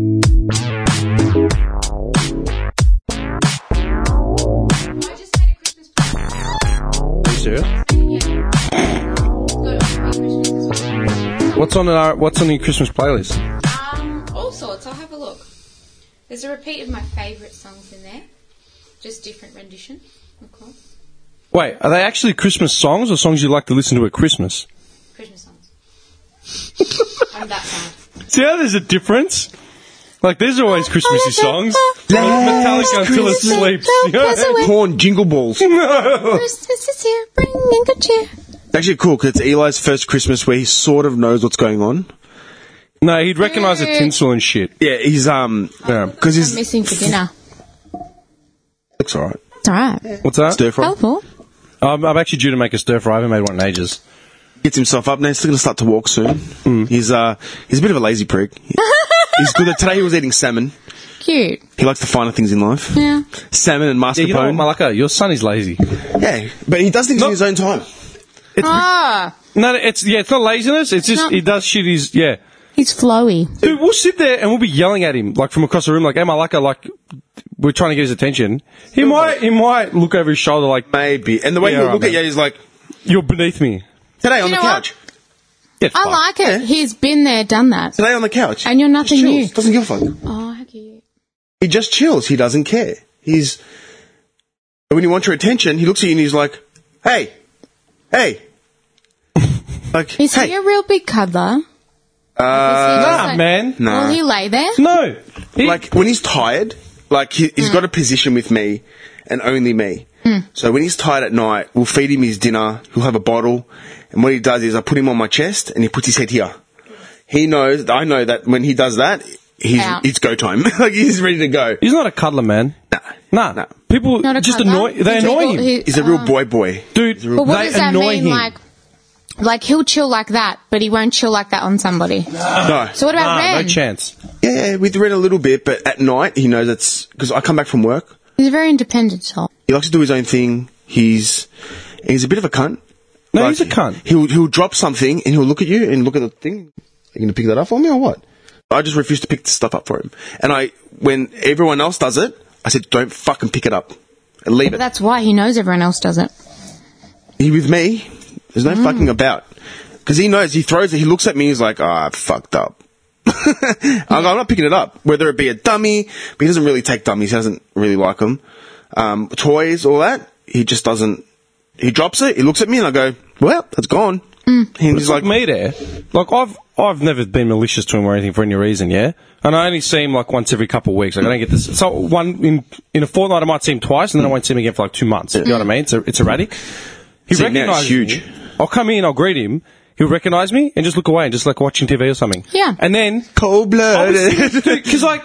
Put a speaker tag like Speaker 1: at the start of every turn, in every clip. Speaker 1: Um,
Speaker 2: do. What's on our What's on your Christmas playlist?
Speaker 1: Um, all sorts. I'll have a look. There's a repeat of my favourite songs in there, just different rendition, of course.
Speaker 2: Wait, are they actually Christmas songs or songs you like to listen to at Christmas?
Speaker 1: Christmas songs. I'm that kind.
Speaker 2: See how there's a difference? Like there's always Christmassy songs. Metallica until it sleeps. you know?
Speaker 3: Horn jingle balls.
Speaker 4: Christmas is here, bring me good cheer.
Speaker 3: It's actually cool because it's Eli's first Christmas where he sort of knows what's going on.
Speaker 2: No, he'd recognise the tinsel and shit.
Speaker 3: Yeah, he's um, because
Speaker 4: I'm
Speaker 3: his
Speaker 4: missing for dinner.
Speaker 3: looks alright.
Speaker 4: It's all right.
Speaker 2: What's that?
Speaker 3: Stir fry
Speaker 4: Helpful.
Speaker 2: I'm, I'm actually due to make a stir fry. I haven't made one in ages.
Speaker 3: gets himself up. Now he's going to start to walk soon. He's uh, he's a bit of a lazy prick. he's good. At, today he was eating salmon.
Speaker 4: Cute.
Speaker 3: He likes the finer things in life.
Speaker 4: Yeah.
Speaker 3: Salmon and
Speaker 2: Yeah, you know what,
Speaker 3: mascarpone.
Speaker 2: Malaka, your son is lazy.
Speaker 3: Yeah, but he does things in his own time.
Speaker 4: Ah,
Speaker 2: No, it's yeah, it's not laziness. It's just
Speaker 4: not-
Speaker 2: he does shit. He's yeah.
Speaker 4: he's flowy.
Speaker 2: Dude, we'll sit there and we'll be yelling at him like from across the room, like "Hey, Malaka, like we're trying to get his attention." He might, he might look over his shoulder like
Speaker 3: Maybe. And the way
Speaker 2: Yeah,
Speaker 3: he'll
Speaker 2: alright,
Speaker 3: look at
Speaker 2: man.
Speaker 3: you, he's like,
Speaker 2: "You're beneath me."
Speaker 3: today on
Speaker 4: You
Speaker 3: the
Speaker 4: know what?
Speaker 3: couch.
Speaker 2: Get
Speaker 4: I like
Speaker 2: fucked.
Speaker 4: it. He's been there, done that.
Speaker 3: Today on the couch.
Speaker 4: And you're nothing
Speaker 3: Just
Speaker 4: new.
Speaker 3: chills. Doesn't give a fuck.
Speaker 4: Oh, how cute.
Speaker 3: He just chills. He doesn't care. He's when you want your attention, he looks at you and he's like, "Hey, hey." Like,
Speaker 4: Is
Speaker 3: hey,
Speaker 4: he a real big cuddler?
Speaker 2: nah,
Speaker 4: Uh,
Speaker 2: man.
Speaker 3: nah.
Speaker 4: Will he lay there?
Speaker 2: No, He-
Speaker 3: like when he's tired, like he, he's got a position with me and only me. So when he's tired at night, we'll feed him his dinner. He'll have a bottle, and what he does is I put him on my chest and he puts his head here. He knows. I know that when he does that, he's
Speaker 4: Out.
Speaker 3: it's go time. like he's ready to go.
Speaker 2: he's not a cuddler, man.
Speaker 3: Nah,
Speaker 2: Nah,
Speaker 3: Nah.
Speaker 2: people
Speaker 4: Not a
Speaker 2: just
Speaker 4: cuddler?
Speaker 2: annoy. They
Speaker 4: He's
Speaker 2: annoy
Speaker 4: evil.
Speaker 2: him,
Speaker 4: He-
Speaker 3: he's a real boy boy.
Speaker 2: dude.
Speaker 4: But what
Speaker 2: they
Speaker 4: does that
Speaker 2: annoy
Speaker 4: mean?
Speaker 2: him.
Speaker 4: Like, like he'll chill like that, but he won't chill like that on somebody.
Speaker 3: No,
Speaker 4: So what about
Speaker 2: nah,
Speaker 4: Ren?
Speaker 2: Ah, no chance.
Speaker 3: Yeah, with Ren a little bit, but at night he knows that's because I come back from work.
Speaker 4: He's a very independent soul.
Speaker 3: He likes to do his own thing. He's he's a bit of a cunt.
Speaker 2: No, he's a cunt.
Speaker 3: He'll he'll drop something and he'll look at you and look at the thing. Are you going to pick that up for me or what? I just refuse to pick the stuff up for him. And I, when everyone else does it, I said, don't fucking pick it up. And leave
Speaker 4: But
Speaker 3: it.
Speaker 4: that's why he knows everyone else does it.
Speaker 3: He with me. There's no fucking about. Because he knows, he throws it, he looks at me, he's like, oh, I fucked up. I'm, I'm not picking it up. Whether it be a dummy, but he doesn't really take dummies, he doesn't really like them. Um, toys, all that, he just doesn't. He drops it, he looks at me, and I go, well, it's gone. Mm. He's like,
Speaker 2: Like me, there. Like I've I've never been malicious to him or anything for any reason. Yeah, and I only see him like once every couple of weeks. Like I don't get this. So one in in a fortnight, I might see him twice, and then I won't see him again for like two months. You know what I mean? It's, it's erratic. He
Speaker 3: See, now it's
Speaker 2: recognises
Speaker 3: huge.
Speaker 2: me. I'll come in, I'll greet him. He'll recognise me and just look away and just like watching TV or something.
Speaker 4: Yeah.
Speaker 2: And then
Speaker 3: cold blooded.
Speaker 2: because like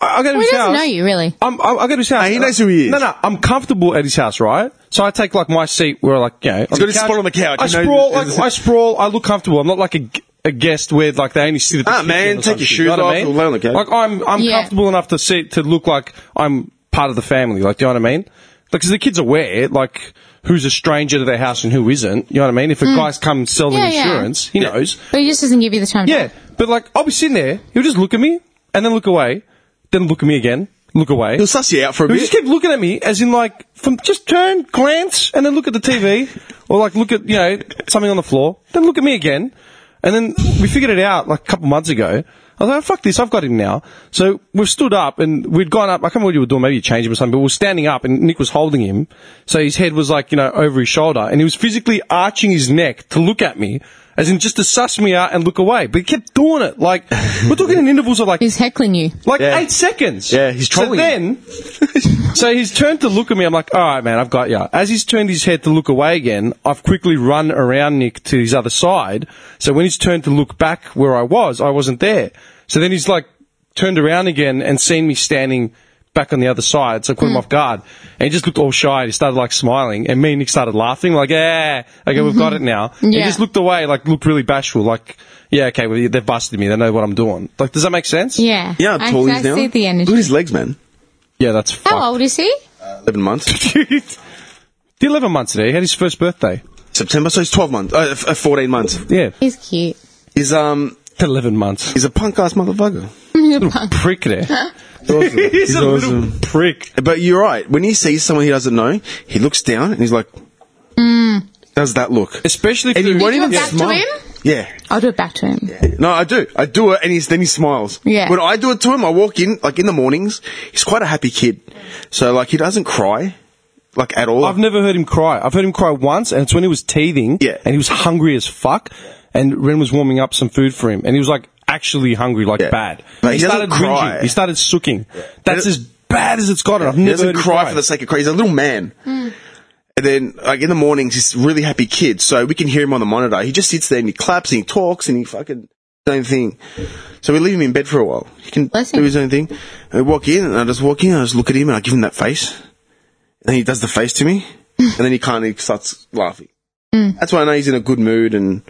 Speaker 2: I, I go to
Speaker 4: Well, he
Speaker 2: his
Speaker 4: doesn't
Speaker 2: house.
Speaker 4: know you, really.
Speaker 2: I'm, I, I go to his house.
Speaker 3: he knows who he is.
Speaker 2: No, no, I'm comfortable at his house, right? So I take like my seat where like you know, he's
Speaker 3: got his spot on the couch,
Speaker 2: I
Speaker 3: you know,
Speaker 2: sprawl, like,
Speaker 3: it's-
Speaker 2: I sprawl. I look comfortable. I'm not like a, g- a guest where like they only sit. At the
Speaker 3: Ah,
Speaker 2: kitchen
Speaker 3: man,
Speaker 2: or some
Speaker 3: take your
Speaker 2: shit,
Speaker 3: shoes
Speaker 2: you know what I
Speaker 3: off,
Speaker 2: mean?
Speaker 3: lay on the couch.
Speaker 2: Like I'm, I'm
Speaker 4: Yeah.
Speaker 2: comfortable enough to sit to look like I'm part of the family. Like, do you know what I mean? Like, because the kids aware like who's a stranger to their house and who isn't. You know what I mean? If a guy's come selling
Speaker 4: Mm. Yeah, yeah.
Speaker 2: insurance, he knows.
Speaker 4: But he just doesn't give you the time. to-
Speaker 2: Yeah, but like I'll be sitting there. He'll just look at me and then look away, then look at me again, look away.
Speaker 3: He'll suss you out for a
Speaker 2: Who
Speaker 3: bit.
Speaker 2: just kept looking at me as in like from just turn, glance, and then look at the TV, or like look at you know something on the floor, then look at me again, and then we figured it out like a couple months ago. I was like, fuck this, I've got him now. So we've stood up and we'd gone up. I can't remember what you were doing, maybe you changed him or something, but we were standing up and Nick was holding him. So his head was like, you know, over his shoulder and he was physically arching his neck to look at me, as in just to suss me out and look away. But he kept doing it. Like, we're talking in intervals of like
Speaker 4: He's heckling you.
Speaker 2: like
Speaker 3: Yeah.
Speaker 2: eight seconds.
Speaker 3: Yeah, he's trolling
Speaker 2: So then, so he's turned to look at me. I'm like, all right, man, I've got ya. As he's turned his head to look away again, I've quickly run around Nick to his other side. So when he's turned to look back where I was, I wasn't there. So then he's like turned around again and seen me standing back on the other side. So I caught him off guard. And he just looked all shy. and He started like smiling. And me and Nick started laughing, like, yeah, okay, we've got it now. And He
Speaker 4: Yeah.
Speaker 2: just looked away, like, looked really bashful, like, yeah, okay, well, they've busted me. They know what I'm doing. Like, does that make sense?
Speaker 4: Yeah.
Speaker 3: yeah,
Speaker 4: I,
Speaker 3: how tall
Speaker 4: I
Speaker 3: he's now.
Speaker 4: see the
Speaker 3: Look at
Speaker 4: energy.
Speaker 3: his legs, man.
Speaker 2: Yeah, that's
Speaker 4: How
Speaker 2: fucked.
Speaker 4: old is he?
Speaker 3: 11 months.
Speaker 2: the 11 months today. He had his first birthday.
Speaker 3: September, so he's 12 months. Uh, f- uh, 14 months.
Speaker 2: Yeah.
Speaker 4: He's cute.
Speaker 3: He's, um,
Speaker 2: 11 months.
Speaker 3: he's a punk ass motherfucker.
Speaker 2: Prick there.
Speaker 3: Awesome.
Speaker 2: He's a little
Speaker 3: awesome.
Speaker 2: prick.
Speaker 3: But you're right. When he sees someone he doesn't know, he looks down and he's like,
Speaker 4: Hmm.
Speaker 3: does that look?
Speaker 2: Especially if
Speaker 3: And you
Speaker 2: you
Speaker 3: won't
Speaker 4: Do
Speaker 3: even
Speaker 4: it back
Speaker 3: smile.
Speaker 4: to him?
Speaker 3: Yeah.
Speaker 4: I'll do it back to him.
Speaker 3: No, I do. I do it, and he's then he smiles.
Speaker 4: Yeah.
Speaker 3: When I do it to him, I walk in like in the mornings. He's quite a happy kid, so like he doesn't cry, like at all.
Speaker 2: I've never heard him cry. I've heard him cry once, and it's when he was teething.
Speaker 3: Yeah.
Speaker 2: And he was hungry as fuck. And Ren was warming up some food for him, and he was like actually hungry, like
Speaker 3: Yeah.
Speaker 2: bad.
Speaker 3: But he
Speaker 2: started
Speaker 3: doesn't cry.
Speaker 2: whinging. He started sooking. That's
Speaker 3: And
Speaker 2: as bad as it's gotten. I've never
Speaker 3: he doesn't
Speaker 2: heard him
Speaker 3: cry for the sake of crying. He's a little man. And then, like in the mornings, he's a really happy kid, so we can hear him on the monitor. He just sits there and he claps and he talks and he fucking same thing. So we leave him in bed for a while. He can
Speaker 4: Bless
Speaker 3: do
Speaker 4: him.
Speaker 3: his own thing. I walk in and I just walk in. and I just look at him and I give him that face. And he does the face to me, and then he kind of starts laughing.
Speaker 4: Hmm.
Speaker 3: That's why I know he's in a good mood and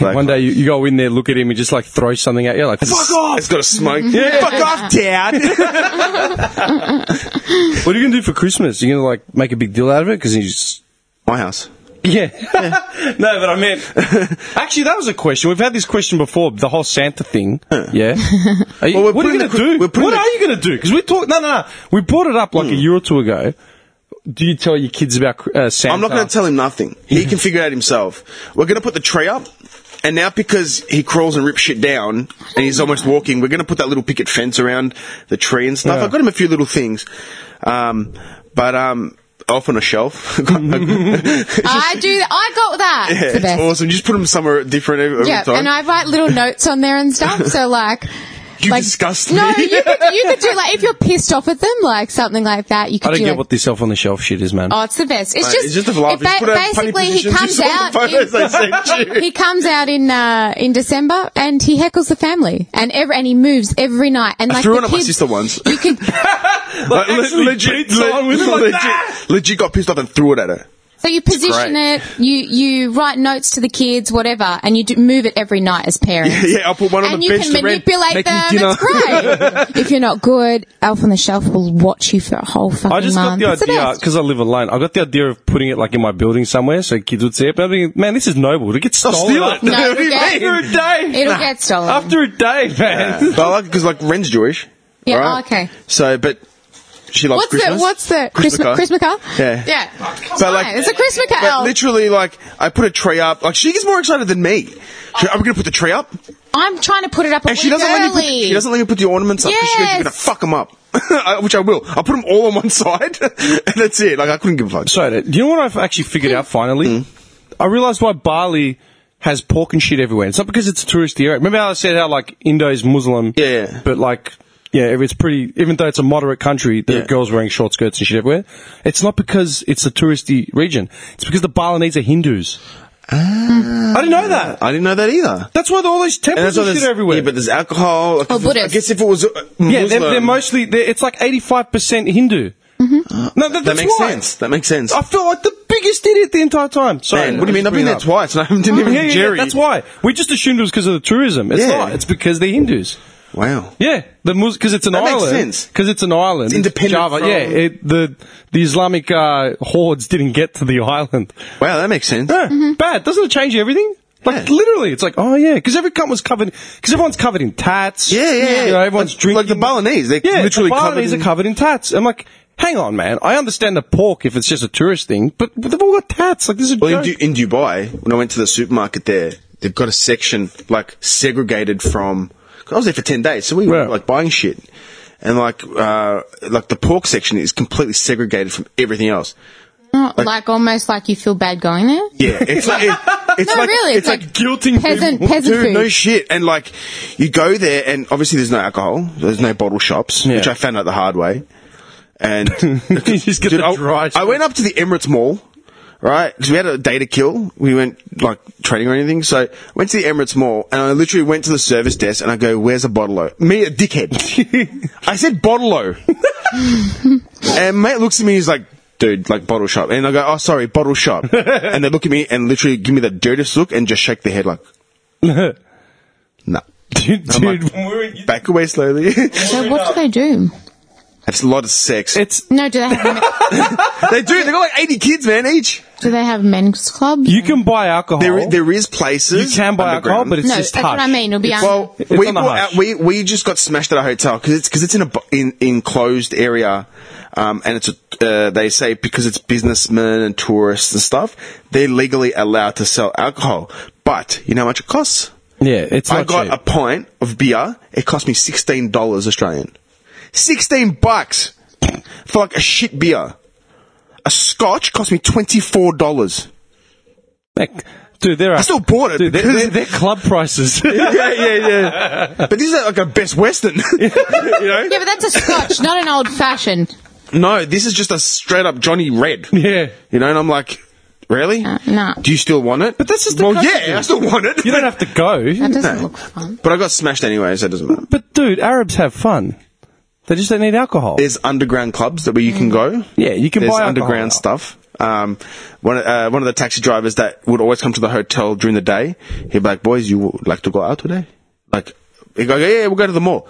Speaker 3: like,
Speaker 2: One day you, you go in there, look at him, and just like throw something at you, like
Speaker 3: fuck off. It's got a smoke. Fuck off, Dad.
Speaker 2: What are you gonna do for Christmas? You gonna like make a big deal out of it? Because you just
Speaker 3: My house.
Speaker 2: yeah. no, but I meant actually that was a question. We've had this question before. The whole Santa thing. Yeah. Are you-
Speaker 3: Well, we're
Speaker 2: what are you
Speaker 3: putting
Speaker 2: gonna
Speaker 3: the-
Speaker 2: do?
Speaker 3: we're putting
Speaker 2: What
Speaker 3: the- Hmm.
Speaker 2: are you gonna do? Because we talked. No, no, no. We brought it up like a year or two ago. Do you tell your kids about uh, Santa?
Speaker 3: I'm not going to tell him nothing. He can figure it out himself. We're going to put the tree up, and now because he crawls and rips shit down, and he's almost walking, we're going to put that little picket fence around the tree and stuff.
Speaker 2: Yeah.
Speaker 3: I've got him a few little things, um, but um, off on a shelf.
Speaker 4: I do. I got that. it's the
Speaker 3: it's
Speaker 4: best.
Speaker 3: awesome. You just put him somewhere different every, every
Speaker 4: Yeah,
Speaker 3: time.
Speaker 4: and I write little notes on there and stuff. So like,
Speaker 3: You
Speaker 4: like,
Speaker 3: disgust
Speaker 4: No,
Speaker 3: me.
Speaker 4: you could, you could do like if you're pissed off at them, like something like that. You could
Speaker 2: I don't
Speaker 4: do
Speaker 2: get
Speaker 4: like,
Speaker 2: what this off on the shelf shit is, man.
Speaker 4: Oh, it's the best. It's
Speaker 3: Mate,
Speaker 4: just,
Speaker 3: it's just a laugh.
Speaker 4: if
Speaker 3: Just
Speaker 4: ba-
Speaker 3: put it in funny
Speaker 4: basically he
Speaker 3: positions. You
Speaker 4: comes
Speaker 3: saw the
Speaker 4: out.
Speaker 3: photos I sent
Speaker 4: in,
Speaker 3: you.
Speaker 4: he comes out in uh, in December and he heckles the family and every, and he moves every night and like
Speaker 3: I threw
Speaker 4: the
Speaker 3: one at my
Speaker 4: kids-
Speaker 3: sister once.
Speaker 4: You could
Speaker 3: Like, le-
Speaker 2: actually beats along with it like
Speaker 3: legit,
Speaker 2: that.
Speaker 3: legit got pissed off and threw it at her.
Speaker 4: so you position
Speaker 3: great.
Speaker 4: it, you you write notes to the kids, whatever, and you do move it every night as parents.
Speaker 3: Yeah, I'll put one on
Speaker 4: and
Speaker 3: the
Speaker 4: you
Speaker 3: bench
Speaker 4: can
Speaker 3: to Ren,
Speaker 4: manipulate
Speaker 3: make
Speaker 4: them.
Speaker 3: me dinner.
Speaker 4: It's great. if you're not good, Elf on the Shelf will watch you for a whole fucking
Speaker 2: I just
Speaker 4: month.
Speaker 2: got
Speaker 4: It's the
Speaker 2: the idea
Speaker 4: best.
Speaker 2: because I live alone. I got the idea of putting it like in my building somewhere so kids would see it. But I think, man, this is noble to get
Speaker 3: I'll
Speaker 2: stolen
Speaker 3: steal it.
Speaker 2: after,
Speaker 4: No,
Speaker 3: What do you
Speaker 4: okay.
Speaker 3: mean?
Speaker 2: after a day.
Speaker 4: It'll get stolen.
Speaker 2: After a day, man.
Speaker 3: but I like because like Ren's Jewish.
Speaker 4: Yeah,
Speaker 3: right?
Speaker 4: oh, okay.
Speaker 3: So, but she loves
Speaker 4: What's
Speaker 3: Christmas.
Speaker 4: the what's the Christmas Christmas car?
Speaker 3: Yeah.
Speaker 4: yeah.
Speaker 3: But
Speaker 4: Fine,
Speaker 3: like,
Speaker 4: it's a Christmas
Speaker 3: but
Speaker 4: car.
Speaker 3: literally, like I put a tree up. Like she gets more excited than me. She, I'm gonna put the tree up,
Speaker 4: I'm trying to put it up a
Speaker 3: and
Speaker 4: week
Speaker 3: she doesn't
Speaker 4: early.
Speaker 3: let me. Put, she doesn't let me put the ornaments up. 'cause She goes,
Speaker 4: Yes.
Speaker 3: "You're gonna fuck them up," I- which I will. I'll put them all on one side, and that's it. Like I couldn't give a fuck.
Speaker 2: So, do you know what I've actually figured out finally?
Speaker 3: Hmm.
Speaker 2: I realised why Bali has pork and shit everywhere. It's not because it's a touristy area. Remember how I said how like Indo's Muslim?
Speaker 3: Yeah, yeah.
Speaker 2: But like, yeah, if it's pretty. Even though it's a moderate country, there
Speaker 3: Yeah.
Speaker 2: are girls wearing short skirts and shit everywhere. It's not because it's a touristy region. It's because the Balinese are Hindus. I didn't know that.
Speaker 3: I didn't know that either.
Speaker 2: That's why there are all these
Speaker 3: Ah. And
Speaker 2: temples
Speaker 3: that's
Speaker 2: and,
Speaker 3: why
Speaker 2: shit
Speaker 3: there's-
Speaker 2: everywhere.
Speaker 3: Yeah, but there's alcohol. Like,
Speaker 4: Oh,
Speaker 3: if it- I
Speaker 4: Buddhists.
Speaker 3: guess if it was uh, Muslim, Mm-hmm.
Speaker 2: Yeah, they're, they're mostly. They're, it's like eighty-five percent Hindu. No, that,
Speaker 3: that
Speaker 2: that's
Speaker 3: makes
Speaker 2: why.
Speaker 3: sense. That makes sense.
Speaker 2: I felt like the biggest idiot the entire time. Sorry,
Speaker 3: Man, what do you mean? I've
Speaker 2: Bring it
Speaker 3: been there
Speaker 2: up.
Speaker 3: twice, and I didn't even
Speaker 2: Yeah, yeah, yeah,
Speaker 3: Jerry.
Speaker 2: that's why we just assumed it was because of the tourism. It's
Speaker 3: Yeah.
Speaker 2: not. It's because they're Hindus.
Speaker 3: Wow.
Speaker 2: Yeah, the because it's an
Speaker 3: That makes
Speaker 2: island.
Speaker 3: sense.
Speaker 2: Because it's an island. It's
Speaker 3: independent
Speaker 2: Java.
Speaker 3: from-
Speaker 2: Yeah, it, the the Islamic uh, hordes didn't get to the island.
Speaker 3: Wow, that makes sense.
Speaker 2: Yeah, Bad. Doesn't it change everything? Like
Speaker 3: Yeah.
Speaker 2: literally, it's like oh yeah, because every cunt was covered. Because everyone's covered in tats.
Speaker 3: Yeah, yeah, yeah.
Speaker 2: You know, everyone's
Speaker 3: Like-
Speaker 2: drinking.
Speaker 3: like the Balinese, they're
Speaker 2: yeah,
Speaker 3: literally
Speaker 2: the
Speaker 3: covered
Speaker 2: Balinese
Speaker 3: in-
Speaker 2: are covered in tats. I'm like, hang on, man. I understand the pork if it's just a tourist thing, but but they've all got tats. Like this is a
Speaker 3: Well, in,
Speaker 2: joke.
Speaker 3: Du- in Dubai, when I went to the supermarket there, they've got a section like segregated from. 'cause I was there for ten days, so we were
Speaker 2: Right.
Speaker 3: like buying shit, and like uh, like the pork section is completely segregated from everything else.
Speaker 4: Oh, like almost like you feel bad going there.
Speaker 3: Yeah, it's like it- it's
Speaker 4: No,
Speaker 3: like
Speaker 4: really,
Speaker 3: it's,
Speaker 4: it's
Speaker 3: like,
Speaker 4: like
Speaker 3: guilting
Speaker 4: peasant-
Speaker 3: people.
Speaker 4: peasant
Speaker 3: Dude,
Speaker 4: food.
Speaker 3: no shit. And like you go there, and obviously there's no alcohol, there's no bottle shops,
Speaker 2: Yeah.
Speaker 3: which I found out the hard way. And
Speaker 2: You just get
Speaker 3: Dude,
Speaker 2: the
Speaker 3: I-
Speaker 2: dry
Speaker 3: I went up to the Emirates Mall, right? Because we had a day to kill. We went like training or anything, so I went to the Emirates Mall, and I literally went to the service desk, and I go, "Where's a bottle?" Me, a dickhead. I said bottle. And mate looks at me, he's like, dude, like bottle shop. And I go, oh, sorry, bottle shop. and they look at me and literally give me the dirtiest look and just shake their head like, nah.
Speaker 2: Dude,
Speaker 3: I'm like-
Speaker 2: dude, when we were in-
Speaker 3: Back away slowly.
Speaker 4: So what do they do?
Speaker 3: That's a lot of sex.
Speaker 2: it's
Speaker 4: No, do they have
Speaker 3: they do. They got like 80 kids, man, each.
Speaker 4: do they have men's clubs?
Speaker 2: you can buy alcohol.
Speaker 3: There, there is
Speaker 2: Oh. you
Speaker 3: places.
Speaker 2: can buy alcohol,
Speaker 3: underground.
Speaker 2: but it's
Speaker 4: no,
Speaker 2: just
Speaker 4: that's
Speaker 2: hush.
Speaker 4: what I mean. It'll be under-
Speaker 3: well,
Speaker 2: It's
Speaker 3: we,
Speaker 2: on the
Speaker 3: bought
Speaker 2: hush.
Speaker 3: out- we we just got smashed at a hotel because it's because it's in a bu- in enclosed area um, and it's a, uh, they say because it's businessmen and tourists and stuff, they're legally allowed to sell alcohol. But you know how much it costs?
Speaker 2: Yeah, it's
Speaker 3: I
Speaker 2: not
Speaker 3: got
Speaker 2: cheap.
Speaker 3: a pint of beer. It cost me sixteen dollars Australian. Sixteen bucks for like a shit beer. A scotch cost me twenty four dollars.
Speaker 2: Like, dude, there are.
Speaker 3: I still bought it
Speaker 2: Dude, they're,
Speaker 3: because-
Speaker 2: they're, they're club prices.
Speaker 3: yeah, yeah, yeah. But this is like a best western. you know?
Speaker 4: Yeah, but that's a scotch, not an old fashioned.
Speaker 3: No, this is just a straight up Johnny Red.
Speaker 2: yeah.
Speaker 3: You know, and I'm like, really?
Speaker 4: Uh, nah.
Speaker 3: Do you still want it? But
Speaker 2: that's just the
Speaker 3: well,
Speaker 2: country.
Speaker 3: yeah, I still want it.
Speaker 2: You don't have to go.
Speaker 4: That doesn't look fun.
Speaker 3: But I got smashed anyway, so it doesn't matter.
Speaker 2: But, dude, Arabs have fun. They just don't need alcohol.
Speaker 3: There's underground clubs that where you
Speaker 4: Mm.
Speaker 3: can go.
Speaker 2: Yeah, you can
Speaker 3: There's
Speaker 2: buy alcohol
Speaker 3: underground
Speaker 2: now.
Speaker 3: stuff. Um, one uh, one of the taxi drivers that would always come to the hotel during the day, he'd be like, "Boys, you would like to go out today?" Like, he go, "Yeah, yeah, we'll go to the mall."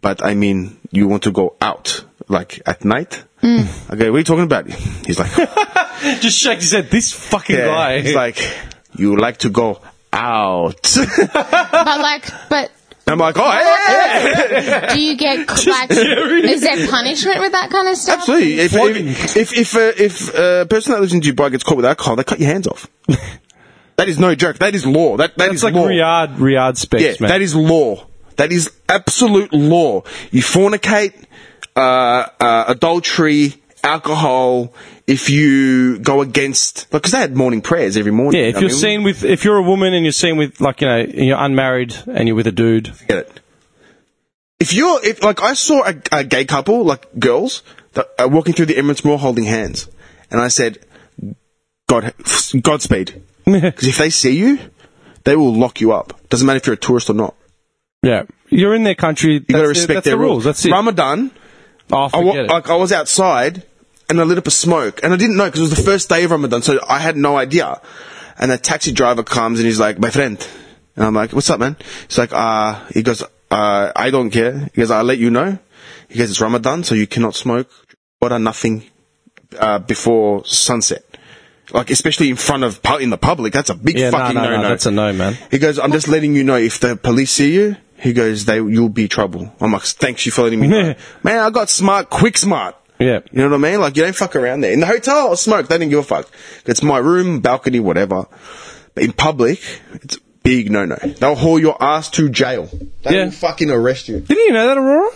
Speaker 3: But I mean, you want to go out like at night?
Speaker 4: Mm.
Speaker 3: I go, "What are you talking about?" He's like,
Speaker 2: just shakes his head. This fucking
Speaker 3: yeah.
Speaker 2: guy.
Speaker 3: He's like, "You like to go out?"
Speaker 4: But like, but
Speaker 3: I'm like, "Oh, yeah, yeah, yeah."
Speaker 4: do you get like? Is there punishment with that kind of stuff?
Speaker 3: Absolutely. If
Speaker 2: Flogging.
Speaker 3: if if, if, uh, if uh, a person that lives in Dubai gets caught with alcohol, they cut your hands off. that is no joke. That is law. That that
Speaker 2: it's
Speaker 3: is
Speaker 2: like
Speaker 3: law.
Speaker 2: Riyadh, Riyadh specs,
Speaker 3: yeah,
Speaker 2: man.
Speaker 3: that is law. That is absolute law. You fornicate, uh, uh, adultery, alcohol. If you go against, because they had morning prayers every morning.
Speaker 2: yeah, if
Speaker 3: I
Speaker 2: you're
Speaker 3: mean,
Speaker 2: seen with, if you're a woman and you're seen with, like, you know, and you're unmarried and you're with a dude.
Speaker 3: get it. If you're, if like I saw a, a gay couple, like girls, that are walking through the Emirates Mall holding hands, and I said, "God, Godspeed," because if they see you, they will lock you up. Doesn't matter if you're a tourist or not.
Speaker 2: yeah. You're in their country.
Speaker 3: You got to
Speaker 2: that's
Speaker 3: respect
Speaker 2: the, that's
Speaker 3: their
Speaker 2: the rules. That's it.
Speaker 3: Ramadan,
Speaker 2: oh,
Speaker 3: I
Speaker 2: forget
Speaker 3: wa-
Speaker 2: it.
Speaker 3: like I was outside and I lit up a smoke and I didn't know because it was the first day of Ramadan, so I had no idea. And the taxi driver comes and he's like, "My friend," and I'm like, "What's up, man?" He's like, "Uh," he goes, "Uh, I don't care." He goes, "I'll let you know." He goes, "It's Ramadan, so you cannot smoke, water, nothing, uh, before sunset." Like especially in front of pu- in the public, that's a big
Speaker 2: yeah, no,
Speaker 3: fucking
Speaker 2: no, no,
Speaker 3: no-no.
Speaker 2: that's a no, man.
Speaker 3: He goes, I'm just letting you know if the police see you. He goes, they you'll be trouble. I'm like, thanks you for letting me know. Man, I got smart, quick smart.
Speaker 2: Yeah.
Speaker 3: You know what I mean? Like you don't fuck around there. In the hotel, I'll smoke. They didn't give a fuck. It's my room, balcony, whatever. But in public, it's a big no no. They'll haul your ass to jail. They
Speaker 2: Yeah.
Speaker 3: will fucking arrest you.
Speaker 2: Didn't you know that, Aurora?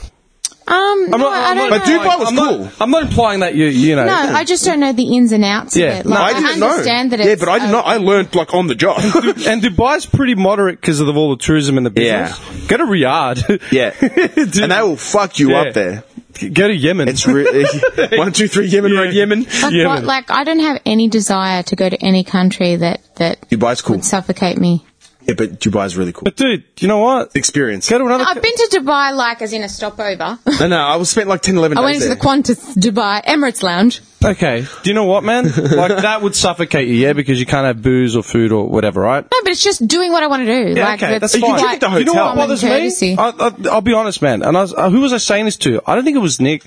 Speaker 4: Um, no, I don't
Speaker 3: But
Speaker 4: know.
Speaker 3: do Dubai was
Speaker 2: I'm not-
Speaker 3: cool.
Speaker 2: I'm not implying that you, you know.
Speaker 4: No, I just don't know the ins and outs
Speaker 2: Yeah.
Speaker 4: of it.
Speaker 2: No,
Speaker 4: Like,
Speaker 3: I didn't
Speaker 4: understand
Speaker 3: know.
Speaker 4: that it's
Speaker 3: yeah, but I did
Speaker 4: a-
Speaker 3: not. I learned like on the job.
Speaker 2: and Dubai's pretty moderate because of all the tourism and the business. Go to Riyadh.
Speaker 3: yeah,
Speaker 2: Dude.
Speaker 3: and they will fuck you
Speaker 2: Yeah.
Speaker 3: up there.
Speaker 2: Go to Yemen.
Speaker 3: It's really one, two, three, Yemen,
Speaker 2: Yeah.
Speaker 3: road, Yemen.
Speaker 4: Like,
Speaker 2: Yeah,
Speaker 4: what,
Speaker 2: but-
Speaker 4: like I don't have any desire to go to any country that that
Speaker 3: Dubai's cool.
Speaker 4: would suffocate me.
Speaker 3: Yeah, but Dubai's really cool.
Speaker 2: but dude, you know what?
Speaker 3: experience.
Speaker 2: Go to another.
Speaker 4: I've been to Dubai like as in a stopover.
Speaker 3: No, no, I was spent like 10, 11
Speaker 4: I
Speaker 3: days
Speaker 4: went into
Speaker 3: there.
Speaker 4: the Qantas Dubai Emirates Lounge.
Speaker 2: okay. Do you know what, man? like that would suffocate you, yeah, because you can't have booze or food or whatever, right?
Speaker 4: No, but it's just doing what I want to do.
Speaker 2: Yeah,
Speaker 4: like,
Speaker 2: okay, that's
Speaker 4: that's
Speaker 2: fine.
Speaker 3: You can
Speaker 4: quite
Speaker 3: at the
Speaker 2: You know what
Speaker 3: hotel.
Speaker 2: bothers me?
Speaker 4: courtesy.
Speaker 2: I, I, I'll be honest, man. And I was, uh, who was I saying this to? I don't think it was Nick.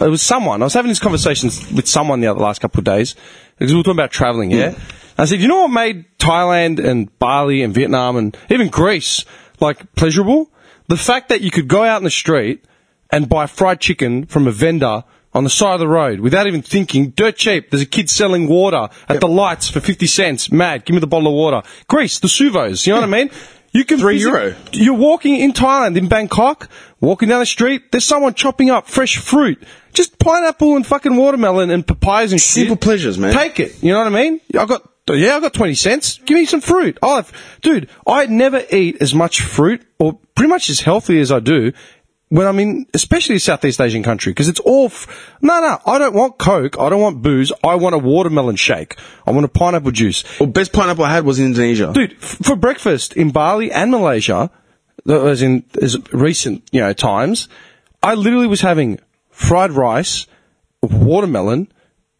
Speaker 2: Uh, It was someone. I was having this conversation with someone the other last couple of days because we were talking about traveling. Yeah, I said, you know what made Thailand and Bali and Vietnam and even Greece like pleasurable? The fact that you could go out in the street and buy fried chicken from a vendor. On the side of the road, without even thinking, dirt cheap. There's a kid selling water at the lights for fifty cents. Mad, give me the bottle of water. Greece, the Suvos. You know what I mean? You can
Speaker 3: Three
Speaker 2: visit-
Speaker 3: euro.
Speaker 2: you're walking in Thailand, in Bangkok, walking down the street, there's someone chopping up fresh fruit. Just pineapple and fucking watermelon and papayas and shit.
Speaker 3: Simple pleasures, man.
Speaker 2: Take it. You know what I mean? I got, yeah, I got 20 cents. Give me some fruit. I'll have, dude, I never eat as much fruit or pretty much as healthy as I do when I'm in, especially a Southeast Asian country, because it's all, f- no, no, I don't want Coke. I don't want booze. I want a watermelon shake. I want a pineapple juice
Speaker 3: Well, best pineapple I had was in Indonesia.
Speaker 2: dude, f- for breakfast in Bali and Malaysia, th- as in as recent you know times, I literally was having fried rice, watermelon,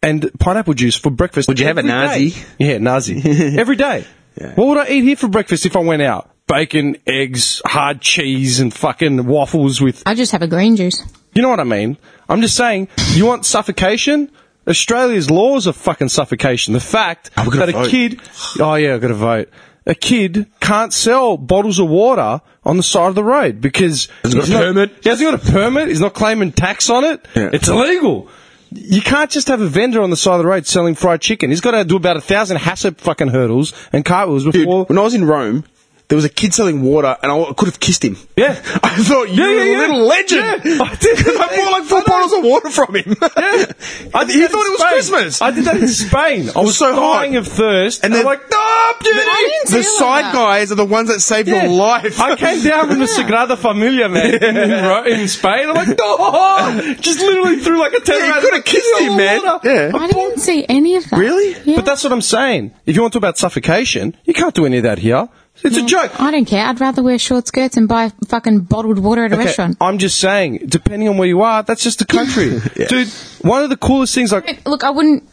Speaker 2: and pineapple juice for breakfast. Would
Speaker 3: you have a nazi?
Speaker 2: Yeah, nazi every day. What would I eat here for breakfast if I went out? Bacon, eggs, hard cheese, and fucking waffles with
Speaker 4: I just have a green juice.
Speaker 2: you know what I mean? I'm just saying, you want suffocation? Australia's laws are fucking suffocation. The fact
Speaker 3: Oh, we
Speaker 2: that
Speaker 3: gotta
Speaker 2: a
Speaker 3: vote.
Speaker 2: kid, oh yeah, I've got to vote. A kid can't sell bottles of water on the side of the road because
Speaker 3: Hasn't got
Speaker 2: he's
Speaker 3: a
Speaker 2: not-
Speaker 3: permit.
Speaker 2: He hasn't got a permit. He's not claiming tax on it.
Speaker 3: Yeah.
Speaker 2: It's illegal. you can't just have a vendor on the side of the road selling fried chicken. He's got to do about a thousand HACCP fucking hurdles and cartwheels
Speaker 3: Dude,
Speaker 2: before.
Speaker 3: when I was in Rome, there was a kid selling water, and I could have kissed him.
Speaker 2: Yeah.
Speaker 3: I thought you
Speaker 2: Yeah,
Speaker 3: were
Speaker 2: yeah, yeah.
Speaker 3: a little legend.
Speaker 2: Yeah. I did.
Speaker 3: 'Cause I bought like four bottles of water from him.
Speaker 2: Yeah. I did
Speaker 3: he
Speaker 2: that
Speaker 3: thought
Speaker 2: in
Speaker 3: it was
Speaker 2: Spain.
Speaker 3: Christmas.
Speaker 2: I did that in Spain. I was
Speaker 3: so hot.
Speaker 2: dying of thirst,
Speaker 3: And
Speaker 2: and,
Speaker 3: then-
Speaker 2: I'm like, no, dude.
Speaker 4: I didn't
Speaker 3: the
Speaker 4: realize
Speaker 3: side
Speaker 4: that.
Speaker 3: guys are the ones that saved
Speaker 2: Yeah.
Speaker 3: your life.
Speaker 2: I came down from the Sagrada Familia, man, in, in, Ro- in Spain. I'm like, no, just literally threw like a ten.
Speaker 3: Yeah, you could have kissed him, man. Yeah.
Speaker 4: I didn't see any of that.
Speaker 3: Really?
Speaker 4: Yeah.
Speaker 2: But that's what I'm saying. If you want to talk about suffocation, you can't do any of that here. It's a joke.
Speaker 4: I don't care. I'd rather wear short skirts and buy fucking bottled water at a
Speaker 2: Okay,
Speaker 4: restaurant.
Speaker 2: I'm just saying, depending on where you are, that's just the country.
Speaker 3: Yeah.
Speaker 2: Dude, one of the coolest things, like,
Speaker 4: Look, I wouldn't.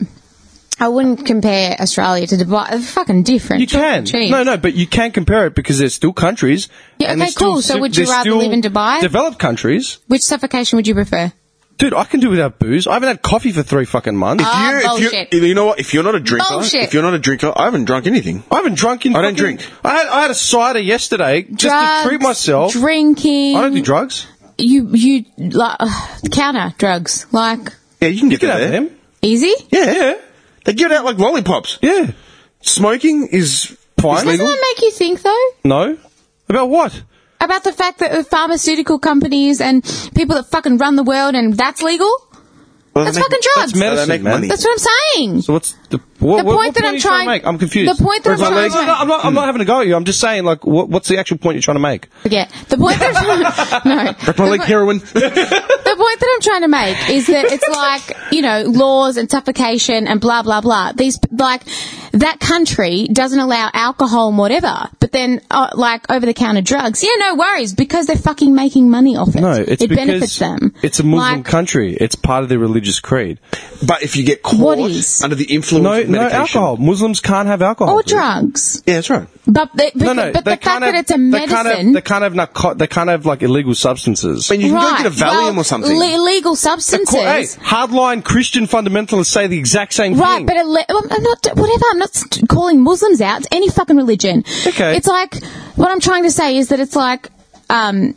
Speaker 4: I wouldn't compare Australia to Dubai. They're fucking different.
Speaker 2: you can.
Speaker 4: Cheese.
Speaker 2: No, no, but you can compare it because there's still countries.
Speaker 4: Yeah,
Speaker 2: and
Speaker 4: okay,
Speaker 2: there's still
Speaker 4: cool. So
Speaker 2: civ-
Speaker 4: would you
Speaker 2: there's
Speaker 4: rather
Speaker 2: still
Speaker 4: live in Dubai?
Speaker 2: Developed countries.
Speaker 4: Which suffocation would you prefer?
Speaker 2: Dude, I can do without booze. I haven't had coffee for three fucking months.
Speaker 4: Ah,
Speaker 3: You- if
Speaker 4: bullshit.
Speaker 3: you, you know what? If you're not a drinker,
Speaker 4: Bullshit.
Speaker 3: if you're not a drinker, I haven't drunk anything.
Speaker 2: I haven't drunk in
Speaker 3: I don't
Speaker 2: fucking-
Speaker 3: drink.
Speaker 2: I had, I had a cider yesterday just
Speaker 4: drugs,
Speaker 2: to treat myself.
Speaker 4: Drinking.
Speaker 2: I don't do drugs.
Speaker 4: You you like uh, counter drugs like
Speaker 3: Yeah, you can get
Speaker 2: Get out
Speaker 3: there.
Speaker 2: of them.
Speaker 4: easy.
Speaker 3: Yeah, yeah. They give it out like lollipops.
Speaker 2: Yeah.
Speaker 3: Smoking is
Speaker 2: Fine.
Speaker 3: Is legal.
Speaker 4: Doesn't that make you think though?
Speaker 2: No. About what?
Speaker 4: About the fact that the pharmaceutical companies and people that fucking run the world and that's legal?
Speaker 3: Well, they
Speaker 4: That's
Speaker 3: make-
Speaker 4: fucking drugs.
Speaker 2: That's medicine,
Speaker 3: They make
Speaker 2: man.
Speaker 3: money.
Speaker 4: That's what I'm saying.
Speaker 2: So what's the what,
Speaker 4: The
Speaker 2: what-
Speaker 4: point
Speaker 2: what
Speaker 4: that I'm
Speaker 2: are you trying to
Speaker 4: trying-
Speaker 2: make? I'm confused.
Speaker 4: the point that
Speaker 2: Where's
Speaker 4: I'm
Speaker 2: my
Speaker 4: trying to
Speaker 2: legs?
Speaker 4: make-
Speaker 2: I'm not. I'm not having a go at you. I'm just saying, like, what, what's the actual point you're trying to make?
Speaker 4: Forget. The point that I'm trying, no.
Speaker 3: Rip my
Speaker 4: the,
Speaker 3: leg
Speaker 4: po-
Speaker 3: heroin.
Speaker 4: the point that I'm trying to make is that it's like, you know, laws and suffocation and blah, blah, blah. These, like, that country doesn't allow alcohol and whatever. But then, uh, like, over the counter drugs. Yeah, no worries because they're fucking making money off it.
Speaker 2: No, it's
Speaker 4: it
Speaker 2: because
Speaker 4: benefits them.
Speaker 2: It's a Muslim
Speaker 4: Like,
Speaker 2: country. It's part of their religious creed.
Speaker 3: but if you get
Speaker 4: What
Speaker 3: caught
Speaker 4: is-
Speaker 3: under the influence
Speaker 2: No,
Speaker 3: of
Speaker 2: no
Speaker 3: medication,
Speaker 2: alcohol. Muslims can't have alcohol.
Speaker 4: or
Speaker 2: dude.
Speaker 4: drugs.
Speaker 3: Yeah, that's right.
Speaker 4: But, they, but,
Speaker 2: No, no.
Speaker 4: but the
Speaker 2: they
Speaker 4: fact
Speaker 2: can't
Speaker 4: that
Speaker 2: have-
Speaker 4: it's a
Speaker 2: they
Speaker 4: medicine.
Speaker 2: can't have- They can't have narco- They can't have like illegal substances.
Speaker 3: I mean, you can
Speaker 4: right.
Speaker 3: go get a Valium
Speaker 4: well,
Speaker 3: or something.
Speaker 4: le- illegal
Speaker 2: Of
Speaker 4: substances.
Speaker 2: course- hey, hardline Christian fundamentalists say the exact same
Speaker 4: Right,
Speaker 2: thing.
Speaker 4: but ele- I'm I'm not whatever. I'm not st- calling Muslims out. It's any fucking religion.
Speaker 2: Okay.
Speaker 4: It's like what I'm trying to say is that it's like um,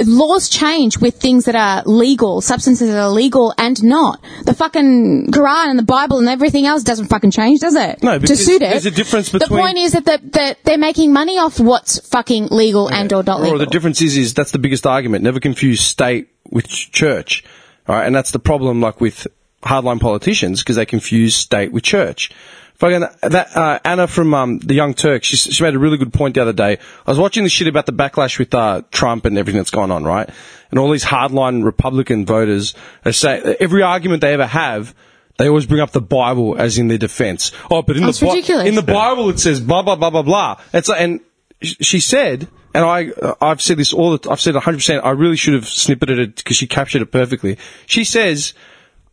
Speaker 4: laws change with things that are legal, substances that are legal and not. The fucking Quran and the Bible and everything else doesn't fucking change, does it?
Speaker 2: No,
Speaker 4: to
Speaker 2: because
Speaker 4: suit it.
Speaker 2: there's a difference
Speaker 4: The
Speaker 2: between-
Speaker 4: point is that that that they're making money off what's fucking legal and or not
Speaker 2: Or
Speaker 4: legal.
Speaker 2: the difference is, is that's the biggest argument. Never confuse state with ch- church. All right. And that's the problem, like with hardline politicians, because they confuse state with church. Fucking that, uh, Anna from, um, the Young Turks, she, s- she made a really good point the other day. I was watching this shit about the backlash with, uh, Trump and everything that's gone on, right? And all these hardline Republican voters are saying, every argument they ever have, they always bring up the Bible as in their defense. Oh, but in
Speaker 4: That's
Speaker 2: the Bi-
Speaker 4: ridiculous.
Speaker 2: in the Bible it says blah blah blah blah blah. It's like, and sh- she said, and I uh, I've said this all the t- I've said 100. percent I really should have snippeted it because she captured it perfectly. She says.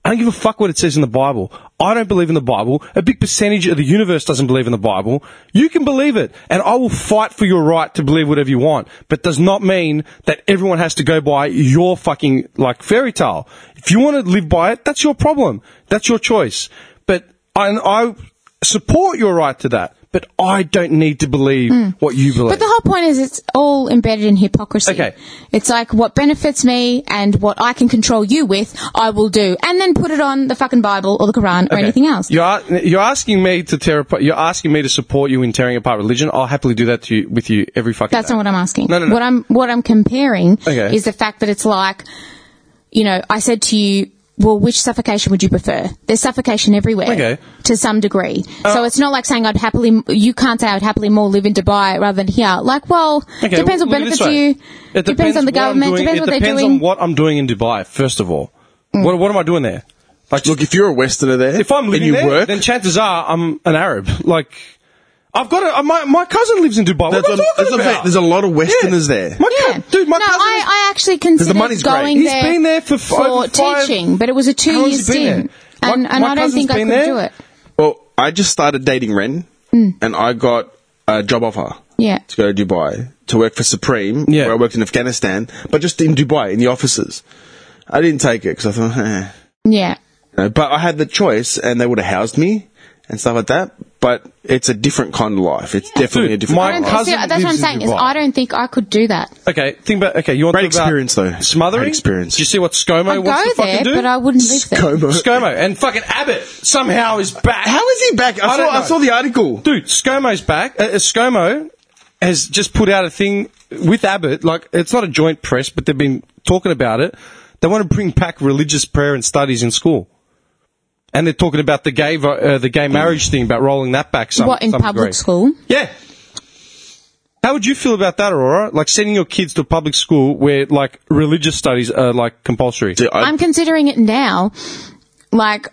Speaker 2: I don't give a fuck what it says in the Bible. I don't believe in the Bible. A big percentage of the universe doesn't believe in the Bible. You can believe it, and I will fight for your right to believe whatever you want. But does not mean that everyone has to go by your fucking like fairy tale. If you want to live by it, that's your problem. That's your choice. But and I support your right to that, but I don't need to believe what you believe.
Speaker 4: Hmm. But the whole point is it's all embedded in hypocrisy.
Speaker 2: Okay.
Speaker 4: It's like what benefits me and what I can control you with, I will do. And then put it on the fucking Bible or the Quran or anything else.
Speaker 2: You're a- you're asking me to tear apart. You're asking me to support you in tearing apart religion. I'll happily do that to you with you every fucking.
Speaker 4: That's
Speaker 2: day.
Speaker 4: not what I'm asking.
Speaker 2: No, no, no.
Speaker 4: What I'm what I'm comparing
Speaker 2: Okay.
Speaker 4: is the fact that it's like, you know, I said to you, well, which suffocation would you prefer? There's suffocation everywhere,
Speaker 2: Okay. Uh,
Speaker 4: to some degree. so it's not like saying I'd happily. You can't say I'd happily more live in Dubai rather than here. Like, well,
Speaker 2: Okay,
Speaker 4: depends what
Speaker 2: look at it
Speaker 4: benefits
Speaker 2: this way.
Speaker 4: you.
Speaker 2: It
Speaker 4: depends, on the
Speaker 2: what I'm
Speaker 4: government.
Speaker 2: doing-
Speaker 4: Depends
Speaker 2: it
Speaker 4: what they're
Speaker 2: depends
Speaker 4: doing. Hmm.
Speaker 2: on what I'm doing in Dubai. First of all, what what am I doing there? Like,
Speaker 3: Look, if you're a Westerner there,
Speaker 2: if I'm
Speaker 3: and
Speaker 2: living
Speaker 3: you
Speaker 2: there,
Speaker 3: work,
Speaker 2: then chances are I'm an Arab. Like, I've got a, uh, my my cousin lives in Dubai. What
Speaker 3: That's
Speaker 2: am I
Speaker 3: what- that's
Speaker 2: talking
Speaker 3: what I'm
Speaker 2: about?
Speaker 3: saying. There's a lot of Westerners there.
Speaker 2: My cou-
Speaker 4: Yeah.
Speaker 2: dude, my
Speaker 4: no,
Speaker 2: cousin.
Speaker 4: I, I actually considered
Speaker 3: money's great.
Speaker 4: going
Speaker 2: He's
Speaker 4: there.
Speaker 2: been there for five-
Speaker 4: for
Speaker 2: five-
Speaker 4: teaching, but it was a
Speaker 2: How
Speaker 4: two-year
Speaker 2: long's he been
Speaker 4: stint,
Speaker 2: there?
Speaker 4: and,
Speaker 2: My-
Speaker 4: and
Speaker 2: my
Speaker 4: I don't
Speaker 2: cousin's
Speaker 4: think I
Speaker 2: been
Speaker 4: could
Speaker 2: there.
Speaker 4: do it.
Speaker 3: well, I just started dating Ren,
Speaker 4: Mm.
Speaker 3: and I got a job offer
Speaker 4: Yeah.
Speaker 3: to go to Dubai to work for Supreme,
Speaker 2: Yeah.
Speaker 3: where I worked in Afghanistan, but just in Dubai in the offices. I didn't take it because I thought, eh.
Speaker 4: Yeah.
Speaker 3: You know, but I had the choice, and they would have housed me and stuff like that. but it's a different kind of life. It's definitely
Speaker 2: Dude,
Speaker 3: a different
Speaker 2: my
Speaker 3: kind of
Speaker 2: cousin-
Speaker 3: life.
Speaker 4: See, that's what I'm
Speaker 2: lives in
Speaker 4: saying is
Speaker 2: Dubai.
Speaker 4: I don't think I could do that.
Speaker 2: Okay, think about okay. You want to
Speaker 3: Great
Speaker 2: talk about
Speaker 3: experience, though.
Speaker 2: Smothering
Speaker 3: Great experience.
Speaker 2: Do you see what ScoMo
Speaker 4: I'd
Speaker 2: wants to
Speaker 4: go there,
Speaker 2: fucking do?
Speaker 4: but I wouldn't live there.
Speaker 3: Scomo.
Speaker 2: ScoMo and fucking Abbott somehow is back.
Speaker 3: How is he back? I,
Speaker 2: I don't
Speaker 3: saw, I
Speaker 2: know.
Speaker 3: saw the article.
Speaker 2: dude? ScoMo's back. Uh, uh, ScoMo has just put out a thing with Abbott. Like it's not a joint press, but they've been talking about it. They want to bring back religious prayer and studies in school, and they're talking about the gay vo- uh, the
Speaker 3: Hmm.
Speaker 2: gay marriage thing about rolling that back. Some,
Speaker 4: what in
Speaker 2: some
Speaker 4: public
Speaker 2: degree.
Speaker 4: school?
Speaker 2: Yeah. How would you feel about that, Aurora? Like sending your kids to a public school where like religious studies are like compulsory.
Speaker 3: Dude, I-
Speaker 4: I'm considering it now. Like,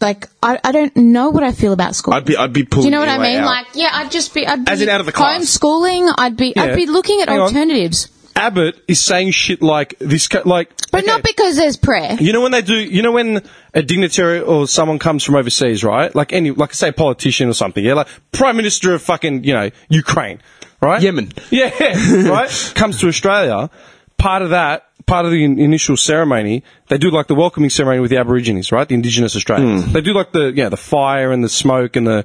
Speaker 4: like I, I don't know what I feel about school.
Speaker 3: I'd be I'd be pulling.
Speaker 4: do you know what I
Speaker 3: Eli
Speaker 4: mean?
Speaker 3: out.
Speaker 4: Like, yeah, I'd just be. I'd be
Speaker 3: As in out of the class.
Speaker 4: Homeschooling. I'd be.
Speaker 2: Yeah.
Speaker 4: I'd be looking at
Speaker 2: Hang on.
Speaker 4: alternatives,
Speaker 2: Abbott is saying shit like this, ca- like.
Speaker 4: but
Speaker 2: okay,
Speaker 4: not because there's prayer.
Speaker 2: You know when they do, you know when a dignitary or someone comes from overseas, right? Like any, like say a politician or something, yeah? Like Prime Minister of fucking, you know, Ukraine, right?
Speaker 3: Yemen.
Speaker 2: Yeah, right? comes to Australia. Part of that, part of the in- initial ceremony, they do like the welcoming ceremony with the Aborigines, right? The Indigenous Australians.
Speaker 3: Hmm.
Speaker 2: They do like the, you know, the fire and the smoke and the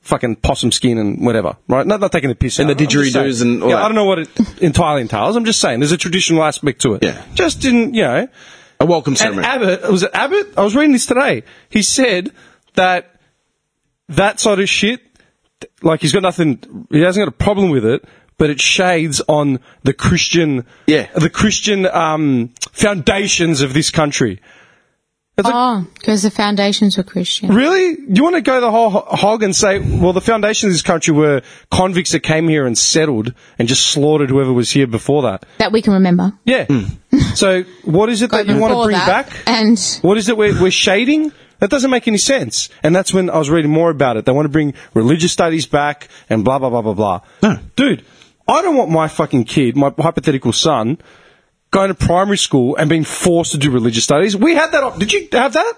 Speaker 2: fucking possum skin and whatever, right? Not, not taking the piss
Speaker 3: And
Speaker 2: out,
Speaker 3: the
Speaker 2: I'm just saying.
Speaker 3: didgeridoos and all
Speaker 2: yeah,
Speaker 3: that.
Speaker 2: I don't know what it entirely entails. I'm just saying there's a traditional aspect to it.
Speaker 3: Yeah.
Speaker 2: Just in, you know,
Speaker 3: a Uh, welcome
Speaker 2: and
Speaker 3: ceremony.
Speaker 2: Abbott, was it Abbott? I was reading this today. He said that that sort of shit, like he's got nothing, he hasn't got a problem with it, but it shades on the Christian,
Speaker 3: Yeah.
Speaker 2: the Christian um, foundations of this country. It's like,
Speaker 4: Oh, because the foundations were Christian.
Speaker 2: really? You want to go the whole ho- hog and say, well, the foundations of this country were convicts that came here and settled and just slaughtered whoever was here before that.
Speaker 4: That we can remember.
Speaker 2: Yeah. So what is it that you want to
Speaker 4: Before
Speaker 2: bring
Speaker 4: that,
Speaker 2: back?
Speaker 4: And
Speaker 2: What is it we're, we're shading? That doesn't make any sense. And that's when I was reading more about it. They want to bring religious studies back and blah, blah, blah, blah, blah. No. Dude, I don't want my fucking kid, my hypothetical son, going to primary school and being forced to do religious studies. We had that op- Did you have that?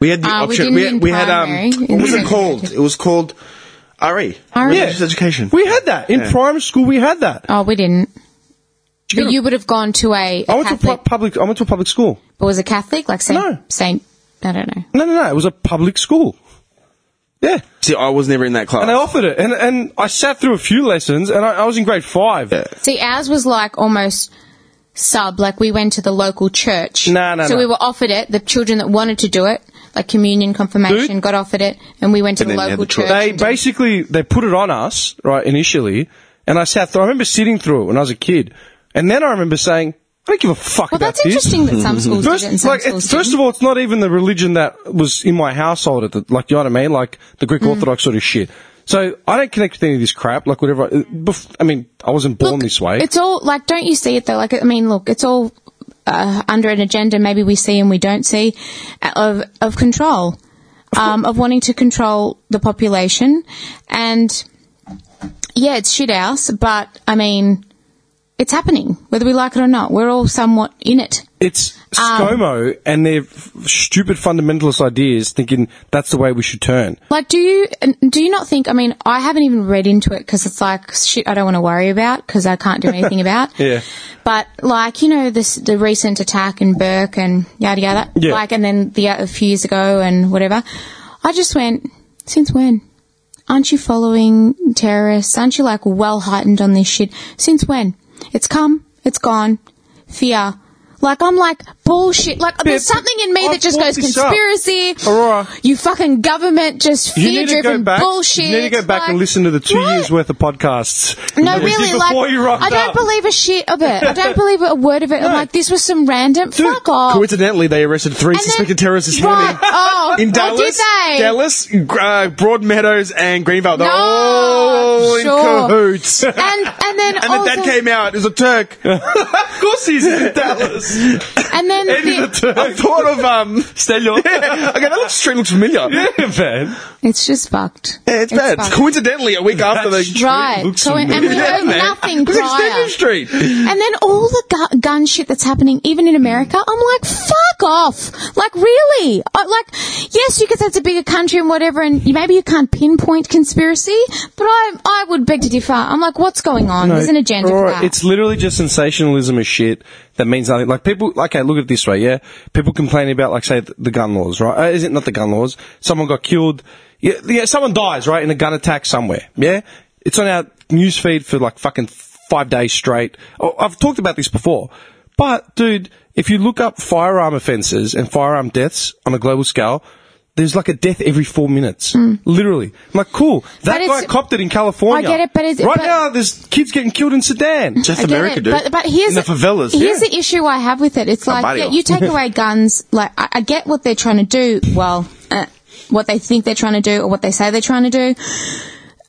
Speaker 3: We had the
Speaker 4: Uh, we
Speaker 3: option.
Speaker 4: didn't
Speaker 3: We, had,
Speaker 4: in
Speaker 3: we had um.
Speaker 4: primary.
Speaker 3: What was it called? It was called RE.
Speaker 4: RE.
Speaker 3: Religious education.
Speaker 2: We had that. In
Speaker 3: Yeah.
Speaker 2: primary school, we had that.
Speaker 4: oh, we didn't.
Speaker 2: Did you
Speaker 4: But
Speaker 2: get a-
Speaker 4: you would have gone to a, a
Speaker 2: I went to
Speaker 4: Catholic.
Speaker 2: pu- public. I went to a public school.
Speaker 4: but was a Catholic like Saint
Speaker 2: No.
Speaker 4: Saint? I don't know.
Speaker 2: No, no, no. It was a public school. Yeah.
Speaker 3: See, I was never in that class.
Speaker 2: And they offered it. And, and I sat through a few lessons and I, I was in grade five.
Speaker 3: Yeah.
Speaker 4: See, ours was like almost sub. Like we went to the local church.
Speaker 2: No, no,
Speaker 4: So
Speaker 2: no.
Speaker 4: we were offered it. The children that wanted to do it, like communion, confirmation,
Speaker 2: Dude.
Speaker 4: got offered it, and we went to
Speaker 3: And
Speaker 4: the
Speaker 3: then you had
Speaker 4: local
Speaker 3: the choice.
Speaker 4: church.
Speaker 2: they
Speaker 4: and did-
Speaker 2: basically they put it on us right initially, and I sat through. I remember sitting through it when I was a kid, and then I remember saying, "I don't give a fuck
Speaker 4: well,
Speaker 2: about
Speaker 4: that's
Speaker 2: this."
Speaker 4: interesting that some schools did it and
Speaker 2: First,
Speaker 4: some
Speaker 2: like, it,
Speaker 4: schools
Speaker 2: first
Speaker 4: didn't.
Speaker 2: of all, it's not even the religion that was in my household. At the, like, you know what I mean? Like the
Speaker 4: Mm.
Speaker 2: Greek Orthodox sort of shit. So I don't connect with any of this crap. Like whatever. I, bef- I mean, I wasn't born
Speaker 4: Look,
Speaker 2: this way.
Speaker 4: It's all like, don't you see it though? Like, I mean, look, it's all uh, under an agenda. Maybe we see and we don't see uh, of of control, um, of wanting to control the population, and yeah, it's shit house. But I mean, it's happening whether we like it or not. We're all somewhat in it.
Speaker 2: It's
Speaker 4: um,
Speaker 2: ScoMo and their f- stupid fundamentalist ideas thinking that's the way we should turn.
Speaker 4: Like, do you and do you not think? I mean, I haven't even read into it because it's like shit. I don't want to worry about because I can't do anything about.
Speaker 2: Yeah.
Speaker 4: But like you know this the recent attack in Burke and yada yada.
Speaker 2: Yeah.
Speaker 4: Like and then the a few years ago and whatever. I just went. Since when? Aren't you following terrorists? Aren't you like well heightened on this shit? Since when? It's come. It's gone. Fear. Like I'm like bullshit. Like there's
Speaker 2: but
Speaker 4: something in me
Speaker 2: I've
Speaker 4: that just
Speaker 2: brought
Speaker 4: goes
Speaker 2: this up.
Speaker 4: conspiracy.
Speaker 2: Aurora.
Speaker 4: You fucking government just
Speaker 2: You need
Speaker 4: fear
Speaker 2: to go
Speaker 4: driven
Speaker 2: back.
Speaker 4: bullshit.
Speaker 2: You need to go back and listen to the two
Speaker 4: Right.
Speaker 2: years worth of podcasts.
Speaker 4: No,
Speaker 2: that we did
Speaker 4: really, like
Speaker 2: before you rocked
Speaker 4: I don't
Speaker 2: up.
Speaker 4: believe a shit of it. I don't believe a word of it. I'm like, this was some random fuck off.
Speaker 3: Coincidentally, they arrested three
Speaker 4: Oh. And then-
Speaker 3: suspected terrorists this
Speaker 4: Right.
Speaker 3: morning
Speaker 4: Oh,
Speaker 3: in
Speaker 4: what did
Speaker 3: Dallas,
Speaker 4: they?
Speaker 3: Dallas, uh, Broadmeadows, and Greenville. They're
Speaker 4: No,
Speaker 3: all in
Speaker 4: sure.
Speaker 3: cahoots. and
Speaker 4: And and then
Speaker 3: the
Speaker 4: also,
Speaker 3: dad came out. It was a Turk.
Speaker 2: of course he's in Dallas.
Speaker 4: and then the-
Speaker 3: I thought of um.
Speaker 2: Stelio.
Speaker 3: yeah, okay, that looks street looks familiar. Yeah,
Speaker 2: man.
Speaker 4: it's just fucked.
Speaker 3: it's bad.
Speaker 4: fucked.
Speaker 3: Coincidentally, a week after
Speaker 2: That's
Speaker 3: the
Speaker 2: true.
Speaker 4: Right,
Speaker 2: looks
Speaker 4: so, and we
Speaker 2: familiar.
Speaker 4: owe
Speaker 3: man.
Speaker 4: nothing
Speaker 3: It was
Speaker 4: prior.
Speaker 3: Extension Street.
Speaker 4: And then all the gu- gun shit that's happening, even in America, I'm like, fuck off. Like, really? I, like, yes, you could say it's a bigger country and whatever, and you, maybe you can't pinpoint conspiracy, but I, I would beg to differ. I'm like, what's going on? on. There's an agenda
Speaker 2: All
Speaker 4: for
Speaker 2: right,
Speaker 4: that.
Speaker 2: It's literally just sensationalism as shit that means nothing. Like people, okay, look at it this way, yeah? People complaining about, like, say, th- the gun laws, right? Uh, is it not the gun laws? Someone got killed. Yeah, yeah, someone dies, right, in a gun attack somewhere, yeah? It's on our newsfeed for, like, fucking five days straight. Oh, I've talked about this before. But, dude, if you look up firearm offences and firearm deaths on a global scale, there's like a death every four minutes, literally. I'm like, cool. That
Speaker 4: Hmm. But
Speaker 2: guy
Speaker 4: it's-
Speaker 2: copped it in California.
Speaker 4: I get it, but is it-
Speaker 2: right
Speaker 4: but-
Speaker 2: now, there's kids getting killed in Sudan.
Speaker 3: Just
Speaker 4: I get
Speaker 3: America,
Speaker 4: it,
Speaker 3: dude.
Speaker 4: But, but here's
Speaker 3: In the favelas.
Speaker 4: Here's
Speaker 3: Yeah.
Speaker 4: the issue I have with it. It's like
Speaker 3: Barrio.
Speaker 4: yeah, you take away guns. Like I, I get what they're trying to do. Well, uh, what they think they're trying to do, or what they say they're trying to do.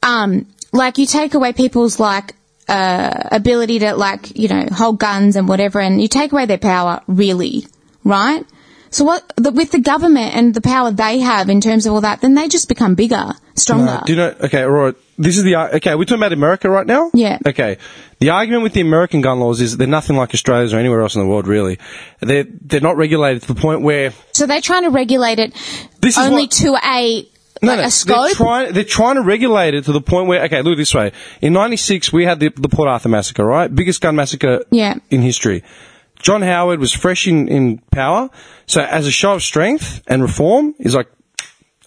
Speaker 4: Um, like you take away people's like uh, ability to like you know hold guns and whatever, and you take away their power. Really, right? So what the, with the government and the power they have in terms of all that, then they just become bigger, stronger.
Speaker 2: Uh, do you know? Okay, all right. This is the ar- okay. We're talking about America right now.
Speaker 4: Yeah.
Speaker 2: Okay. The argument with the American gun laws is they're nothing like Australia's or anywhere else in the world, really. They're they're not regulated to the point where
Speaker 4: so they're trying to regulate it
Speaker 2: This is
Speaker 4: only
Speaker 2: what-
Speaker 4: to a like a scope.
Speaker 2: They're trying, they're trying to regulate it to the point where, okay, look at it this way. In 96, we had the, the Port Arthur massacre, right? Biggest gun massacre
Speaker 4: Yeah.
Speaker 2: in history. John Howard was fresh in, in power. So as a show of strength and reform, he's like,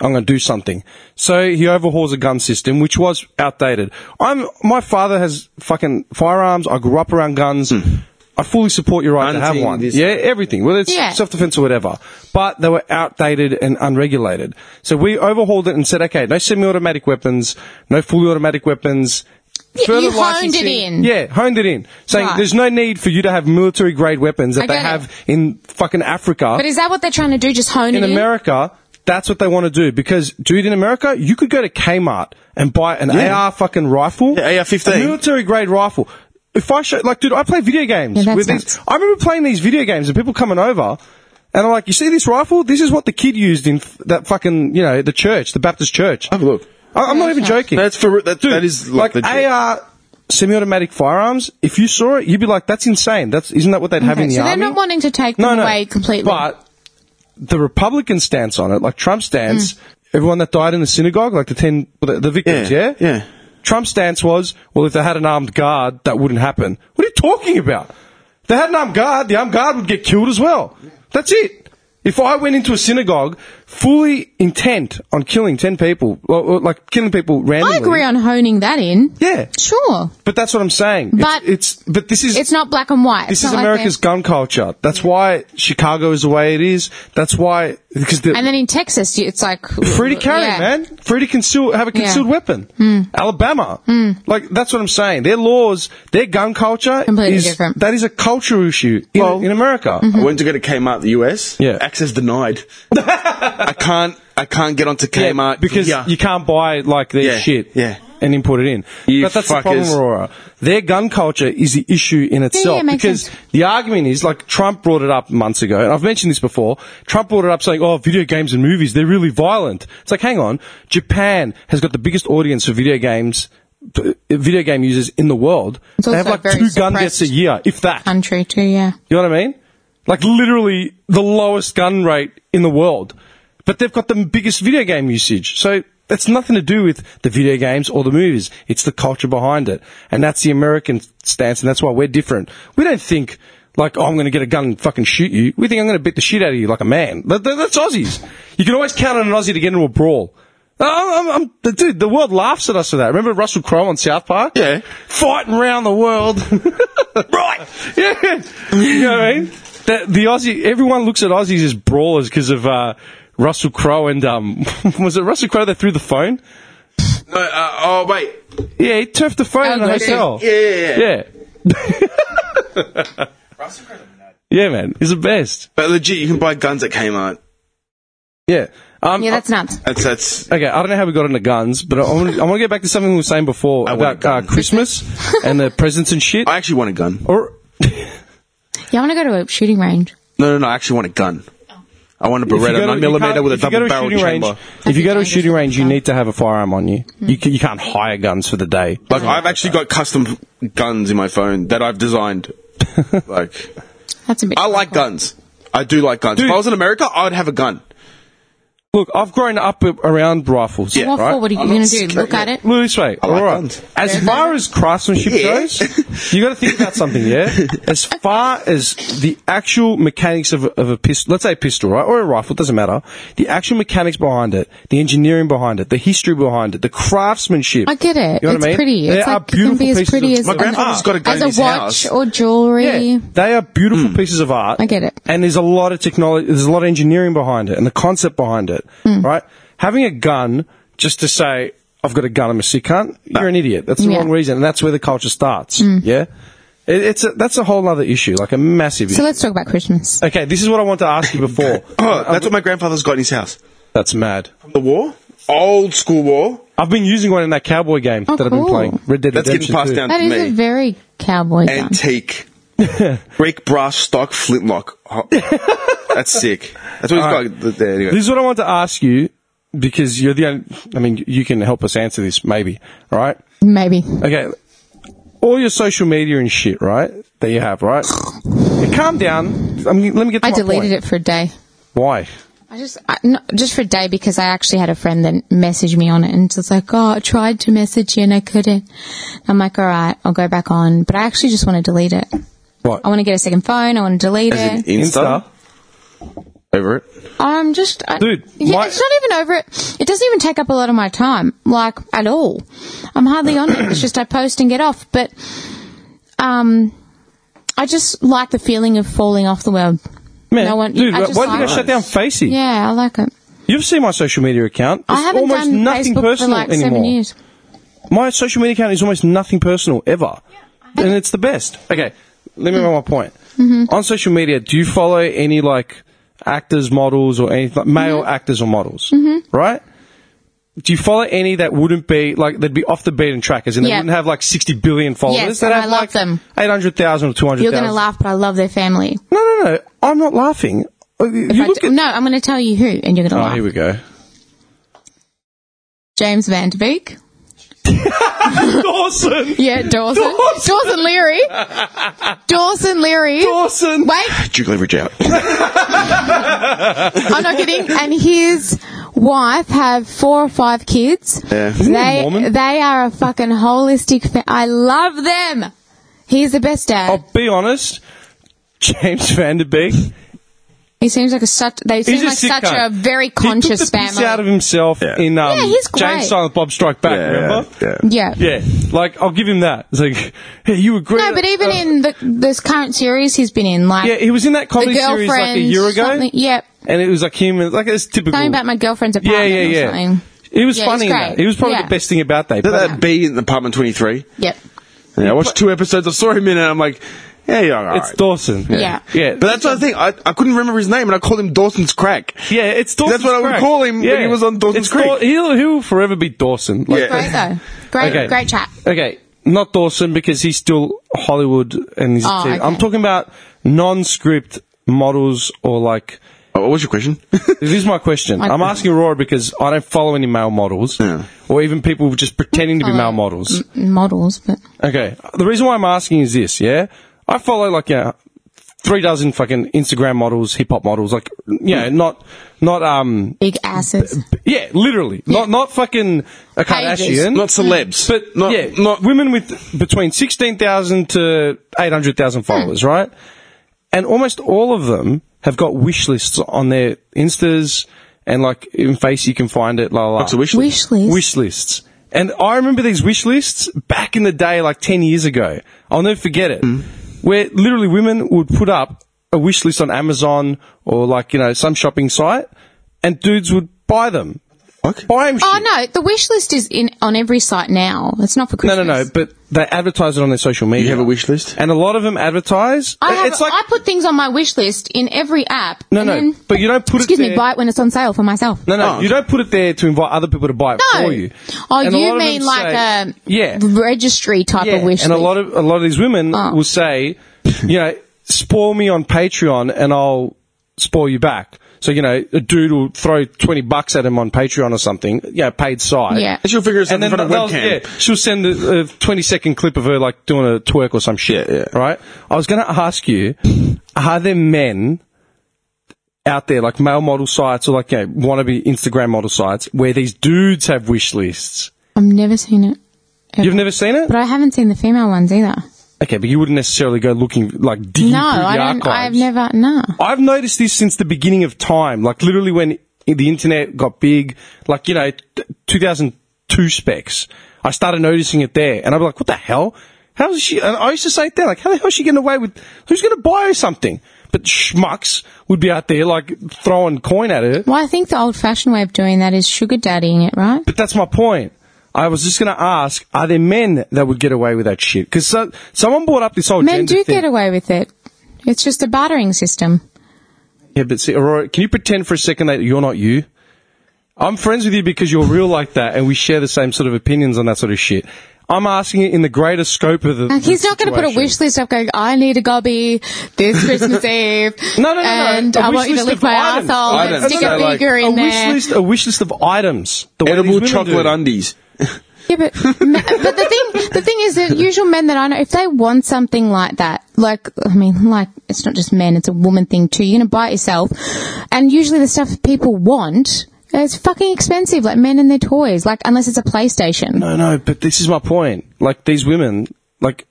Speaker 2: I'm going to do something. So he overhauls a gun system, which was outdated. I'm, my father has fucking firearms. I grew up around guns. I fully support your right to have
Speaker 3: Hmm. Hunting,
Speaker 2: one.
Speaker 3: this-
Speaker 2: Yeah, everything. Whether it's
Speaker 4: Yeah.
Speaker 2: self defense or whatever. But they were outdated and unregulated. So we overhauled it and said, okay, no semi automatic weapons, no fully automatic weapons.
Speaker 4: you honed it in.
Speaker 2: Yeah, honed it in. Saying
Speaker 4: Right.
Speaker 2: there's no need for you to have military grade weapons that
Speaker 4: I
Speaker 2: they
Speaker 4: get it.
Speaker 2: have in fucking Africa.
Speaker 4: But is that what they're trying to do? Just hone it
Speaker 2: in
Speaker 4: in?
Speaker 2: America, that's what they want to do because, dude, in America, you could go to Kmart and buy an
Speaker 3: Yeah.
Speaker 2: AR fucking rifle,
Speaker 3: Yeah, AR-15.
Speaker 2: a military grade rifle. If I show, like, dude, I play video games
Speaker 4: Yeah, that's
Speaker 2: with
Speaker 4: nuts.
Speaker 2: these. I remember playing these video games and people coming over. And I'm like, you see this rifle? This is what the kid used in f- that fucking, you know, the church, the Baptist church.
Speaker 3: Have a look.
Speaker 2: I- I'm not even joking.
Speaker 3: That's for that.
Speaker 2: Dude,
Speaker 3: that is
Speaker 2: like,
Speaker 3: like, legit.
Speaker 2: AR semi-automatic firearms. If you saw it, you'd be like, "That's insane. That's isn't that what they'd have in
Speaker 4: Okay,
Speaker 2: the
Speaker 4: so they're
Speaker 2: army?"
Speaker 4: not wanting to take them away completely.
Speaker 2: But the Republican stance on it, like Trump's stance,
Speaker 4: Mm.
Speaker 2: everyone that died in the synagogue, like the ten, the, the victims, yeah,
Speaker 3: Yeah, yeah.
Speaker 2: Trump's stance was, well, if they had an armed guard, that wouldn't happen. What are you talking about? If they had an armed guard, the armed guard would get killed as well. That's it. If I went into a synagogue fully intent on killing ten people, or, or, like killing people randomly,
Speaker 4: I agree on honing that in.
Speaker 2: yeah,
Speaker 4: Sure.
Speaker 2: but that's what I'm saying.
Speaker 4: But-
Speaker 2: it's, it's but this is
Speaker 4: It's not black and white.
Speaker 2: this
Speaker 4: It's
Speaker 2: is
Speaker 4: not like
Speaker 2: America's
Speaker 4: they're-
Speaker 2: gun culture. That's why Chicago is the way it is. That's why because the
Speaker 4: And then in Texas, you- it's like
Speaker 2: free to carry,
Speaker 4: yeah.
Speaker 2: man, free to conceal, have a concealed
Speaker 4: Yeah. Hmm.
Speaker 2: weapon. Alabama, like that's what I'm saying. Their laws, their gun culture
Speaker 4: Completely
Speaker 2: is
Speaker 4: different. mm-hmm.
Speaker 2: that is a culture issue in,
Speaker 3: Well-
Speaker 2: in America.
Speaker 3: I went to go to Kmart, the US.
Speaker 2: Yeah.
Speaker 3: Access denied. I can't. I can't get onto
Speaker 2: Yeah,
Speaker 3: Kmart
Speaker 2: because
Speaker 3: here.
Speaker 2: you can't buy like their
Speaker 3: Yeah,
Speaker 2: shit.
Speaker 3: yeah.
Speaker 2: And import it in.
Speaker 3: You
Speaker 2: but that's the
Speaker 3: fuckers.
Speaker 2: problem, Aurora. Their gun culture is the issue in itself.
Speaker 4: yeah, makes
Speaker 2: because
Speaker 4: sense.
Speaker 2: the argument is like Trump brought it up months ago, and I've mentioned this before. Trump brought it up saying, Oh, video games and movies, they're really violent. It's like, hang on, Japan has got the biggest audience for video games p- video game users in the world.
Speaker 4: It's
Speaker 2: They
Speaker 4: also
Speaker 2: have like
Speaker 4: very
Speaker 2: two gun deaths a
Speaker 4: suppressed.
Speaker 2: year, if that.
Speaker 4: country too. Yeah.
Speaker 2: You know what I mean? Like literally the lowest gun rate in the world, but they've got the biggest video game usage. So that's nothing to do with the video games or the movies. It's the culture behind it, and that's the American stance, and that's why we're different. We don't think like, oh, I'm going to get a gun and fucking shoot you. We think I'm going to beat the shit out of you like a man. That, that- that's Aussies. You can always count on an Aussie to get into a brawl. I'm, I'm, I'm, dude, the world laughs at us for that. Remember Russell Crowe on South Park?
Speaker 3: Yeah.
Speaker 2: Fighting around the world. right. Yeah. You know what I mean? The, the Aussie, everyone looks at Aussies as brawlers because of uh, Russell Crowe and, um, was it Russell Crowe that threw the phone?
Speaker 3: No, uh, oh wait.
Speaker 2: Yeah, he turfed the phone in the
Speaker 4: Algorithm.
Speaker 2: hotel.
Speaker 3: Yeah, yeah, yeah.
Speaker 2: Yeah. Yeah, man. He's the best.
Speaker 3: But legit, you can buy guns at Kmart.
Speaker 2: Yeah. Um, uh,
Speaker 4: Yeah, that's nuts.
Speaker 3: That's that's.
Speaker 2: Okay, I don't know how we got into guns, but I want to, I want to get back to something we were saying before
Speaker 3: I want
Speaker 2: about
Speaker 3: a
Speaker 2: uh,
Speaker 3: gun.
Speaker 2: Christmas and the presents and shit.
Speaker 3: I actually want a gun.
Speaker 2: or
Speaker 4: Yeah, I want to go to a shooting range.
Speaker 3: No, no, no. I actually want a gun. I want a
Speaker 2: If you go
Speaker 3: Beretta
Speaker 2: to-
Speaker 3: nine
Speaker 2: you can't-
Speaker 3: millimeter with a
Speaker 2: if you go to
Speaker 3: double barrel
Speaker 2: shooting
Speaker 3: chamber.
Speaker 2: range- If you go to a
Speaker 4: That's
Speaker 2: shooting
Speaker 4: dangerous.
Speaker 2: range, you need to have a firearm on you. You, ca- you can't hire guns for the day.
Speaker 3: Like I've actually got custom guns in my phone that I've designed. like
Speaker 4: That's a bit.
Speaker 3: I like guns. I do like guns.
Speaker 2: Dude.
Speaker 3: If I was in America, I would have a gun.
Speaker 2: Look, I've grown up a- around rifles.
Speaker 3: Yeah,
Speaker 4: what
Speaker 2: right?
Speaker 4: for? What are you
Speaker 3: I'm
Speaker 4: going
Speaker 3: not
Speaker 4: to do?
Speaker 3: scared.
Speaker 4: Look at it?
Speaker 2: Look this way.
Speaker 3: I like
Speaker 2: All right.
Speaker 3: guns.
Speaker 2: As far as craftsmanship
Speaker 3: Yeah.
Speaker 2: goes, you got to think about something. Yeah. As far as the actual mechanics of a, of a pistol, let's say a pistol, right, or a rifle, doesn't matter. The actual mechanics behind it, the engineering behind it, the history behind it, the craftsmanship.
Speaker 4: I get it.
Speaker 2: You know
Speaker 4: it's
Speaker 2: what I mean?
Speaker 4: pretty.
Speaker 2: They
Speaker 4: it's
Speaker 2: are
Speaker 4: like, it can
Speaker 2: beautiful
Speaker 4: be as
Speaker 2: pieces
Speaker 4: pretty
Speaker 2: of-
Speaker 4: as
Speaker 2: My
Speaker 4: an-
Speaker 3: grandfather's got a gun
Speaker 4: as
Speaker 3: in
Speaker 4: a
Speaker 3: his
Speaker 4: watch
Speaker 3: house.
Speaker 4: or jewelry.
Speaker 2: Yeah, they are beautiful
Speaker 3: Hmm.
Speaker 2: pieces of art.
Speaker 4: I get it.
Speaker 2: And there's a lot of technology, there's a lot of engineering behind it and the concept behind it,
Speaker 4: Hmm.
Speaker 2: right? Having a gun just to say, I've got a gun, I'm a sick cunt, you're an idiot. That's the
Speaker 4: Yeah. Hmm.
Speaker 2: wrong reason. And that's where the culture starts. Yeah? It, it's a, that's a whole other issue, like a massive
Speaker 4: So
Speaker 2: issue.
Speaker 4: let's talk about Christmas.
Speaker 2: Okay, this is what I want to ask you before.
Speaker 3: Oh, that's what my grandfather's got in his house.
Speaker 2: That's mad.
Speaker 3: From the war? Old school war.
Speaker 2: I've been using one in that cowboy game
Speaker 4: Oh,
Speaker 2: that I've been
Speaker 4: cool.
Speaker 2: playing, Red Dead
Speaker 3: That's
Speaker 2: Redemption.
Speaker 3: getting passed
Speaker 2: 2.
Speaker 3: down
Speaker 4: That
Speaker 3: to
Speaker 4: is
Speaker 3: me.
Speaker 4: a very cowboy gun.
Speaker 3: Antique. Break brass stock flintlock. Oh, that's sick. That's what he's got th- there anyway.
Speaker 2: This is what I want to ask you because you're the only, I mean, you can help us answer this, maybe, all right?
Speaker 4: Maybe.
Speaker 2: Okay. All your social media and shit, right? That you have, right? Okay, calm down. I mean, let me get. To
Speaker 4: I
Speaker 2: my
Speaker 4: deleted
Speaker 2: point.
Speaker 4: it for a day.
Speaker 2: Why?
Speaker 4: I just I, no, just for a day because I actually had a friend that messaged me on it and it's like, oh, I tried to message you and I couldn't. I'm like, all right, I'll go back on, but I actually just want to delete it.
Speaker 2: What?
Speaker 4: I want to get a second phone. I want to delete
Speaker 3: As in
Speaker 4: it.
Speaker 3: Insta? Over it.
Speaker 4: I'm just, I,
Speaker 2: Dude,
Speaker 4: yeah,
Speaker 2: my-
Speaker 4: it's not even over it. It doesn't even take up a lot of my time, like at all. I'm hardly on it. It's just I post and get off. But, um, I just like the feeling of falling off the world.
Speaker 2: Man,
Speaker 4: No one-
Speaker 2: dude,
Speaker 4: I
Speaker 2: why
Speaker 4: just
Speaker 2: why did you
Speaker 4: like-
Speaker 2: guys shut down Facey?
Speaker 4: Yeah, I like it.
Speaker 2: You've seen my social media account. It's
Speaker 4: I haven't
Speaker 2: almost
Speaker 4: done
Speaker 2: nothing
Speaker 4: Facebook
Speaker 2: personal
Speaker 4: for like
Speaker 2: anymore.
Speaker 4: seven years.
Speaker 2: My social media account is almost nothing personal ever, and it's the best. Okay, let me make my point.
Speaker 4: Mm-hmm.
Speaker 2: On social media, do you follow any like actors, models, or anything like male
Speaker 4: Mm-hmm.
Speaker 2: actors or models? Right? Do you follow any that wouldn't be like they'd be off the beaten trackers and they
Speaker 4: Yeah.
Speaker 2: wouldn't have like sixty billion followers?
Speaker 4: Yes,
Speaker 2: They'd
Speaker 4: and
Speaker 2: have
Speaker 4: I love
Speaker 2: like
Speaker 4: them.
Speaker 2: eight hundred thousand or two hundred
Speaker 4: You're going to
Speaker 2: thousand.
Speaker 4: laugh, but I love their family.
Speaker 2: No, no, no. I'm not laughing. Uh,
Speaker 4: If
Speaker 2: You
Speaker 4: I
Speaker 2: look
Speaker 4: do-
Speaker 2: at-
Speaker 4: no, I'm going to tell you who, and you're going to
Speaker 2: oh,
Speaker 4: laugh.
Speaker 2: here we go.
Speaker 4: James Van Der Beek.
Speaker 2: Dawson.
Speaker 4: Yeah, Dawson. Dawson, Leary. Dawson Leary.
Speaker 2: Dawson.
Speaker 4: Wait,
Speaker 3: Duke leverage out.
Speaker 4: I'm not kidding. And his wife have four or five kids.
Speaker 3: Yeah.
Speaker 2: he
Speaker 4: They
Speaker 2: Mormon?
Speaker 4: they are a fucking holistic. Fa- I love them. He's the best dad.
Speaker 2: I'll be honest. James Van Der Beek.
Speaker 4: He seems like a such. They
Speaker 2: He's
Speaker 4: seem
Speaker 2: a
Speaker 4: like
Speaker 2: sick
Speaker 4: such
Speaker 2: guy.
Speaker 4: a very
Speaker 2: he
Speaker 4: conscious
Speaker 2: took the piss
Speaker 4: family.
Speaker 2: out of himself
Speaker 3: Yeah.
Speaker 2: in um,
Speaker 4: Yeah, he's great.
Speaker 2: James Silent Bob Strike Back. remember?
Speaker 3: yeah.
Speaker 4: yeah.
Speaker 2: Yeah, like I'll give him that. It's like, hey, you were great.
Speaker 4: No, but even
Speaker 2: Uh,
Speaker 4: in the this current series he's been in, like
Speaker 2: yeah, he was in that
Speaker 4: the
Speaker 2: comedy
Speaker 4: girlfriend.
Speaker 2: series like a year ago,
Speaker 4: something- Yep.
Speaker 2: and it was like him and like it's typical.
Speaker 4: Something about my girlfriend's
Speaker 2: yeah,
Speaker 4: apartment
Speaker 2: yeah,
Speaker 4: or
Speaker 2: yeah.
Speaker 4: something.
Speaker 2: He was
Speaker 4: Yeah,
Speaker 2: funny.
Speaker 4: he's
Speaker 2: in that.
Speaker 4: great.
Speaker 2: He was probably
Speaker 4: Yeah.
Speaker 2: the best thing about that.
Speaker 3: Did
Speaker 2: But-
Speaker 3: that B in apartment 23?
Speaker 4: Yep.
Speaker 3: Yeah, I watched two episodes. I saw him in it. And I'm like, yeah, yeah, all right.
Speaker 2: it's Dawson.
Speaker 4: Yeah.
Speaker 2: yeah,
Speaker 3: But that's the thing. I, I couldn't remember his name, and I called him Dawson's Crack.
Speaker 2: yeah. It's Dawson.
Speaker 3: That's what I would call him when he was on Dawson's Creek.
Speaker 2: he'll he'll forever be Dawson. Like,
Speaker 3: Yeah.
Speaker 4: Great though. Great,
Speaker 2: Okay.
Speaker 4: great chat.
Speaker 2: Okay, not Dawson because he's still Hollywood and he's. a
Speaker 4: Oh,
Speaker 2: TV.
Speaker 4: okay.
Speaker 2: I'm talking about non-script models or like.
Speaker 3: Oh, what was your question?
Speaker 2: This is my question. I'm asking Aurora because I don't follow any male models or even people just pretending to be male models.
Speaker 4: M- models, but
Speaker 2: Okay, the reason why I'm asking is this. Yeah, I follow like you know, three dozen fucking Instagram models, hip hop models, like you know, not not um
Speaker 4: big asses.
Speaker 2: yeah, literally not not fucking a Kardashian.
Speaker 3: not celebs.
Speaker 2: But
Speaker 3: not,
Speaker 2: yeah,
Speaker 3: not
Speaker 2: women with between sixteen thousand to eight hundred thousand followers, right? And almost all of them have got wish lists on their instas, and like in face you can find it. La la.
Speaker 3: What's a wish
Speaker 4: Wish
Speaker 3: list?
Speaker 4: list.
Speaker 2: Wish lists. And I remember these wish lists back in the day, like 10 years ago. I'll never forget it.
Speaker 3: Mm.
Speaker 2: Where literally women would put up a wish list on Amazon or like, you know, some shopping site and dudes would buy them.
Speaker 3: Fuck.
Speaker 2: Buy them
Speaker 4: Oh
Speaker 2: shit.
Speaker 4: no, the wish list is in on every site now. It's not for
Speaker 2: No,
Speaker 4: Christmas.
Speaker 2: no, no. But they advertise it on their social media.
Speaker 3: You have a wish list?
Speaker 2: and a lot of them advertise.
Speaker 4: I have,
Speaker 2: it's like
Speaker 4: I put things on my wish list in every app.
Speaker 2: no,
Speaker 4: and
Speaker 2: no.
Speaker 4: then-
Speaker 2: but you don't put
Speaker 4: excuse
Speaker 2: it.
Speaker 4: me,
Speaker 2: there-
Speaker 4: buy it when it's on sale for myself.
Speaker 2: No, no.
Speaker 3: Oh,
Speaker 2: You don't put it there to invite other people to buy it
Speaker 4: No.
Speaker 2: for you.
Speaker 4: Oh,
Speaker 2: And a lot
Speaker 4: you
Speaker 2: of them
Speaker 4: mean like um,
Speaker 2: say-
Speaker 4: a
Speaker 2: yeah.
Speaker 4: registry type of wish
Speaker 2: and
Speaker 4: list?
Speaker 2: a lot of a lot of these women
Speaker 4: Oh.
Speaker 2: will say, you know, spoil me on Patreon and I'll spoil you back. So you know, a dude will throw twenty bucks at him on Patreon or something, you know, paid site.
Speaker 4: Yeah.
Speaker 3: She'll figure us out
Speaker 2: And
Speaker 3: in
Speaker 2: then
Speaker 3: front of
Speaker 2: they'll-
Speaker 3: webcam.
Speaker 2: yeah, she'll send a, a twenty second clip of her like doing a twerk or some shit.
Speaker 3: Yeah, yeah.
Speaker 2: Right. I was going to ask you, are there men out there, like male model sites or like you know, wannabe Instagram model sites, where these dudes have wish lists.
Speaker 4: I've never seen it.
Speaker 2: You've never seen it?
Speaker 4: But I haven't seen the female ones either.
Speaker 2: Okay, but you wouldn't necessarily go looking like digging
Speaker 4: No,
Speaker 2: through the
Speaker 4: I don't. I've
Speaker 2: archives.
Speaker 4: never. No.
Speaker 2: I've noticed this since the beginning of time. Like literally when i- the internet got big, like you know, t- 2002 specs. I started noticing it there, and I'm like, what the hell? How's she? And I used to say it then, like, how the hell is she getting away with? Who's going to buy her something? But schmucks would be out there like throwing coin at her.
Speaker 4: Well, I think the old-fashioned way of doing that is sugar daddying it, right?
Speaker 2: But that's my point. I was just going to ask: Are there men that would get away with that shit? Because so, someone brought up this whole
Speaker 4: Men
Speaker 2: gender
Speaker 4: do
Speaker 2: thing.
Speaker 4: get away with it. It's just a bartering system.
Speaker 2: Yeah, but see, Aurora, can you pretend for a second that you're not you? I'm friends with you because you're real like that, and we share the same sort of opinions on that sort of shit. I'm asking it in the greater scope of the.
Speaker 4: Like, he's not going to put a
Speaker 2: situation.
Speaker 4: wish list up going, I need a gobby this Christmas Eve.
Speaker 2: No, no, no, no.
Speaker 4: and
Speaker 2: A
Speaker 4: I
Speaker 2: wish
Speaker 4: want you to
Speaker 2: list
Speaker 4: lick
Speaker 2: of
Speaker 4: my
Speaker 2: items.
Speaker 4: asshole and
Speaker 3: Items.
Speaker 4: stick a
Speaker 3: So, like,
Speaker 4: finger
Speaker 2: a
Speaker 4: in
Speaker 2: wish
Speaker 4: there.
Speaker 2: list, a wish list of items. The way these
Speaker 3: Edible
Speaker 2: women
Speaker 3: chocolate
Speaker 2: do.
Speaker 3: undies.
Speaker 4: Yeah, but, but the thing the thing is that usual men that I know, if they want something like that, like I mean, like it's not just men, it's a woman thing too. You're gonna buy it yourself, and usually the stuff people want. It's fucking expensive, like men and their toys, like unless it's a PlayStation.
Speaker 2: No, no, but this is my point. Like these women, like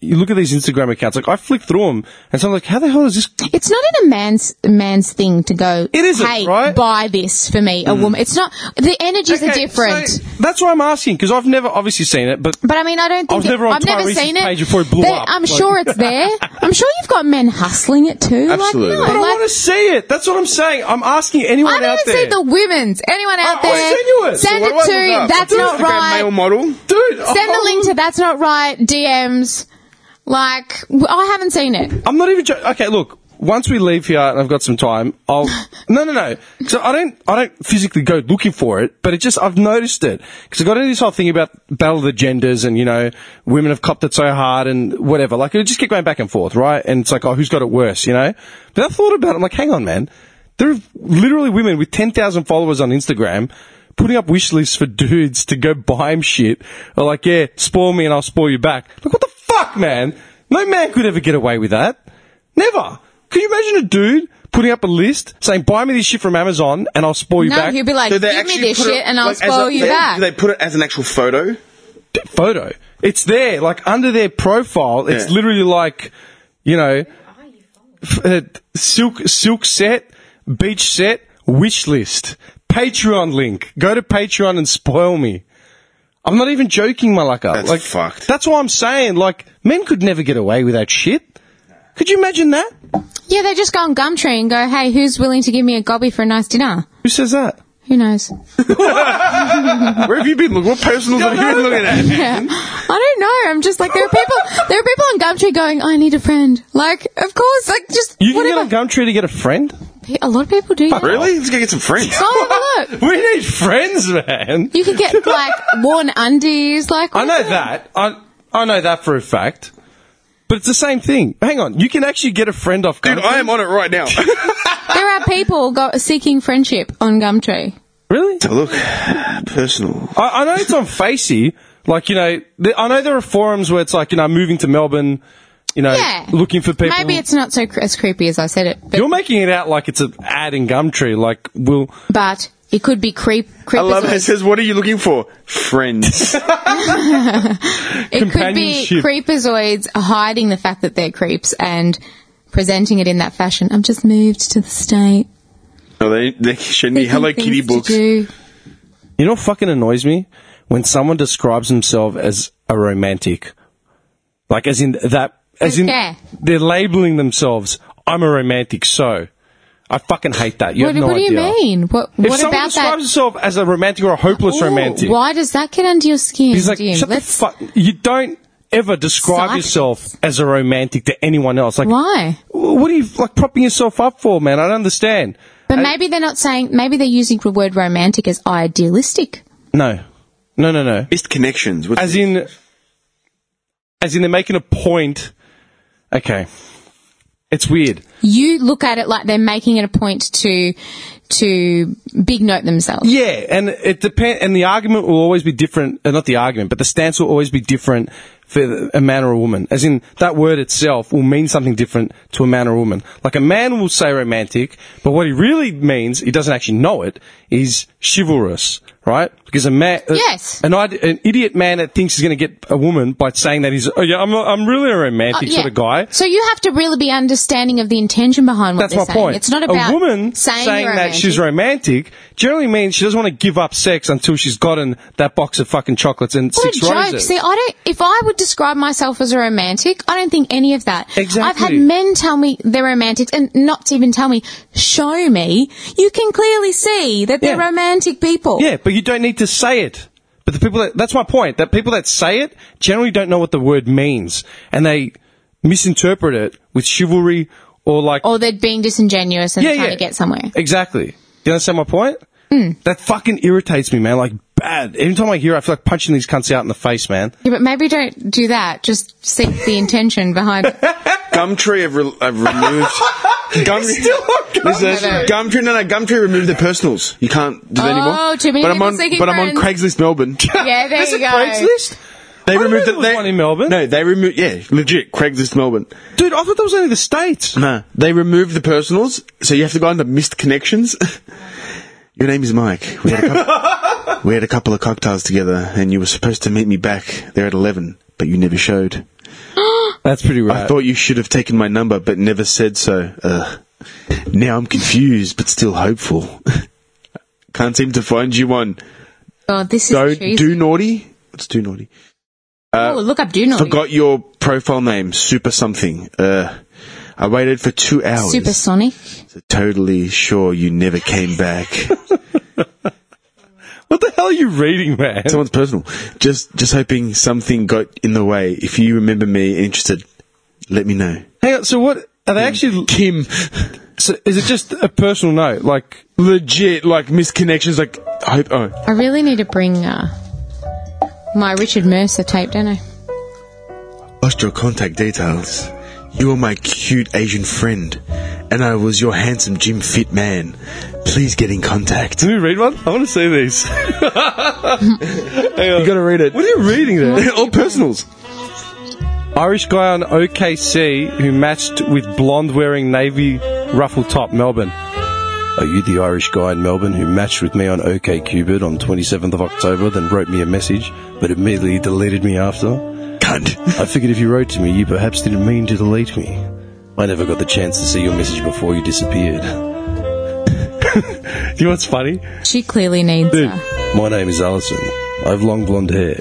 Speaker 2: you look at these Instagram accounts. Like I flick through them, and so I'm like, how the hell is this?
Speaker 4: It's not in a man's man's thing to go.
Speaker 2: It isn't,
Speaker 4: Hey,
Speaker 2: right? Mm.
Speaker 4: buy this for me, a woman. It's not. The energies are
Speaker 2: Okay,
Speaker 4: different.
Speaker 2: so that's why I'm asking because I've never obviously seen it, but
Speaker 4: But I mean, I don't think
Speaker 2: I was
Speaker 4: it-
Speaker 2: never on
Speaker 4: I've never
Speaker 2: Tyrese's
Speaker 4: seen it.
Speaker 2: page before it blew
Speaker 4: They-
Speaker 2: up.
Speaker 4: I'm
Speaker 2: Like-
Speaker 4: sure it's there. I'm sure you've got men hustling it too.
Speaker 3: Absolutely.
Speaker 4: Like,
Speaker 2: but
Speaker 4: no,
Speaker 2: I
Speaker 4: like,
Speaker 2: want to see it. That's what I'm saying. I'm asking anyone
Speaker 4: I
Speaker 2: out
Speaker 4: don't
Speaker 2: there. Oh,
Speaker 4: even see the women's. Anyone out
Speaker 2: I- I
Speaker 4: there?
Speaker 2: sent you it.
Speaker 4: Send
Speaker 3: What do I
Speaker 4: it
Speaker 3: look
Speaker 4: to.
Speaker 3: up?
Speaker 4: That's
Speaker 3: Instagram
Speaker 4: not right.
Speaker 3: Male model.
Speaker 4: Send
Speaker 2: Dude,
Speaker 4: the
Speaker 2: I'm-
Speaker 4: link to. That's not right. DMs. Like w- I haven't seen it.
Speaker 2: I'm not even joking. Okay, look. Once we leave here and I've got some time, I'll no no no. So I don't I don't physically go looking for it, but it just I've noticed it because I got into this whole thing about battle of the genders and you know women have copped it so hard and whatever. Like it just kept going back and forth, right? And it's like oh who's got it worse, you know? But I thought about it. I'm like, hang on, man. There are literally women with ten thousand followers on Instagram putting up wish lists for dudes to go buy him shit. Or like, yeah, spoil me and I'll spoil you back. Like what the fuck, man? No man could ever get away with that. Never. Can you imagine a dude putting up a list saying, "Buy me this shit from Amazon, and I'll spoil you
Speaker 4: No,
Speaker 2: back"?
Speaker 4: he'll be like,
Speaker 3: Do they
Speaker 4: "Give me
Speaker 3: actually
Speaker 4: this
Speaker 3: put
Speaker 4: shit,
Speaker 3: it,
Speaker 4: and I'll
Speaker 3: like, as a-
Speaker 4: spoil you
Speaker 3: they-
Speaker 4: back."
Speaker 3: Do they put it as an actual photo?
Speaker 2: photo. It's there, like under their profile. It's
Speaker 3: Yeah.
Speaker 2: literally like, you know, f- uh, silk silk set, beach set, wish list, Patreon link. Go to Patreon and spoil me. I'm not even joking, Malaka.
Speaker 3: That's
Speaker 2: like,
Speaker 3: fucked.
Speaker 2: That's why I'm saying, like, men could never get away with that shit. Could you imagine that?
Speaker 4: yeah, they just go on Gumtree and go, "Hey, who's willing to give me a gobby for a nice dinner?"
Speaker 2: Who says that?
Speaker 4: Who knows?
Speaker 3: Where have you been? Look, what personals have you been looking at?
Speaker 4: I don't know. I'm just like there are people. There are people on Gumtree going, "I need a friend." Like, of course, like just
Speaker 2: You can
Speaker 4: whatever.
Speaker 2: get on Gumtree to get a friend.
Speaker 4: Pe- a lot of people do. yeah.
Speaker 3: Really? Let's go get some friends.
Speaker 4: Go have a look.
Speaker 2: We need friends, man.
Speaker 4: You can get like worn undies. Like
Speaker 2: I know
Speaker 4: whatever.
Speaker 2: that. I I know that for a fact. But it's the same thing. Hang on, you can actually get a friend off.
Speaker 3: Dude,
Speaker 2: Gumtree.
Speaker 3: I am on it right now.
Speaker 4: There are people go- seeking friendship on Gumtree.
Speaker 2: really.
Speaker 3: Look, personal.
Speaker 2: I, I know it's on Facey. Like you know, th- I know there are forums where it's like you know, moving to Melbourne. You know,
Speaker 4: Yeah.
Speaker 2: looking for people.
Speaker 4: Maybe it's not so cr- as creepy as I said it, but,
Speaker 2: You're making it out like it's an ad in Gumtree. Like, will
Speaker 4: but it could be creep. creep
Speaker 3: I love
Speaker 4: as
Speaker 3: how it says, what are you looking for? Friends.
Speaker 4: It could be
Speaker 2: companionship.
Speaker 4: creepazoids hiding the fact that they're creeps and presenting it in that fashion. I've just moved to the state.
Speaker 3: no, they, they showed me
Speaker 4: Thinking
Speaker 3: Hello
Speaker 4: things
Speaker 3: Kitty
Speaker 4: to
Speaker 3: books.
Speaker 4: do.
Speaker 2: you know? What fucking annoys me when someone describes themselves as a romantic. Like, as in that, as in
Speaker 4: Okay.
Speaker 2: they're labeling themselves. I'm a romantic, so I fucking hate that. You
Speaker 4: What,
Speaker 2: have no
Speaker 4: what do you
Speaker 2: idea.
Speaker 4: mean? What,
Speaker 2: If
Speaker 4: what
Speaker 2: someone
Speaker 4: about
Speaker 2: describes
Speaker 4: that?
Speaker 2: himself as a romantic or a hopeless
Speaker 4: Ooh,
Speaker 2: romantic,
Speaker 4: Why does that get under your skin?
Speaker 2: he's like,
Speaker 4: Jim?
Speaker 2: shut the
Speaker 4: Let's-
Speaker 2: fuck. You don't ever describe
Speaker 4: Psych.
Speaker 2: yourself as a romantic to anyone else. Like,
Speaker 4: Why?
Speaker 2: what are you like propping yourself up for, man? I don't understand.
Speaker 4: But maybe they're not saying. Maybe they're using the word romantic as idealistic.
Speaker 2: No, no, no, no.
Speaker 3: Missed connections. What's
Speaker 2: As in, as in, they're making a point. Okay, it's weird.
Speaker 4: You look at it like they're making it a point to to big note themselves. Uh,
Speaker 2: Yeah, and it depend. And the argument will always be different. Uh, not the argument, but the stance will always be different for a man or a woman. As in, that word itself will mean something different to a man or a woman. Like a man will say romantic, but what he really means, he doesn't actually know it, is chivalrous, right? Because a man,
Speaker 4: Yes.
Speaker 2: an, id- an idiot man that thinks he's going to get a woman by saying that he's, oh yeah, I'm, a, I'm really a
Speaker 4: Oh,
Speaker 2: romantic
Speaker 4: yeah.
Speaker 2: sort of guy.
Speaker 4: So you have to really be understanding of the intention behind what
Speaker 2: That's
Speaker 4: they're
Speaker 2: my
Speaker 4: saying.
Speaker 2: point.
Speaker 4: It's not about
Speaker 2: a woman
Speaker 4: saying,
Speaker 2: that she's
Speaker 4: romantic.
Speaker 2: romantic. Generally means she doesn't want to give up sex until she's gotten that box of fucking chocolates and
Speaker 4: What
Speaker 2: six
Speaker 4: a joke!
Speaker 2: roses.
Speaker 4: See, I don't. If I would describe myself as a romantic, I don't think any of that. I've had
Speaker 2: Exactly.
Speaker 4: men tell me they're romantics, and not to even tell me, show me. You can clearly see that they're
Speaker 2: Yeah.
Speaker 4: romantic people.
Speaker 2: yeah, but you don't need to say it. But the people that, that's my point. That people that say it generally don't know what the word means and they misinterpret it with chivalry or like
Speaker 4: Or they're being disingenuous and trying to get somewhere. Hmm.
Speaker 2: Exactly. You understand my point? Mm. That fucking irritates me, man. Like bad. Every time I hear, it, I feel like punching these cunts out in the face, man.
Speaker 4: Yeah, but maybe don't do that. Just seek the intention behind it.
Speaker 3: Gumtree have, re- have removed. Gum-
Speaker 2: still on
Speaker 3: Listen,
Speaker 4: Gumtree.
Speaker 3: Gumtree, no, no, Gumtree removed the personals. You can't do that anymore.
Speaker 4: Oh, too many
Speaker 3: but I'm
Speaker 4: people
Speaker 3: on,
Speaker 4: seeking
Speaker 3: but I'm on
Speaker 4: friends.
Speaker 3: Craigslist Melbourne.
Speaker 4: Yeah, there
Speaker 2: There's
Speaker 4: you
Speaker 2: a
Speaker 4: go.
Speaker 2: Craigslist?
Speaker 3: They
Speaker 2: I
Speaker 3: removed
Speaker 2: remember
Speaker 3: it.
Speaker 2: there was
Speaker 3: They,
Speaker 2: one in Melbourne.
Speaker 3: No, they removed. Yeah, legit Craigslist Melbourne.
Speaker 2: Dude, I thought that was only the States.
Speaker 3: No, they removed the personals, so you have to go under missed connections. Your name is Mike. We had, a couple, we had a couple of cocktails together, and you were supposed to meet me back there at eleven, but you never showed.
Speaker 2: That's pretty
Speaker 3: I thought you should have taken my number, but never said so. Ugh. Now I'm confused, but still hopeful. Can't seem to find you on.
Speaker 4: Oh, this is
Speaker 3: Go
Speaker 4: cheesy.
Speaker 3: do naughty. What's do naughty?
Speaker 4: oh, look up do not.
Speaker 3: Forgot your profile name, super something. Uh, I waited for two hours.
Speaker 4: Supersonic.
Speaker 3: So totally sure you never came back.
Speaker 2: what the hell are you reading, man?
Speaker 3: Someone's personal. Just, just hoping something got in the way. If you remember me and interested, let me know.
Speaker 2: Hang on. So what are they actually?
Speaker 3: Kim,
Speaker 2: So is it just a personal note? Like,
Speaker 3: legit, like misconnections. Like, I hope. Oh,
Speaker 4: I really need to bring uh, my Richard Mercer tape, don't I?
Speaker 3: lost your contact details. You were my cute Asian friend, and I was your handsome gym fit man. Please get in contact.
Speaker 2: can we read one? I want to see these.
Speaker 3: You gotta read it.
Speaker 2: What are you reading there?
Speaker 3: All personals.
Speaker 2: Irish guy on OKC who matched with blonde wearing navy ruffle top Melbourne. Are you the Irish guy in Melbourne who matched with me on OKCupid on 27th of October, then wrote me a message, but immediately deleted me after?
Speaker 3: Cunt.
Speaker 2: I figured if you wrote to me, you perhaps didn't mean to delete me. I never got the chance to see your message before you disappeared. Do you know what's funny?
Speaker 4: She clearly needs.
Speaker 2: Dude,
Speaker 4: Uh,
Speaker 2: my name is Alison. I have long blonde hair.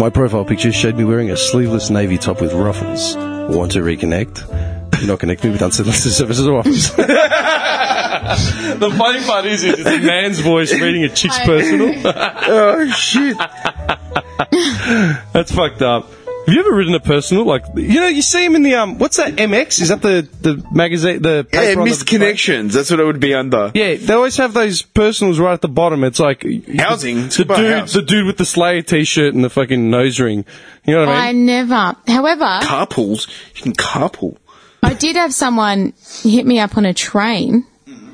Speaker 2: My profile picture showed me wearing a sleeveless navy top with ruffles. Want to reconnect? Do not connect me with unsolicited services or offers. the funny part is, is it's a man's voice reading a chick's
Speaker 4: I-
Speaker 2: personal.
Speaker 3: Oh shit.
Speaker 2: That's fucked up. Have you ever written a personal? Like, you know, you see him in the, um, what's that, MX? Is that the, the magazine, the paper
Speaker 3: Yeah,
Speaker 2: on the-
Speaker 3: misconnections. That's what it would be under.
Speaker 2: Yeah, they always have those personals right at the bottom. It's like
Speaker 3: Housing.
Speaker 2: The
Speaker 3: Buy a
Speaker 2: dude,
Speaker 3: house.
Speaker 2: the dude with the Slayer t-shirt and the fucking nose ring. You know what I
Speaker 4: I
Speaker 2: mean?
Speaker 4: never. However,
Speaker 3: Carpools. You can carpool.
Speaker 4: I did have someone hit me up on a train.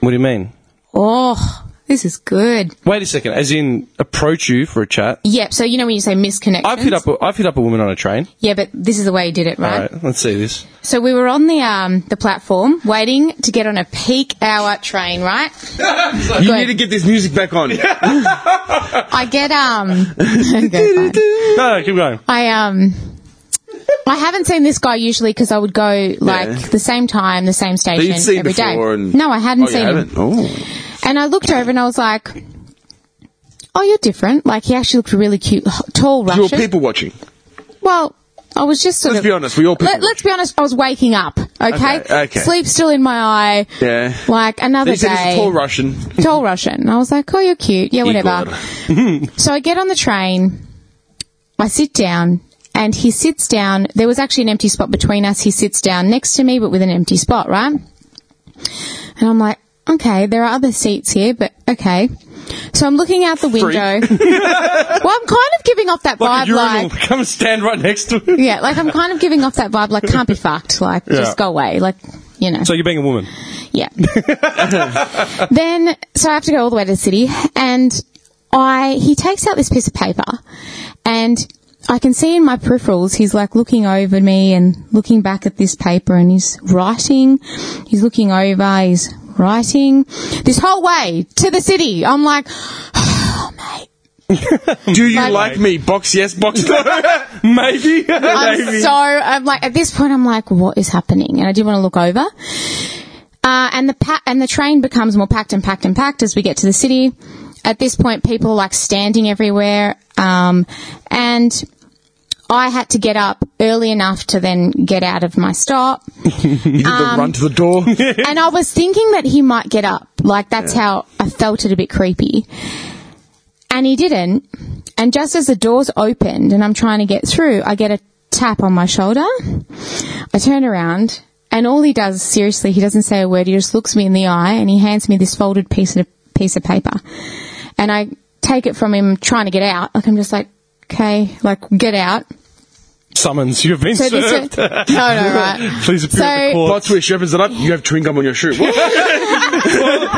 Speaker 2: what do you mean?
Speaker 4: Oh, this is good.
Speaker 2: Wait a second. As in, approach you for a chat.
Speaker 4: Yep. So you know when you say misconnect,
Speaker 2: I've hit up. A, I've hit up a woman on a train.
Speaker 4: Yeah, but this is the way he did it,
Speaker 2: All
Speaker 4: right?
Speaker 2: right, let's see this.
Speaker 4: So we were on the um, the platform waiting to get on a peak hour train, right?
Speaker 3: You
Speaker 4: Good.
Speaker 3: need to get this music back on.
Speaker 4: I get um. okay, fine.
Speaker 2: No, no, keep going.
Speaker 4: I um I haven't seen this guy usually because I would go like
Speaker 3: Yeah.
Speaker 4: the same time, the same station every
Speaker 3: you'd
Speaker 4: day.
Speaker 3: seen before and-
Speaker 4: No, I hadn't
Speaker 3: oh, you
Speaker 4: seen
Speaker 3: haven't?
Speaker 4: him.
Speaker 3: Oh.
Speaker 4: And I looked over and I was like, "Oh, you're different." Like he actually looked really cute, h- tall Russian.
Speaker 3: You're people watching.
Speaker 4: Well, I was just sort
Speaker 3: Let's
Speaker 4: of.
Speaker 3: be honest, we all people.
Speaker 4: Let, us be honest. I was waking up. Okay.
Speaker 3: Okay, okay.
Speaker 4: Sleep still in my eye.
Speaker 3: Yeah.
Speaker 4: Like another
Speaker 3: They said
Speaker 4: day.
Speaker 3: he's a tall Russian.
Speaker 4: tall Russian. And I was like, oh, you're cute. Yeah, whatever.
Speaker 3: Igor.
Speaker 4: so I get on the train. I sit down and he sits down. There was actually an empty spot between us. He sits down next to me, but with an empty spot, right? And I'm like, okay, there are other seats here, but okay. So I'm looking out the window. well, I'm kind of giving off that
Speaker 2: Like a
Speaker 4: vibe
Speaker 2: urinal.
Speaker 4: like,
Speaker 2: Come stand right next to him.
Speaker 4: yeah, like I'm kind of giving off that vibe like, can't be fucked. Like, just go away. Like, you know.
Speaker 2: So you're being a woman.
Speaker 4: Yeah. then, so I have to go all the way to the city, and I he takes out this piece of paper, and I can see in my peripherals he's like looking over me and looking back at this paper and he's writing. He's looking over, he's writing. This whole way to the city. I'm like,
Speaker 3: Do you
Speaker 4: Like-
Speaker 3: like me? Box yes, box no.
Speaker 2: Maybe.
Speaker 4: I'm so I'm like at this point I'm like, what is happening? And I do want to look over. Uh, and the pa- and the train becomes more packed and packed and packed as we get to the city. At this point, people are like standing everywhere, um, and I had to get up early enough to then get out of my stop.
Speaker 3: You did the
Speaker 4: um,
Speaker 3: run to the door.
Speaker 4: and I was thinking that he might get up, like that's how I felt it a bit creepy. And he didn't. And just as the doors opened and I'm trying to get through, I get a tap on my shoulder. I turn around and all he does, seriously, he doesn't say a word. He just looks me in the eye and he hands me this folded piece of, piece of paper. And I take it from him trying to get out. Like I'm just like, okay, like get out.
Speaker 2: Summons. You've been
Speaker 4: So this,
Speaker 2: served.
Speaker 4: no, no, right.
Speaker 2: Please appear at the
Speaker 4: So-
Speaker 2: court.
Speaker 3: Plot twist, she opens it up, you have chewing gum on your shoe. What?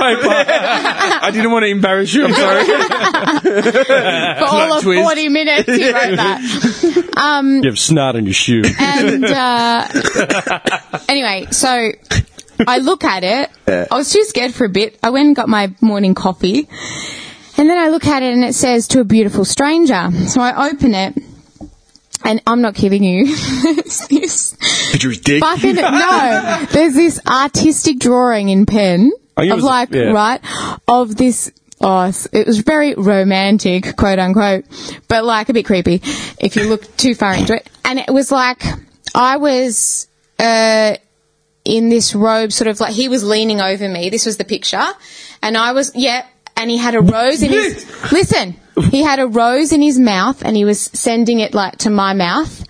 Speaker 3: I didn't want to embarrass you, I'm sorry.
Speaker 4: For all of
Speaker 3: twist.
Speaker 4: 40 minutes, he wrote that.
Speaker 2: You have snot in your shoe.
Speaker 4: And uh, anyway, so I look at it. I was too scared for a bit. I went and got my morning coffee. And then I look at it and it says to a beautiful stranger. So I open it and I'm not kidding you. it's this
Speaker 3: Did you dick?
Speaker 4: fucking no. There's this artistic drawing in pen
Speaker 2: I
Speaker 4: of
Speaker 2: think it Oh, was-
Speaker 4: like
Speaker 2: yeah.
Speaker 4: right of this. Oh, s- it was very romantic, quote unquote, but like a bit creepy if you look too far into it. And it was like I was uh, in this robe, sort of like he was leaning over me. This was the picture, and I was yeah. And he had a rose in his listen. He had a rose in his mouth, and he was sending it like to my mouth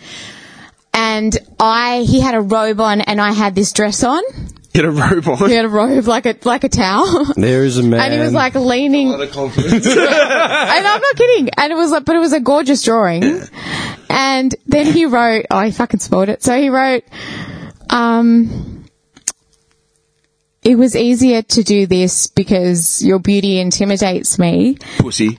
Speaker 4: and I he had a robe on and I had this dress on.
Speaker 3: Get a robe on.
Speaker 4: He had a robe like a like a towel.
Speaker 2: There is a man.
Speaker 4: And he was like leaning, and
Speaker 3: confidence.
Speaker 4: I'm not kidding. And it was like, but it was a gorgeous drawing. And then he wrote, oh, he fucking spoiled it. So he wrote, um, it was easier to do this because your beauty intimidates me,
Speaker 3: Pussy.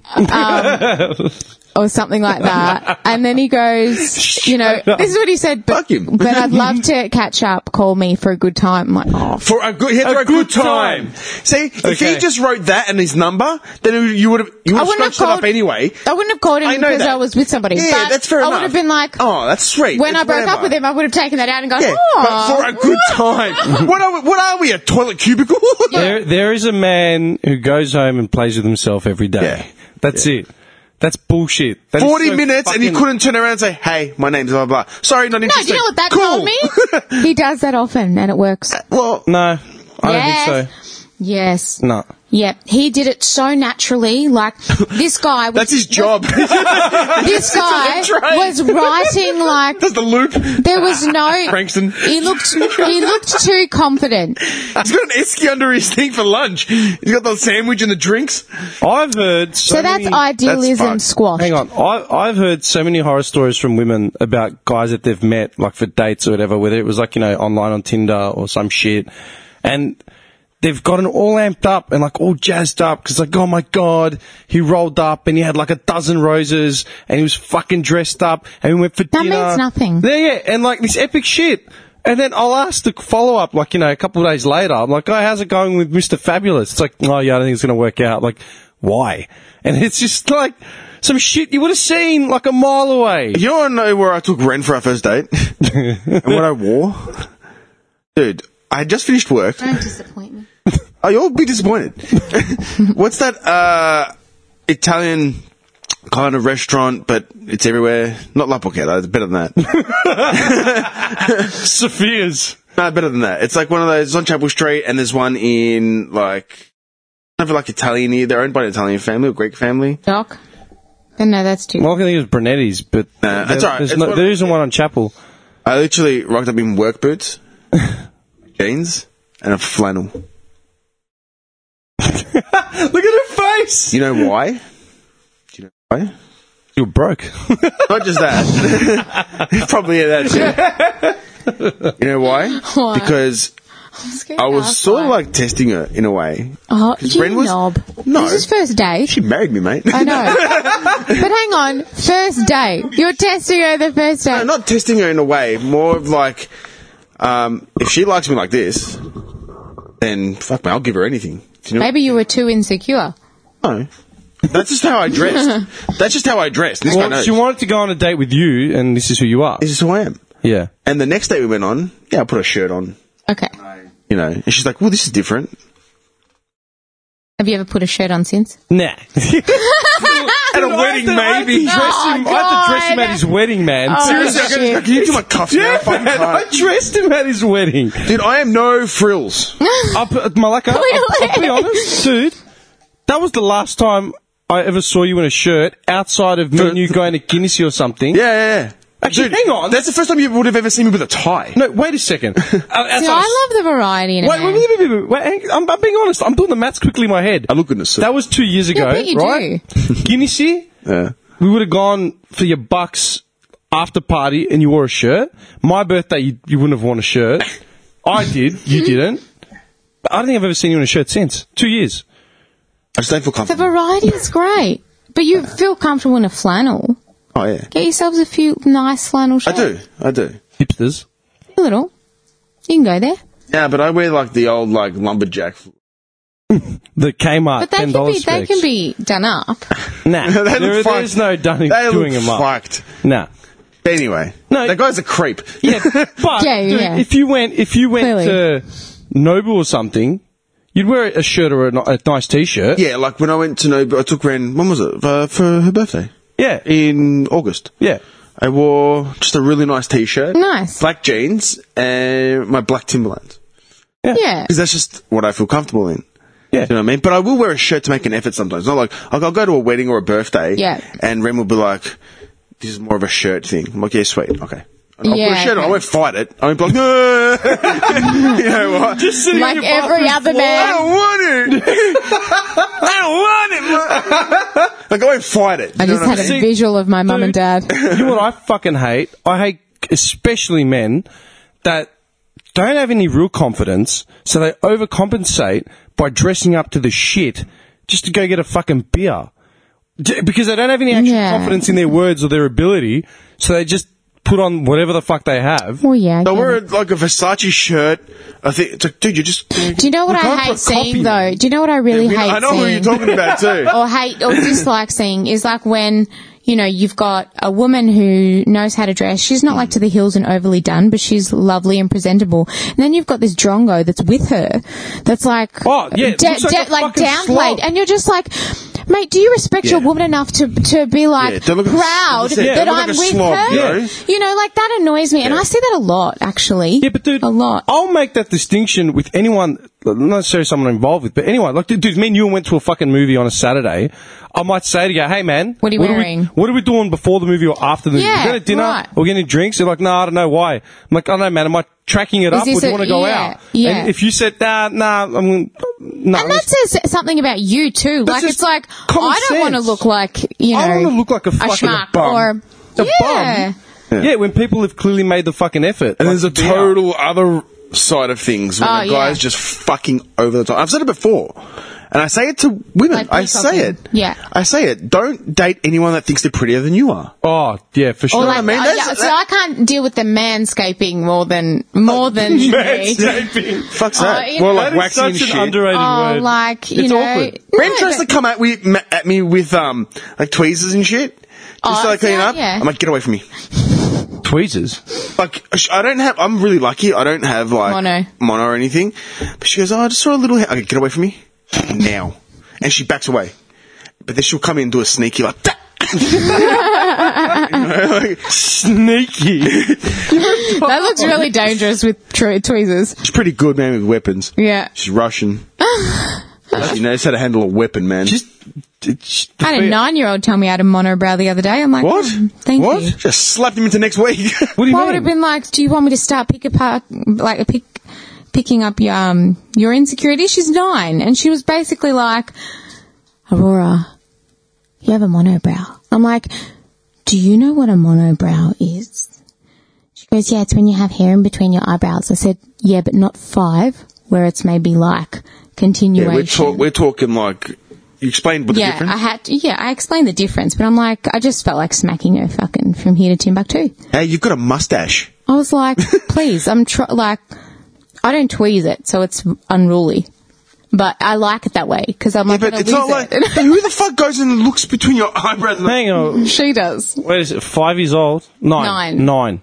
Speaker 4: or something like that. And then he goes, you know, this is what he said, but,
Speaker 3: Fuck him.
Speaker 4: but I'd love to catch up, call me for a good time. I'm like, oh,
Speaker 3: For a good, yeah, for a good time. See, if
Speaker 2: Okay.
Speaker 3: he just wrote that and his number, then you would have you would have
Speaker 4: wouldn't have
Speaker 3: scrunched it up
Speaker 4: called-
Speaker 3: anyway.
Speaker 4: I wouldn't have called him
Speaker 3: I know
Speaker 4: because
Speaker 3: that.
Speaker 4: I was with somebody.
Speaker 3: Yeah,
Speaker 4: but
Speaker 3: that's fair
Speaker 4: I
Speaker 3: enough.
Speaker 4: would have been like,
Speaker 3: Oh, that's sweet.
Speaker 4: when
Speaker 3: It's
Speaker 4: I broke up
Speaker 3: whatever.
Speaker 4: with him, I would have taken that out and gone,
Speaker 3: Yeah, but
Speaker 4: oh.
Speaker 3: for a good time. what are we, what are we a toilet cubicle?
Speaker 2: There, there is a man who goes home and plays with himself every day.
Speaker 3: Yeah.
Speaker 2: That's it. That's bullshit. That is
Speaker 3: Forty
Speaker 2: so
Speaker 3: minutes, and you
Speaker 2: fucking-
Speaker 3: couldn't turn around and say, "Hey, my name's blah blah." blah. Sorry, not
Speaker 4: no, do
Speaker 3: interested.
Speaker 4: you know what that
Speaker 3: cool.
Speaker 4: told me? he does that often and it works.
Speaker 3: well,
Speaker 2: No, I don't
Speaker 4: Yes.
Speaker 2: think so.
Speaker 4: Yes.
Speaker 2: No.
Speaker 4: Yep. He did it so naturally. Like, this guy was,
Speaker 3: that's his job.
Speaker 4: this guy
Speaker 3: train.
Speaker 4: was writing like,
Speaker 3: that's the loop.
Speaker 4: there was no,
Speaker 3: Frankston.
Speaker 4: he looked, he looked too confident.
Speaker 3: He's got an esky under his thing for lunch. He's got the sandwich and the drinks.
Speaker 2: I've heard so,
Speaker 4: So, that's
Speaker 2: many-
Speaker 4: idealism
Speaker 3: fucked.
Speaker 4: squashed.
Speaker 2: Hang on, I, I've heard so many horror stories from women about guys that they've met, like for dates or whatever, whether it was like you know online on Tinder or some shit, and they've gotten all amped up and like all jazzed up because like oh my god, he rolled up and he had like a dozen roses and he was fucking dressed up and we went for
Speaker 4: That
Speaker 2: dinner.
Speaker 4: means nothing.
Speaker 2: Yeah, yeah, and like this epic shit. And then I'll ask the follow up, like, you know, a couple of days later. I'm like, oh, how's it going with Mr. Fabulous? It's like, oh, yeah, I don't think it's going to work out. Like, why? And it's just like some shit you would have seen like a mile away.
Speaker 3: You want to know uh, where I took Ren for our first date? and what I wore? Dude, I had just finished work.
Speaker 1: Don't disappoint me.
Speaker 3: Oh, you'll be disappointed. What's that uh, Italian kind of restaurant, but it's everywhere? Not La Porchetta, it's better than that.
Speaker 2: Sophia's.
Speaker 3: no, better than that. It's like one of those it's on Chapel Street, and there's one in, like, never like Italian here. They're owned by an Italian family or Greek family.
Speaker 4: Doc? No, that's too.
Speaker 2: Well, I think it was Brunetti's, but
Speaker 3: Nah, that's all right.
Speaker 2: there's
Speaker 3: It's
Speaker 2: no,
Speaker 3: what-
Speaker 2: there isn't one on Chapel.
Speaker 3: I literally rocked up in work boots, jeans, and a flannel.
Speaker 2: Look at her face.
Speaker 3: Do you know why? Do you know why?
Speaker 2: You're broke.
Speaker 3: Not just that. Probably yeah, that too. You know why?
Speaker 4: Why?
Speaker 3: Because I was sort of like testing her in a way.
Speaker 4: oh, you
Speaker 3: Bren was-
Speaker 4: knob.
Speaker 3: No.
Speaker 4: This is first date.
Speaker 3: She married me, mate.
Speaker 4: I know. but hang on, first date. You're testing her the first date.
Speaker 3: No, not testing her in a way, more of like, um, if she likes me like this, then fuck me, I'll give her anything. Do you know?
Speaker 4: Maybe you were too insecure.
Speaker 3: No. That's just how I dressed. That's just how I dressed. This guy
Speaker 2: Well,
Speaker 3: knows.
Speaker 2: she wanted to go on a date with you, and this is who you are.
Speaker 3: this is who I am.
Speaker 2: Yeah.
Speaker 3: And the next day we went on, yeah, I put a shirt on,
Speaker 4: Okay.
Speaker 3: you know, and she's like, well, this is different.
Speaker 4: Have you ever put a shirt on since?
Speaker 2: Nah. At a wedding, maybe.
Speaker 4: Oh,
Speaker 2: dress him, I had to dress him
Speaker 4: God.
Speaker 2: at his wedding, man.
Speaker 4: Oh,
Speaker 2: Seriously.
Speaker 4: shit.
Speaker 3: Can you do my cuffs now?
Speaker 2: Yeah,
Speaker 3: Fucking
Speaker 2: man, I
Speaker 3: cunt.
Speaker 2: dressed him at his wedding.
Speaker 3: Dude, I am no frills.
Speaker 2: I'll, put- Malaka, I'll, I'll be honest, dude. That was the last time I ever saw you in a shirt outside of me and you going to Guinness or something.
Speaker 3: Yeah, yeah, yeah.
Speaker 2: Actually,
Speaker 3: Dude,
Speaker 2: hang on.
Speaker 3: That's the first time you would have ever seen me with a tie.
Speaker 2: No, wait a second. Uh, outside
Speaker 4: See,
Speaker 2: of-
Speaker 4: I love the variety in a
Speaker 2: Wait,
Speaker 4: man.
Speaker 2: wait, wait, wait, wait, wait, hang- I'm, I'm being honest. I'm doing the maths quickly in my head.
Speaker 3: I look good in a suit.
Speaker 2: That was two years ago,
Speaker 4: Yeah, I bet you
Speaker 2: right? Guinness,
Speaker 3: yeah.
Speaker 2: we would have gone for your bucks after party, and you wore a shirt. My birthday, you, you wouldn't have worn a shirt. I did.
Speaker 4: Mm-hmm.
Speaker 2: You didn't. But I don't think I've ever seen you in a shirt since. Two years.
Speaker 3: I just don't feel
Speaker 4: The
Speaker 3: comfortable.
Speaker 4: variety is great. But you feel comfortable in a flannel.
Speaker 3: Oh, yeah.
Speaker 4: Get yourselves a few nice flannel
Speaker 3: I
Speaker 4: shirts.
Speaker 3: do. I do.
Speaker 2: Hipsters.
Speaker 4: A little. You can go there.
Speaker 2: Uh,
Speaker 3: Yeah, but I wear like the old like lumberjack.
Speaker 2: The Kmart
Speaker 4: But they
Speaker 2: ten
Speaker 4: can be
Speaker 2: dollars.
Speaker 4: they can be done up.
Speaker 2: Nah,
Speaker 3: They look
Speaker 2: there,
Speaker 3: fucked.
Speaker 2: there's no done
Speaker 3: They look
Speaker 2: doing them up.
Speaker 3: fucked.
Speaker 2: Nah.
Speaker 3: Anyway,
Speaker 2: No.
Speaker 3: that guy's a creep.
Speaker 2: Yeah, but
Speaker 4: Yeah,
Speaker 2: dude,
Speaker 4: yeah.
Speaker 2: if you went if you went
Speaker 4: Clearly.
Speaker 2: to Noble or something, you'd wear a shirt or a, ni- a nice t-shirt.
Speaker 3: Yeah, like when I went to know, I took Ren. When was it uh, for her birthday?
Speaker 2: yeah,
Speaker 3: In August,
Speaker 2: yeah.
Speaker 3: I wore just a really nice t-shirt,
Speaker 4: Nice.
Speaker 3: black jeans, and my black Timberland
Speaker 4: Yeah.
Speaker 3: because that's just what I feel comfortable in.
Speaker 2: Yeah.
Speaker 3: You know what I mean? But I will wear a shirt to make an effort sometimes. Not like, like I'll go to a wedding or a birthday,
Speaker 4: Yeah.
Speaker 3: and Ren will be like, "This is more of a shirt thing." I'm like, "Yeah, sweet, okay." And I'll put a
Speaker 4: Yeah,
Speaker 3: shirt on. I
Speaker 4: okay.
Speaker 3: won't fight it. I won't be like, "No." you know what? Just sitting
Speaker 4: Like every other
Speaker 3: I
Speaker 4: man.
Speaker 3: don't want it. I don't want it. like I won't fight it.
Speaker 4: I
Speaker 3: You know
Speaker 4: just
Speaker 3: what
Speaker 4: had a visual of my mum and dad.
Speaker 2: You know what I fucking hate? I hate especially men that don't have any real confidence, so they overcompensate by dressing up to the shit just to go get a fucking beer. D- Because they don't have any actual
Speaker 4: Yeah.
Speaker 2: confidence in their words or their ability, so they just put on whatever the fuck they have.
Speaker 4: Well, yeah. I
Speaker 3: They'll
Speaker 4: get
Speaker 3: wear
Speaker 4: it.
Speaker 3: like a Versace shirt. I think it's like, dude, you just.
Speaker 4: Do you know what
Speaker 2: We're
Speaker 4: I
Speaker 2: going for a
Speaker 4: hate
Speaker 2: coffee,
Speaker 4: seeing
Speaker 2: man.
Speaker 4: though? Do you know what I really hate
Speaker 3: I know
Speaker 4: seeing?
Speaker 3: who you're talking about too.
Speaker 4: or hate or dislike seeing is like when you know you've got a woman who knows how to dress. She's not like to the hills and overly done, but she's lovely and presentable. And then you've got this drongo that's with her, that's like
Speaker 2: Oh, yeah, looks like a
Speaker 4: like
Speaker 2: fucking slob.
Speaker 4: downplayed, and you're just like. Mate, do you respect your woman enough to to be
Speaker 3: Yeah,
Speaker 4: like
Speaker 3: don't look at-
Speaker 4: proud
Speaker 3: that's it. Yeah,
Speaker 4: that
Speaker 3: don't look
Speaker 4: I'm
Speaker 3: like a
Speaker 4: with
Speaker 3: slob,
Speaker 4: her?
Speaker 3: you know?
Speaker 4: You know, like that annoys me, and I see that a lot actually.
Speaker 2: Yeah, but dude,
Speaker 4: a lot.
Speaker 2: I'll make that distinction with anyone, not necessarily someone involved with, but anyone. Like, dude, me and you went to a fucking movie on a Saturday. I might say to you, hey man,
Speaker 4: What are you
Speaker 2: we-
Speaker 4: wearing?"
Speaker 2: what are we doing before the movie or after the movie?
Speaker 4: Yeah,
Speaker 2: We're going to dinner.
Speaker 4: right.
Speaker 2: We're getting drinks. You're like, nah, I don't know why. I'm like, I don't know, man. Am I tracking it up or
Speaker 4: this
Speaker 2: do you
Speaker 4: a-
Speaker 2: want to go
Speaker 4: yeah,
Speaker 2: out?
Speaker 4: yeah.
Speaker 2: And if you said, nah, nah, I'm, nah.
Speaker 4: And that says something about you too. like
Speaker 2: just
Speaker 4: it's like
Speaker 2: common
Speaker 4: I don't want to
Speaker 2: sense.
Speaker 4: look like you know.
Speaker 2: I want to look like a fucking
Speaker 4: schmuck
Speaker 2: bum.
Speaker 4: or
Speaker 2: a
Speaker 4: yeah.
Speaker 2: bum. Yeah. when people have clearly made the fucking effort. Like,
Speaker 3: And there's a
Speaker 2: they are.
Speaker 3: total other side of things when
Speaker 4: Oh,
Speaker 3: the guy's
Speaker 4: yeah.
Speaker 3: just fucking over the top. I've said it before. And I say it to women.
Speaker 4: Like
Speaker 3: I say
Speaker 4: peacocking.
Speaker 3: it.
Speaker 4: Yeah.
Speaker 3: I say it. Don't date anyone that thinks they're prettier than you are.
Speaker 2: Oh, yeah, for sure.
Speaker 4: Or like,
Speaker 3: I mean?
Speaker 4: oh,
Speaker 3: That's-
Speaker 4: yeah, so I can't deal with the manscaping more than more than me.
Speaker 3: Fuck's
Speaker 4: Oh,
Speaker 3: that.
Speaker 4: you Well, know- like
Speaker 2: That is
Speaker 3: waxing
Speaker 2: such
Speaker 3: and
Speaker 2: an
Speaker 3: shit.
Speaker 2: underrated
Speaker 4: Oh,
Speaker 2: word.
Speaker 4: like you
Speaker 2: It's
Speaker 4: know,
Speaker 2: awkward.
Speaker 3: Brent
Speaker 4: No,
Speaker 3: tries to
Speaker 4: but-
Speaker 3: come at, we, ma- at me with, um, like tweezers and shit. Just
Speaker 4: Oh,
Speaker 3: so I
Speaker 4: it's
Speaker 3: clean
Speaker 4: not-
Speaker 3: up.
Speaker 4: yeah.
Speaker 3: I'm like, get away from me.
Speaker 2: Tweezers.
Speaker 3: Like, sh- I don't have, I'm really lucky. I don't have like
Speaker 4: Mono.
Speaker 3: mono or anything. But she goes, oh, I just saw a little hair. Okay, get away from me. Now. And she backs away. But then she'll come in and do a sneaky like,
Speaker 2: Sneaky.
Speaker 4: that looks really dangerous with tw- tweezers.
Speaker 3: She's pretty good, man, with weapons.
Speaker 4: Yeah.
Speaker 3: She's Russian. she knows how to handle a weapon, man.
Speaker 2: Just. it's-
Speaker 4: I had a nine-year-old tell me I had a monobrow the other day. I'm like,
Speaker 3: what?
Speaker 4: "Mm, thank
Speaker 3: what?
Speaker 4: you.
Speaker 3: Just slapped him into next week.
Speaker 2: What do you
Speaker 4: Well, I would have
Speaker 2: mean?
Speaker 4: been like, "Do you want me to start pick apart, like pick, picking up your um, your insecurity?" She's nine, and she was basically like, "Aurora, you have a monobrow." I'm like, "Do you know what a monobrow is?" She goes, yeah, it's when you have hair in between your eyebrows. I said, yeah, but not five, where it's maybe like
Speaker 3: Yeah,
Speaker 4: continuation.
Speaker 3: we're, talk- we're talking like. You explained what the
Speaker 4: yeah,
Speaker 3: difference.
Speaker 4: I had to, yeah, I explained the difference, but I'm like, I just felt like smacking her fucking from here to Timbuktu.
Speaker 3: hey, you've got a mustache.
Speaker 4: I was like, please, I'm tr- like, I don't tweeze it, so it's unruly. But I like it that way because I'm like,
Speaker 3: but
Speaker 4: gonna
Speaker 3: it's not
Speaker 4: lose
Speaker 3: like
Speaker 4: it.
Speaker 3: who the fuck goes and looks between your eyebrows. And
Speaker 2: Hang on.
Speaker 4: she does.
Speaker 2: Wait, is it five years old? Nine.
Speaker 4: Nine.
Speaker 2: Nine.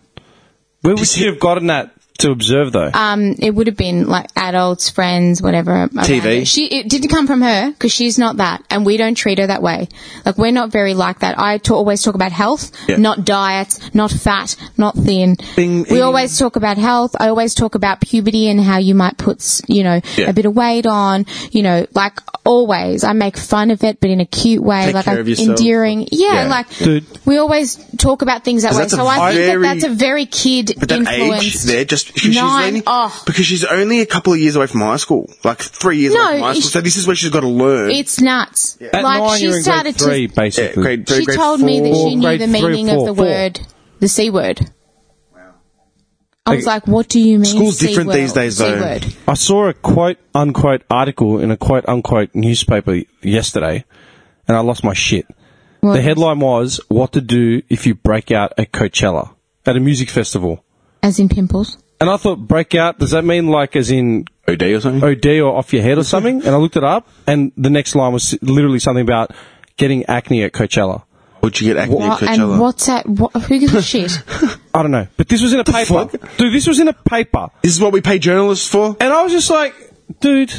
Speaker 2: Where would you Uh, have gotten that to observe, though?
Speaker 4: Um, it would have been like adults, friends, whatever. around
Speaker 3: TV.
Speaker 4: her. She it didn't come from her because she's not that, and we don't treat her that way. Like we're not very like that. I ta- always talk about health,
Speaker 3: Yeah.
Speaker 4: not diets, not fat, not thin.
Speaker 3: Bing,
Speaker 4: We
Speaker 3: bing.
Speaker 4: always talk about health. I always talk about puberty and how you might put s- you know
Speaker 3: Yeah.
Speaker 4: a bit of weight on. You know, like always, I make fun of it, but in a cute way,
Speaker 3: Take
Speaker 4: like
Speaker 3: care
Speaker 4: I-
Speaker 3: of yourself.
Speaker 4: endearing. Yeah,
Speaker 3: Yeah.
Speaker 4: like
Speaker 2: Dude.
Speaker 4: we always talk about things that way.
Speaker 3: that's a
Speaker 4: So I think
Speaker 3: very-
Speaker 4: that that's a very kid
Speaker 3: But that age
Speaker 4: influenced.
Speaker 3: there, just because she's
Speaker 4: Nine.
Speaker 3: only
Speaker 4: Oh.
Speaker 3: because she's only a couple of years away from high school, like three years
Speaker 4: No,
Speaker 3: away from high
Speaker 4: it's-
Speaker 3: school. So this is where she's got to learn.
Speaker 4: It's nuts.
Speaker 2: At nine,
Speaker 4: Like she
Speaker 2: you're in
Speaker 4: started
Speaker 2: grade three,
Speaker 4: to.
Speaker 3: yeah,
Speaker 2: basically.
Speaker 3: grade, grade,
Speaker 4: She told me that
Speaker 2: four,
Speaker 4: she knew
Speaker 2: grade
Speaker 4: the
Speaker 2: three or
Speaker 4: meaning of
Speaker 2: four,
Speaker 4: the
Speaker 2: four.
Speaker 4: word, the c word. I was like, "What do you mean?"
Speaker 3: School's
Speaker 4: C
Speaker 3: different
Speaker 4: word,
Speaker 3: these days,
Speaker 4: C
Speaker 3: though.
Speaker 4: word?
Speaker 2: I saw a quote unquote article in a quote unquote newspaper yesterday, and I lost my shit. The headline was "What to Do If You Break Out at Coachella" at a music festival,
Speaker 4: as in pimples.
Speaker 2: and I thought "break out" does that mean like as in
Speaker 3: OD or something.
Speaker 2: OD or off your head or something? And I looked it up, and the next line was literally something about getting acne at Coachella.
Speaker 3: Would you get acne at
Speaker 4: What-
Speaker 3: Coachella?
Speaker 4: and what's that? What, who gives a shit?
Speaker 2: I don't know, but this was in a paper,
Speaker 3: fuck?
Speaker 2: dude. This was in a paper.
Speaker 3: This is what we pay journalists for.
Speaker 2: And I was just like, dude,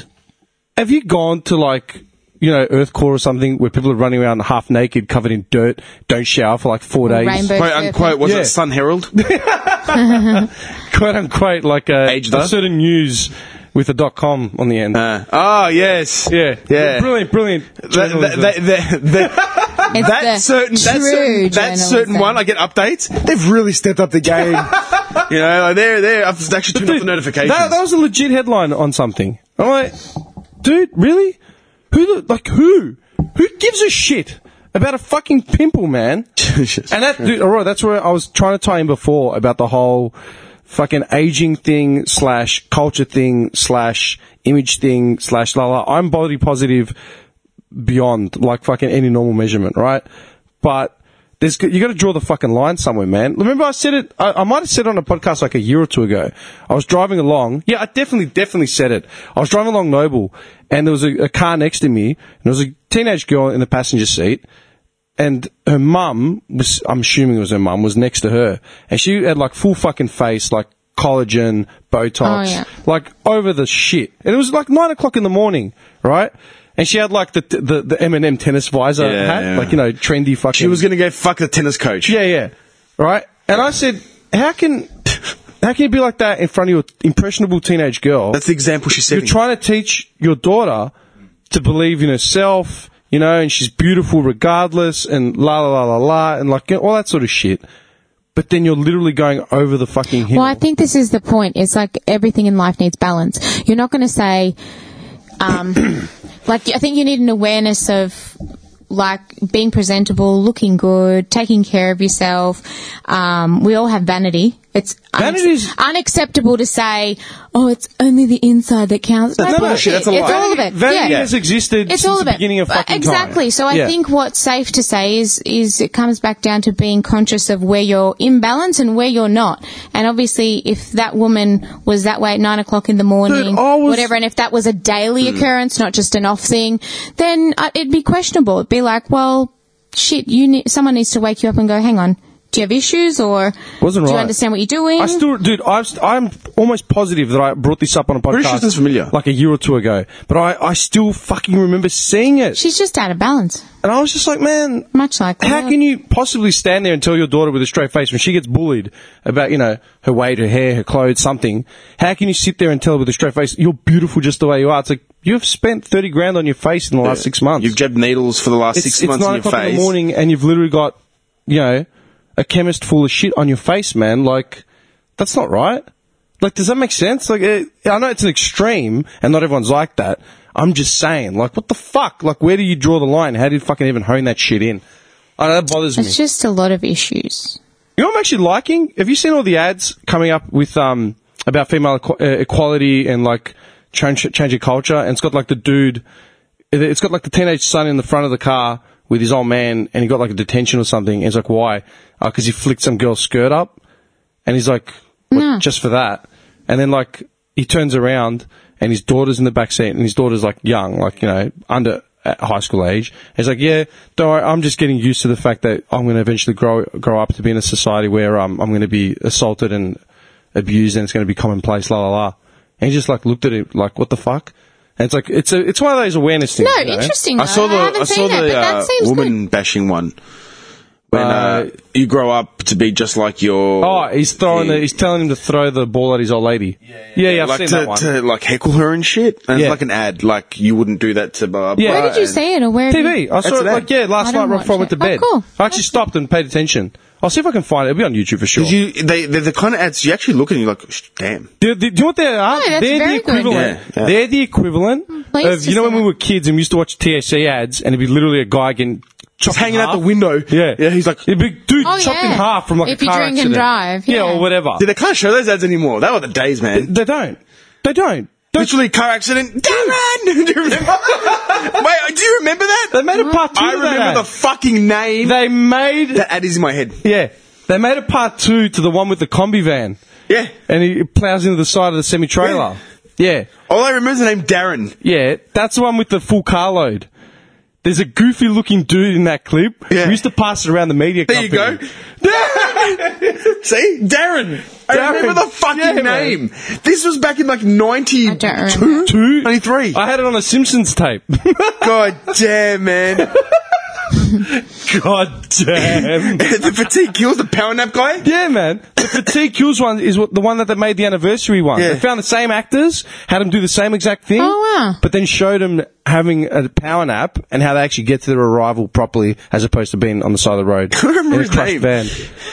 Speaker 2: have you gone to like, you know, Earth Core or something where people are running around half naked, covered in dirt, don't shower for like four days?
Speaker 4: Rainbow
Speaker 3: Quote
Speaker 4: serpent.
Speaker 3: unquote. Was
Speaker 2: Yeah.
Speaker 3: it Sun Herald?
Speaker 2: Quote unquote, like a,
Speaker 3: Aged
Speaker 2: a
Speaker 3: up.
Speaker 2: certain news with a dot com on the end.
Speaker 3: Uh, oh yes.
Speaker 2: yeah.
Speaker 3: Yeah.
Speaker 2: Brilliant, brilliant.
Speaker 3: That, that,
Speaker 2: journalism.
Speaker 3: that, that, that,
Speaker 4: It's
Speaker 3: that
Speaker 4: the
Speaker 3: certain, that
Speaker 4: true
Speaker 3: certain, that certain
Speaker 4: journalism.
Speaker 3: one, I get updates. They've really stepped up the game. you know, like they're there. I've actually turned off the
Speaker 2: Dude,
Speaker 3: notifications.
Speaker 2: That, that was a legit headline on something. I'm like, dude, really? Who, the, like, who? Who gives a shit about a fucking pimple, man?
Speaker 3: Jesus
Speaker 2: and that, dude, alright, that's where I was trying to tie in before about the whole fucking aging thing slash culture thing slash image thing slash la la. I'm body positive beyond like fucking any normal measurement, right? But there's you got to draw the fucking line somewhere, man. Remember, I said it. I, I might have said it on a podcast like a year or two ago. I was driving along. Yeah, I definitely, definitely said it. I was driving along Noble, and there was a, a car next to me, and there was a teenage girl in the passenger seat, and her mum was. I'm assuming it was her mum was next to her, and she had like full fucking face, like collagen, Botox,
Speaker 4: Oh, yeah.
Speaker 2: like over the shit. And it was like nine o'clock in the morning, right? And she had like the the, the Eminem tennis visor
Speaker 3: Yeah,
Speaker 2: hat,
Speaker 3: yeah.
Speaker 2: like you know, trendy fucking.
Speaker 3: She was going to go fuck the tennis coach.
Speaker 2: Yeah, yeah. Right? And I said, how can how can you be like that in front of your impressionable teenage girl?
Speaker 3: That's the example she said.
Speaker 2: You're trying to teach your daughter to believe in herself, you know, and she's beautiful regardless and la la la la la and like you know, all that sort of shit. But then you're literally going over the fucking hill.
Speaker 4: Well, I think this is the point. It's like everything in life needs balance. You're not going to say, um, like, I think you need an awareness of, like, being presentable, looking good, taking care of yourself. Um, we all have vanity. It's unac-
Speaker 2: Vanity's-
Speaker 4: unacceptable to say, oh, it's only the inside that counts. No,
Speaker 2: no,
Speaker 4: bullshit.
Speaker 2: shit,
Speaker 3: that's a
Speaker 4: It's
Speaker 3: lie.
Speaker 4: all of it.
Speaker 2: Vanity
Speaker 4: yeah.
Speaker 2: has existed
Speaker 4: It's
Speaker 2: since
Speaker 4: all
Speaker 2: the
Speaker 4: of it.
Speaker 2: beginning of
Speaker 4: Uh,
Speaker 2: fucking time.
Speaker 4: exactly. So I
Speaker 2: Yeah.
Speaker 4: think what's safe to say is is it comes back down to being conscious of where you're in balance and where you're not. And obviously, if that woman was that way at nine o'clock in the morning,
Speaker 2: Dude, I was- Hmm.
Speaker 4: whatever, and if that was a daily occurrence, not just an off thing, then uh, it'd be questionable. It'd be like, well, shit, you need someone needs to wake you up and go, hang on. Do you have issues, or
Speaker 2: Wasn't
Speaker 4: do you
Speaker 2: right.
Speaker 4: understand what you're doing?
Speaker 2: I still, dude, I've, st- I'm almost positive that I brought this up on a podcast.
Speaker 3: Pretty sure it's familiar.
Speaker 2: Like a year or two ago. But I, I still fucking remember seeing it.
Speaker 4: She's just out of balance,
Speaker 2: And I was just like, man,
Speaker 4: much like
Speaker 2: how
Speaker 4: that.
Speaker 2: can you possibly stand there and tell your daughter with a straight face when she gets bullied about, you know, her weight, her hair, her clothes, something? How can you sit there and tell her with a straight face, you're beautiful just the way you are? It's like, you've spent 30 grand on your face in the last six months.
Speaker 3: You've jabbed needles for the last
Speaker 2: it's,
Speaker 3: six
Speaker 2: it's
Speaker 3: months
Speaker 2: nine
Speaker 3: in your
Speaker 2: o'clock
Speaker 3: face.
Speaker 2: in the morning and you've literally got, you know, a chemist full of shit on your face, man. Like, that's not right. Like, does that make sense? Like, it, I know it's an extreme and not everyone's like that. I'm just saying, like, what the fuck? Like, where do you draw the line? How do you fucking even hone that shit in? I know that bothers me.
Speaker 4: It's just a lot of issues.
Speaker 2: You know what I'm actually liking? Have you seen all the ads coming up with um about female equ- uh, equality and like change change of culture? And it's got like the dude, it's got like the teenage son in the front of the car with his old man, and he got like a detention or something. And he's like, why? Because he flicked some girl's skirt up, and he's like, what, just for that. And then like he turns around and his daughter's in the back seat, and his daughter's like young, like you know under at high school age. And he's like, yeah, don't worry, I'm just getting used to the fact that I'm going to eventually grow grow up to be in a society where um, I'm going to be assaulted and abused, and it's going to be commonplace, la la la. And he just like looked at it like, what the fuck? And it's like it's a it's one of those awareness things.
Speaker 4: No,
Speaker 2: you know?
Speaker 4: interesting. Though.
Speaker 3: I saw the
Speaker 4: haven't
Speaker 3: I, saw
Speaker 4: seen it,
Speaker 3: the
Speaker 4: but
Speaker 3: uh,
Speaker 4: that seems
Speaker 3: woman bashing one. When
Speaker 2: Uh,
Speaker 3: uh, you grow up to be just like your
Speaker 2: Oh, he's throwing the, he's telling him to throw the ball at his old lady. Yeah, yeah, I've
Speaker 3: like
Speaker 2: seen
Speaker 3: to,
Speaker 2: that one.
Speaker 3: to like heckle her and shit. And
Speaker 2: Yeah.
Speaker 3: it's like an ad, like you wouldn't do that to blah blah.
Speaker 2: Yeah.
Speaker 4: Where did you
Speaker 3: and-
Speaker 4: see it or where? have you-
Speaker 2: TV. I saw
Speaker 3: That's
Speaker 2: it
Speaker 3: an ad.
Speaker 2: like yeah
Speaker 4: I
Speaker 2: last night
Speaker 4: don't
Speaker 2: right before I
Speaker 4: watch
Speaker 2: went
Speaker 4: it.
Speaker 2: to bed.
Speaker 4: Oh, cool.
Speaker 2: I actually stopped and paid attention. I'll see if I can find it. It'll be on YouTube for sure.
Speaker 3: Did you they they're the kind of ads you actually look at and you're like, "Sh- damn.
Speaker 2: Do, do, do you know what they are?
Speaker 4: Oh, that's
Speaker 2: They're
Speaker 4: very
Speaker 2: the
Speaker 4: good. Hmm,
Speaker 2: equivalent.
Speaker 3: Yeah, yeah.
Speaker 2: They're the equivalent
Speaker 4: please
Speaker 2: of you
Speaker 4: just
Speaker 2: know when
Speaker 4: say
Speaker 2: we
Speaker 4: that.
Speaker 2: were kids and we used to watch THC ads and it'd be literally a guy getting chopped in
Speaker 3: hanging out
Speaker 2: half.
Speaker 3: the window.
Speaker 2: Yeah,
Speaker 3: Yeah, he's like-
Speaker 2: it'd be dude
Speaker 4: Oh,
Speaker 2: chopped in
Speaker 4: yeah.
Speaker 2: half from like
Speaker 4: If
Speaker 2: a
Speaker 4: you
Speaker 2: car
Speaker 4: drink and
Speaker 2: accident.
Speaker 4: drive, yeah.
Speaker 2: or whatever.
Speaker 3: Dude, they can't show those ads anymore. That were the days, man.
Speaker 2: They don't. They don't. Don't
Speaker 3: Literally car accident. Darren! do you remember? Wait, do you remember that?
Speaker 2: They
Speaker 4: Oh.
Speaker 2: made a part two.
Speaker 3: I
Speaker 2: of that
Speaker 3: remember
Speaker 2: ad.
Speaker 3: the fucking name.
Speaker 2: They made
Speaker 3: that ad is in my head.
Speaker 2: yeah. They made a part two to the one with the combi van.
Speaker 3: Yeah.
Speaker 2: and he plows into the side of the semi trailer. yeah.
Speaker 3: All I remember is the name Darren.
Speaker 2: Yeah, that's the one with the full carload. There's a goofy looking dude in that clip.
Speaker 3: Yeah.
Speaker 2: We used to pass it around the media
Speaker 3: There you
Speaker 2: company.
Speaker 3: See? Darren. I
Speaker 2: Darren.
Speaker 3: remember the fucking
Speaker 2: Yeah,
Speaker 3: name.
Speaker 2: man.
Speaker 3: This was back in like 92,
Speaker 4: I don't remember.
Speaker 2: Two.
Speaker 3: 93.
Speaker 2: I had it on a Simpsons tape.
Speaker 3: God damn, man.
Speaker 2: God damn.
Speaker 3: the fatigue kills the power nap guy.
Speaker 2: Yeah, man. The fatigue kills one is what, the one that they made the anniversary one.
Speaker 3: Yeah.
Speaker 2: They found the same actors, had them do the same exact thing,
Speaker 4: Oh, wow.
Speaker 2: but then showed them having a power nap and how they actually get to their arrival properly, as opposed to being on the side of the road
Speaker 3: I remember
Speaker 2: in a
Speaker 3: his
Speaker 2: crushed
Speaker 3: name.
Speaker 2: van.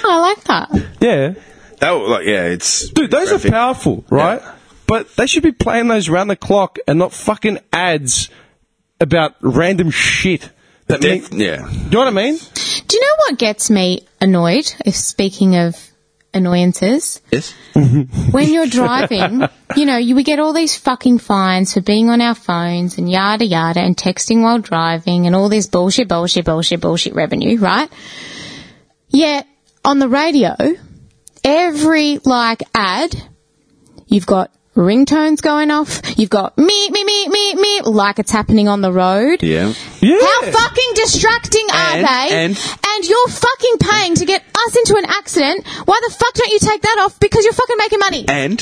Speaker 4: Oh, I like that.
Speaker 2: Yeah,
Speaker 3: That was like, yeah, it's.
Speaker 2: Dude, those
Speaker 3: graphic.
Speaker 2: are powerful, right?
Speaker 3: Yeah.
Speaker 2: But they should be playing those round the clock and not fucking ads about random shit. That mean,
Speaker 3: Def- yeah.
Speaker 2: you know what I mean?
Speaker 4: Do you know what gets me annoyed? If speaking of annoyances,
Speaker 3: Yes.
Speaker 4: when you're driving, you know, you would get all these fucking fines for being on our phones and yada yada and texting while driving and all this bullshit, bullshit, bullshit, bullshit revenue, right? Yet on the radio, every like ad, you've got ringtones going off, you've got me, me, me, me, me, like it's happening on the road.
Speaker 3: Yeah.
Speaker 2: Yeah.
Speaker 4: How fucking distracting are
Speaker 3: And-
Speaker 4: they?
Speaker 3: and-
Speaker 4: you're fucking paying to get us into an accident. Why the fuck don't you take that off? Because you're fucking making money.
Speaker 3: And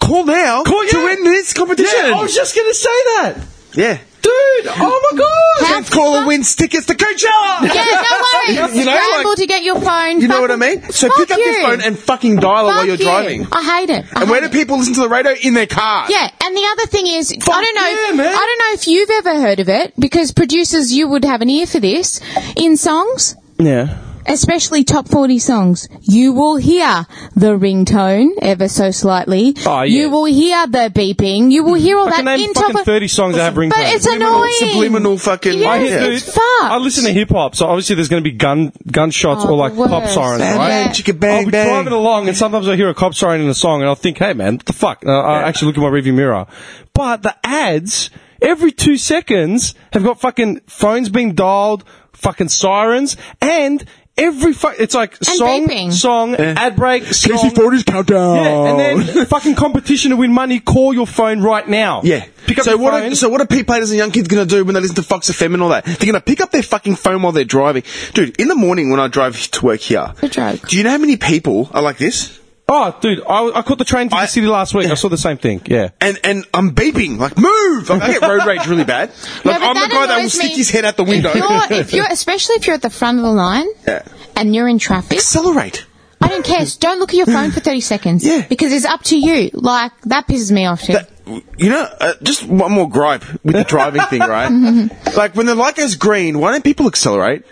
Speaker 3: call Oh, now
Speaker 2: Call-
Speaker 3: to
Speaker 2: yeah.
Speaker 3: win this competition.
Speaker 2: yeah, I was just gonna say that,
Speaker 3: Yeah.
Speaker 2: dude. Oh my god.
Speaker 4: How
Speaker 3: Tenth caller wins tickets to Coachella.
Speaker 4: Yeah, no worries.
Speaker 3: You know,
Speaker 4: Scramble
Speaker 3: like-
Speaker 4: to get your phone.
Speaker 3: You know
Speaker 4: Fuck-
Speaker 3: what I mean? So
Speaker 4: fuck
Speaker 3: pick up
Speaker 4: you.
Speaker 3: your phone and fucking dial it
Speaker 4: Fuck
Speaker 3: while you're
Speaker 4: you.
Speaker 3: driving.
Speaker 4: I hate it. I
Speaker 3: And where do
Speaker 4: hate it.
Speaker 3: people listen to the radio? In their car.
Speaker 4: Yeah, and the other thing is, I don't know.
Speaker 2: yeah, man.
Speaker 4: I don't know if you've ever heard of it because producers, you would have an ear for this in songs.
Speaker 2: Yeah.
Speaker 4: especially top 40 songs, you will hear the ringtone ever so slightly.
Speaker 2: Oh, yeah.
Speaker 4: You will hear the beeping. You will hear all
Speaker 2: I can
Speaker 4: that
Speaker 2: name
Speaker 4: in
Speaker 2: fucking
Speaker 4: top of-
Speaker 2: thirty songs that have ringtones.
Speaker 4: But it's annoying.
Speaker 3: Subliminal fucking.
Speaker 4: Yeah.
Speaker 2: I,
Speaker 4: it's
Speaker 2: dude,
Speaker 4: fucked.
Speaker 2: I listen to hip hop, so obviously there's going to be gun gunshots
Speaker 4: Oh,
Speaker 2: or like
Speaker 4: the
Speaker 2: pop
Speaker 4: worst.
Speaker 2: sirens,
Speaker 3: Bang,
Speaker 2: right?
Speaker 3: bang, chicka, bang,
Speaker 2: I'll be
Speaker 3: bang.
Speaker 2: driving along, and sometimes I hear a cop siren in a song, and I'll think, "Hey, man, what the fuck?" And I- I actually look in my rearview mirror, but the ads every two seconds have got fucking phones being dialed, fucking sirens, and every fu- it's like song,
Speaker 4: beeping.
Speaker 2: song, ad break, song.
Speaker 3: KC40's countdown.
Speaker 2: Yeah, and then fucking competition to win money. Call your phone right now.
Speaker 3: Yeah.
Speaker 2: Pick up
Speaker 3: so
Speaker 2: your
Speaker 3: what?
Speaker 2: phone.
Speaker 3: Are, so what are P-platers and young kids gonna do when they listen to Fox FM and all that? They're gonna pick up their fucking phone while they're driving, dude. In the morning when I drive to work here,
Speaker 4: a joke.
Speaker 3: do you know how many people are like this?
Speaker 2: Oh, dude, I, I caught the train to
Speaker 3: I-
Speaker 2: the city last week. I saw the same thing. Yeah.
Speaker 3: And and I'm beeping like move. Like, I get road rage really bad. Like
Speaker 4: but
Speaker 3: I'm the
Speaker 4: that
Speaker 3: guy that will
Speaker 4: annoys
Speaker 3: stick
Speaker 4: me.
Speaker 3: his head out the window.
Speaker 4: If you're, if you're, especially if you're at the front of the line
Speaker 3: Yeah.
Speaker 4: and you're in traffic,
Speaker 3: Accelerate.
Speaker 4: I don't care. Just don't look at your phone for 30 seconds.
Speaker 3: Yeah.
Speaker 4: Because it's up to you. Like, that pisses me off too.
Speaker 3: That, you know, uh, just one more gripe with the driving thing, right? Like when the light goes green, why don't people accelerate?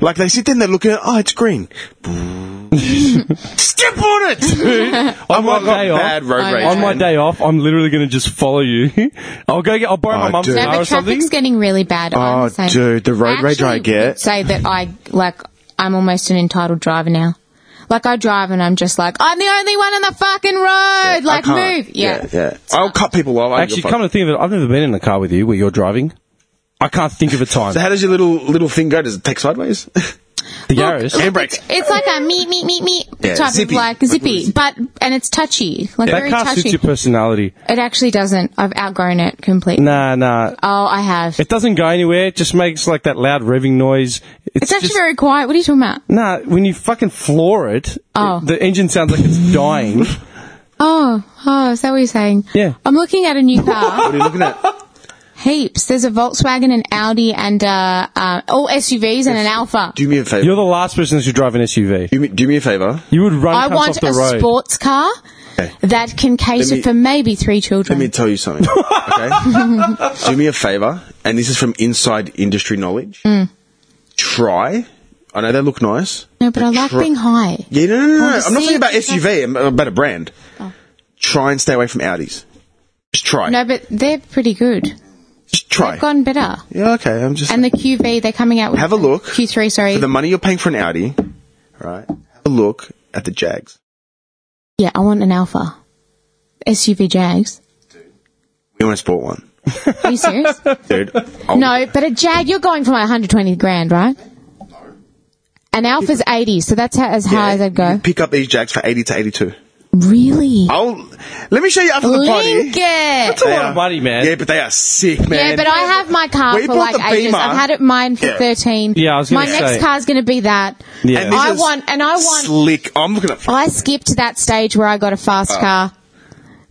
Speaker 3: Like they sit there and they look at, it, oh, it's green. Skip on it.
Speaker 2: on my
Speaker 3: I've got
Speaker 2: day off,
Speaker 3: bad road
Speaker 4: I
Speaker 3: rage.
Speaker 4: know.
Speaker 2: on my
Speaker 3: man.
Speaker 2: day off, I'm literally going to just follow you. I'll go get. I'll borrow my
Speaker 3: Oh,
Speaker 2: mum's
Speaker 3: dude.
Speaker 4: No,
Speaker 2: car or
Speaker 4: but
Speaker 2: something.
Speaker 4: traffic's getting really bad. I'm
Speaker 3: Oh,
Speaker 4: the same.
Speaker 3: dude, the road
Speaker 4: I
Speaker 3: rage I
Speaker 4: actually
Speaker 3: get.
Speaker 4: would Say that I like. I'm almost an entitled driver now. Like I drive and I'm just like, I'm the only one on the fucking road.
Speaker 3: I
Speaker 4: like
Speaker 3: can't.
Speaker 4: move. Yeah.
Speaker 3: yeah, I'll cut people off. I don't
Speaker 2: Actually,
Speaker 3: give a fuck.
Speaker 2: come to think of it, I've never been in a car with you where you're driving. I can't think of a time.
Speaker 3: So how does your little little thing go? Does it take sideways?
Speaker 2: the
Speaker 4: Look,
Speaker 2: Yaris.
Speaker 4: look,
Speaker 3: Handbrake.
Speaker 4: It's, it's like a meet, meet, meet, meet
Speaker 3: Yeah,
Speaker 4: type
Speaker 3: zippy.
Speaker 4: of like
Speaker 3: Like
Speaker 4: zippy,
Speaker 3: really
Speaker 4: but and it's touchy, like
Speaker 2: that
Speaker 4: very
Speaker 2: car
Speaker 4: touchy.
Speaker 2: suits your personality.
Speaker 4: It actually doesn't. I've outgrown it completely.
Speaker 2: Nah, nah.
Speaker 4: Oh, I have.
Speaker 2: It doesn't go anywhere. It just makes like that loud revving noise.
Speaker 4: it's actually
Speaker 2: just-
Speaker 4: very quiet. What are you talking about?
Speaker 2: Nah, when you fucking floor it,
Speaker 4: Oh.
Speaker 2: the engine sounds like it's dying.
Speaker 4: Oh, oh, is that what you're saying?
Speaker 2: Yeah.
Speaker 4: I'm looking at a new car.
Speaker 3: What are you looking at?
Speaker 4: Heaps. There's a Volkswagen, an Audi, and uh, uh, all SUVs and an Alfa.
Speaker 3: Do me a favor.
Speaker 2: You're the last person that should drive an SUV.
Speaker 3: do, me, do me a favor.
Speaker 2: You would run
Speaker 4: I
Speaker 2: cunts
Speaker 4: want
Speaker 2: off the
Speaker 4: a
Speaker 2: road.
Speaker 4: sports car
Speaker 3: Okay.
Speaker 4: that can cater
Speaker 3: me-
Speaker 4: for maybe three
Speaker 3: Let
Speaker 4: children.
Speaker 3: me tell you something. Okay. do me a favor, and this is from inside industry knowledge.
Speaker 4: Mm.
Speaker 3: Try. I know they look nice.
Speaker 4: no, but I like
Speaker 3: try-
Speaker 4: being high.
Speaker 3: Yeah, no, no, no.
Speaker 4: I
Speaker 3: no.
Speaker 4: wanna
Speaker 3: I'm not
Speaker 4: see
Speaker 3: talking about
Speaker 4: it.
Speaker 3: SUV. I'm about a brand.
Speaker 4: Oh.
Speaker 3: Try and stay away from Audis. Just try.
Speaker 4: No, but they're pretty good.
Speaker 3: Just try.
Speaker 4: They've gotten better.
Speaker 3: yeah, okay. I'm just.
Speaker 4: And the QV, they're coming out with
Speaker 3: Have a look.
Speaker 4: Q3, sorry.
Speaker 3: for the money you're paying for an Audi, right? Have a look at the Jags.
Speaker 4: yeah, I want an Alpha. SUV Jags.
Speaker 3: We almost bought one,
Speaker 4: Are you serious?
Speaker 3: dude. I'll-
Speaker 4: no, but a Jag, you're going for like 120 grand, right? An Alpha's 80, so that's how, as high as I'd
Speaker 3: you
Speaker 4: go.
Speaker 3: Pick up these Jags for eighty to eighty-two.
Speaker 4: Really?
Speaker 3: I'll let me show you after the party.
Speaker 4: Link it!
Speaker 2: That's a lot of money, man.
Speaker 3: Yeah, but they are sick, man.
Speaker 4: Yeah, but I have my car
Speaker 3: We
Speaker 4: for
Speaker 3: bought
Speaker 4: like
Speaker 3: the
Speaker 4: ages.
Speaker 3: Beamer.
Speaker 4: I've had it mine for
Speaker 3: Yeah.
Speaker 4: 13.
Speaker 2: Yeah, I was gonna
Speaker 4: My next
Speaker 2: say.
Speaker 4: car's going to be that.
Speaker 2: Yeah.
Speaker 3: And this
Speaker 4: I
Speaker 3: is
Speaker 4: want, and I want, Oh,
Speaker 3: slick. I'm looking at.
Speaker 4: I skipped that stage where I got a fast
Speaker 3: Oh.
Speaker 4: car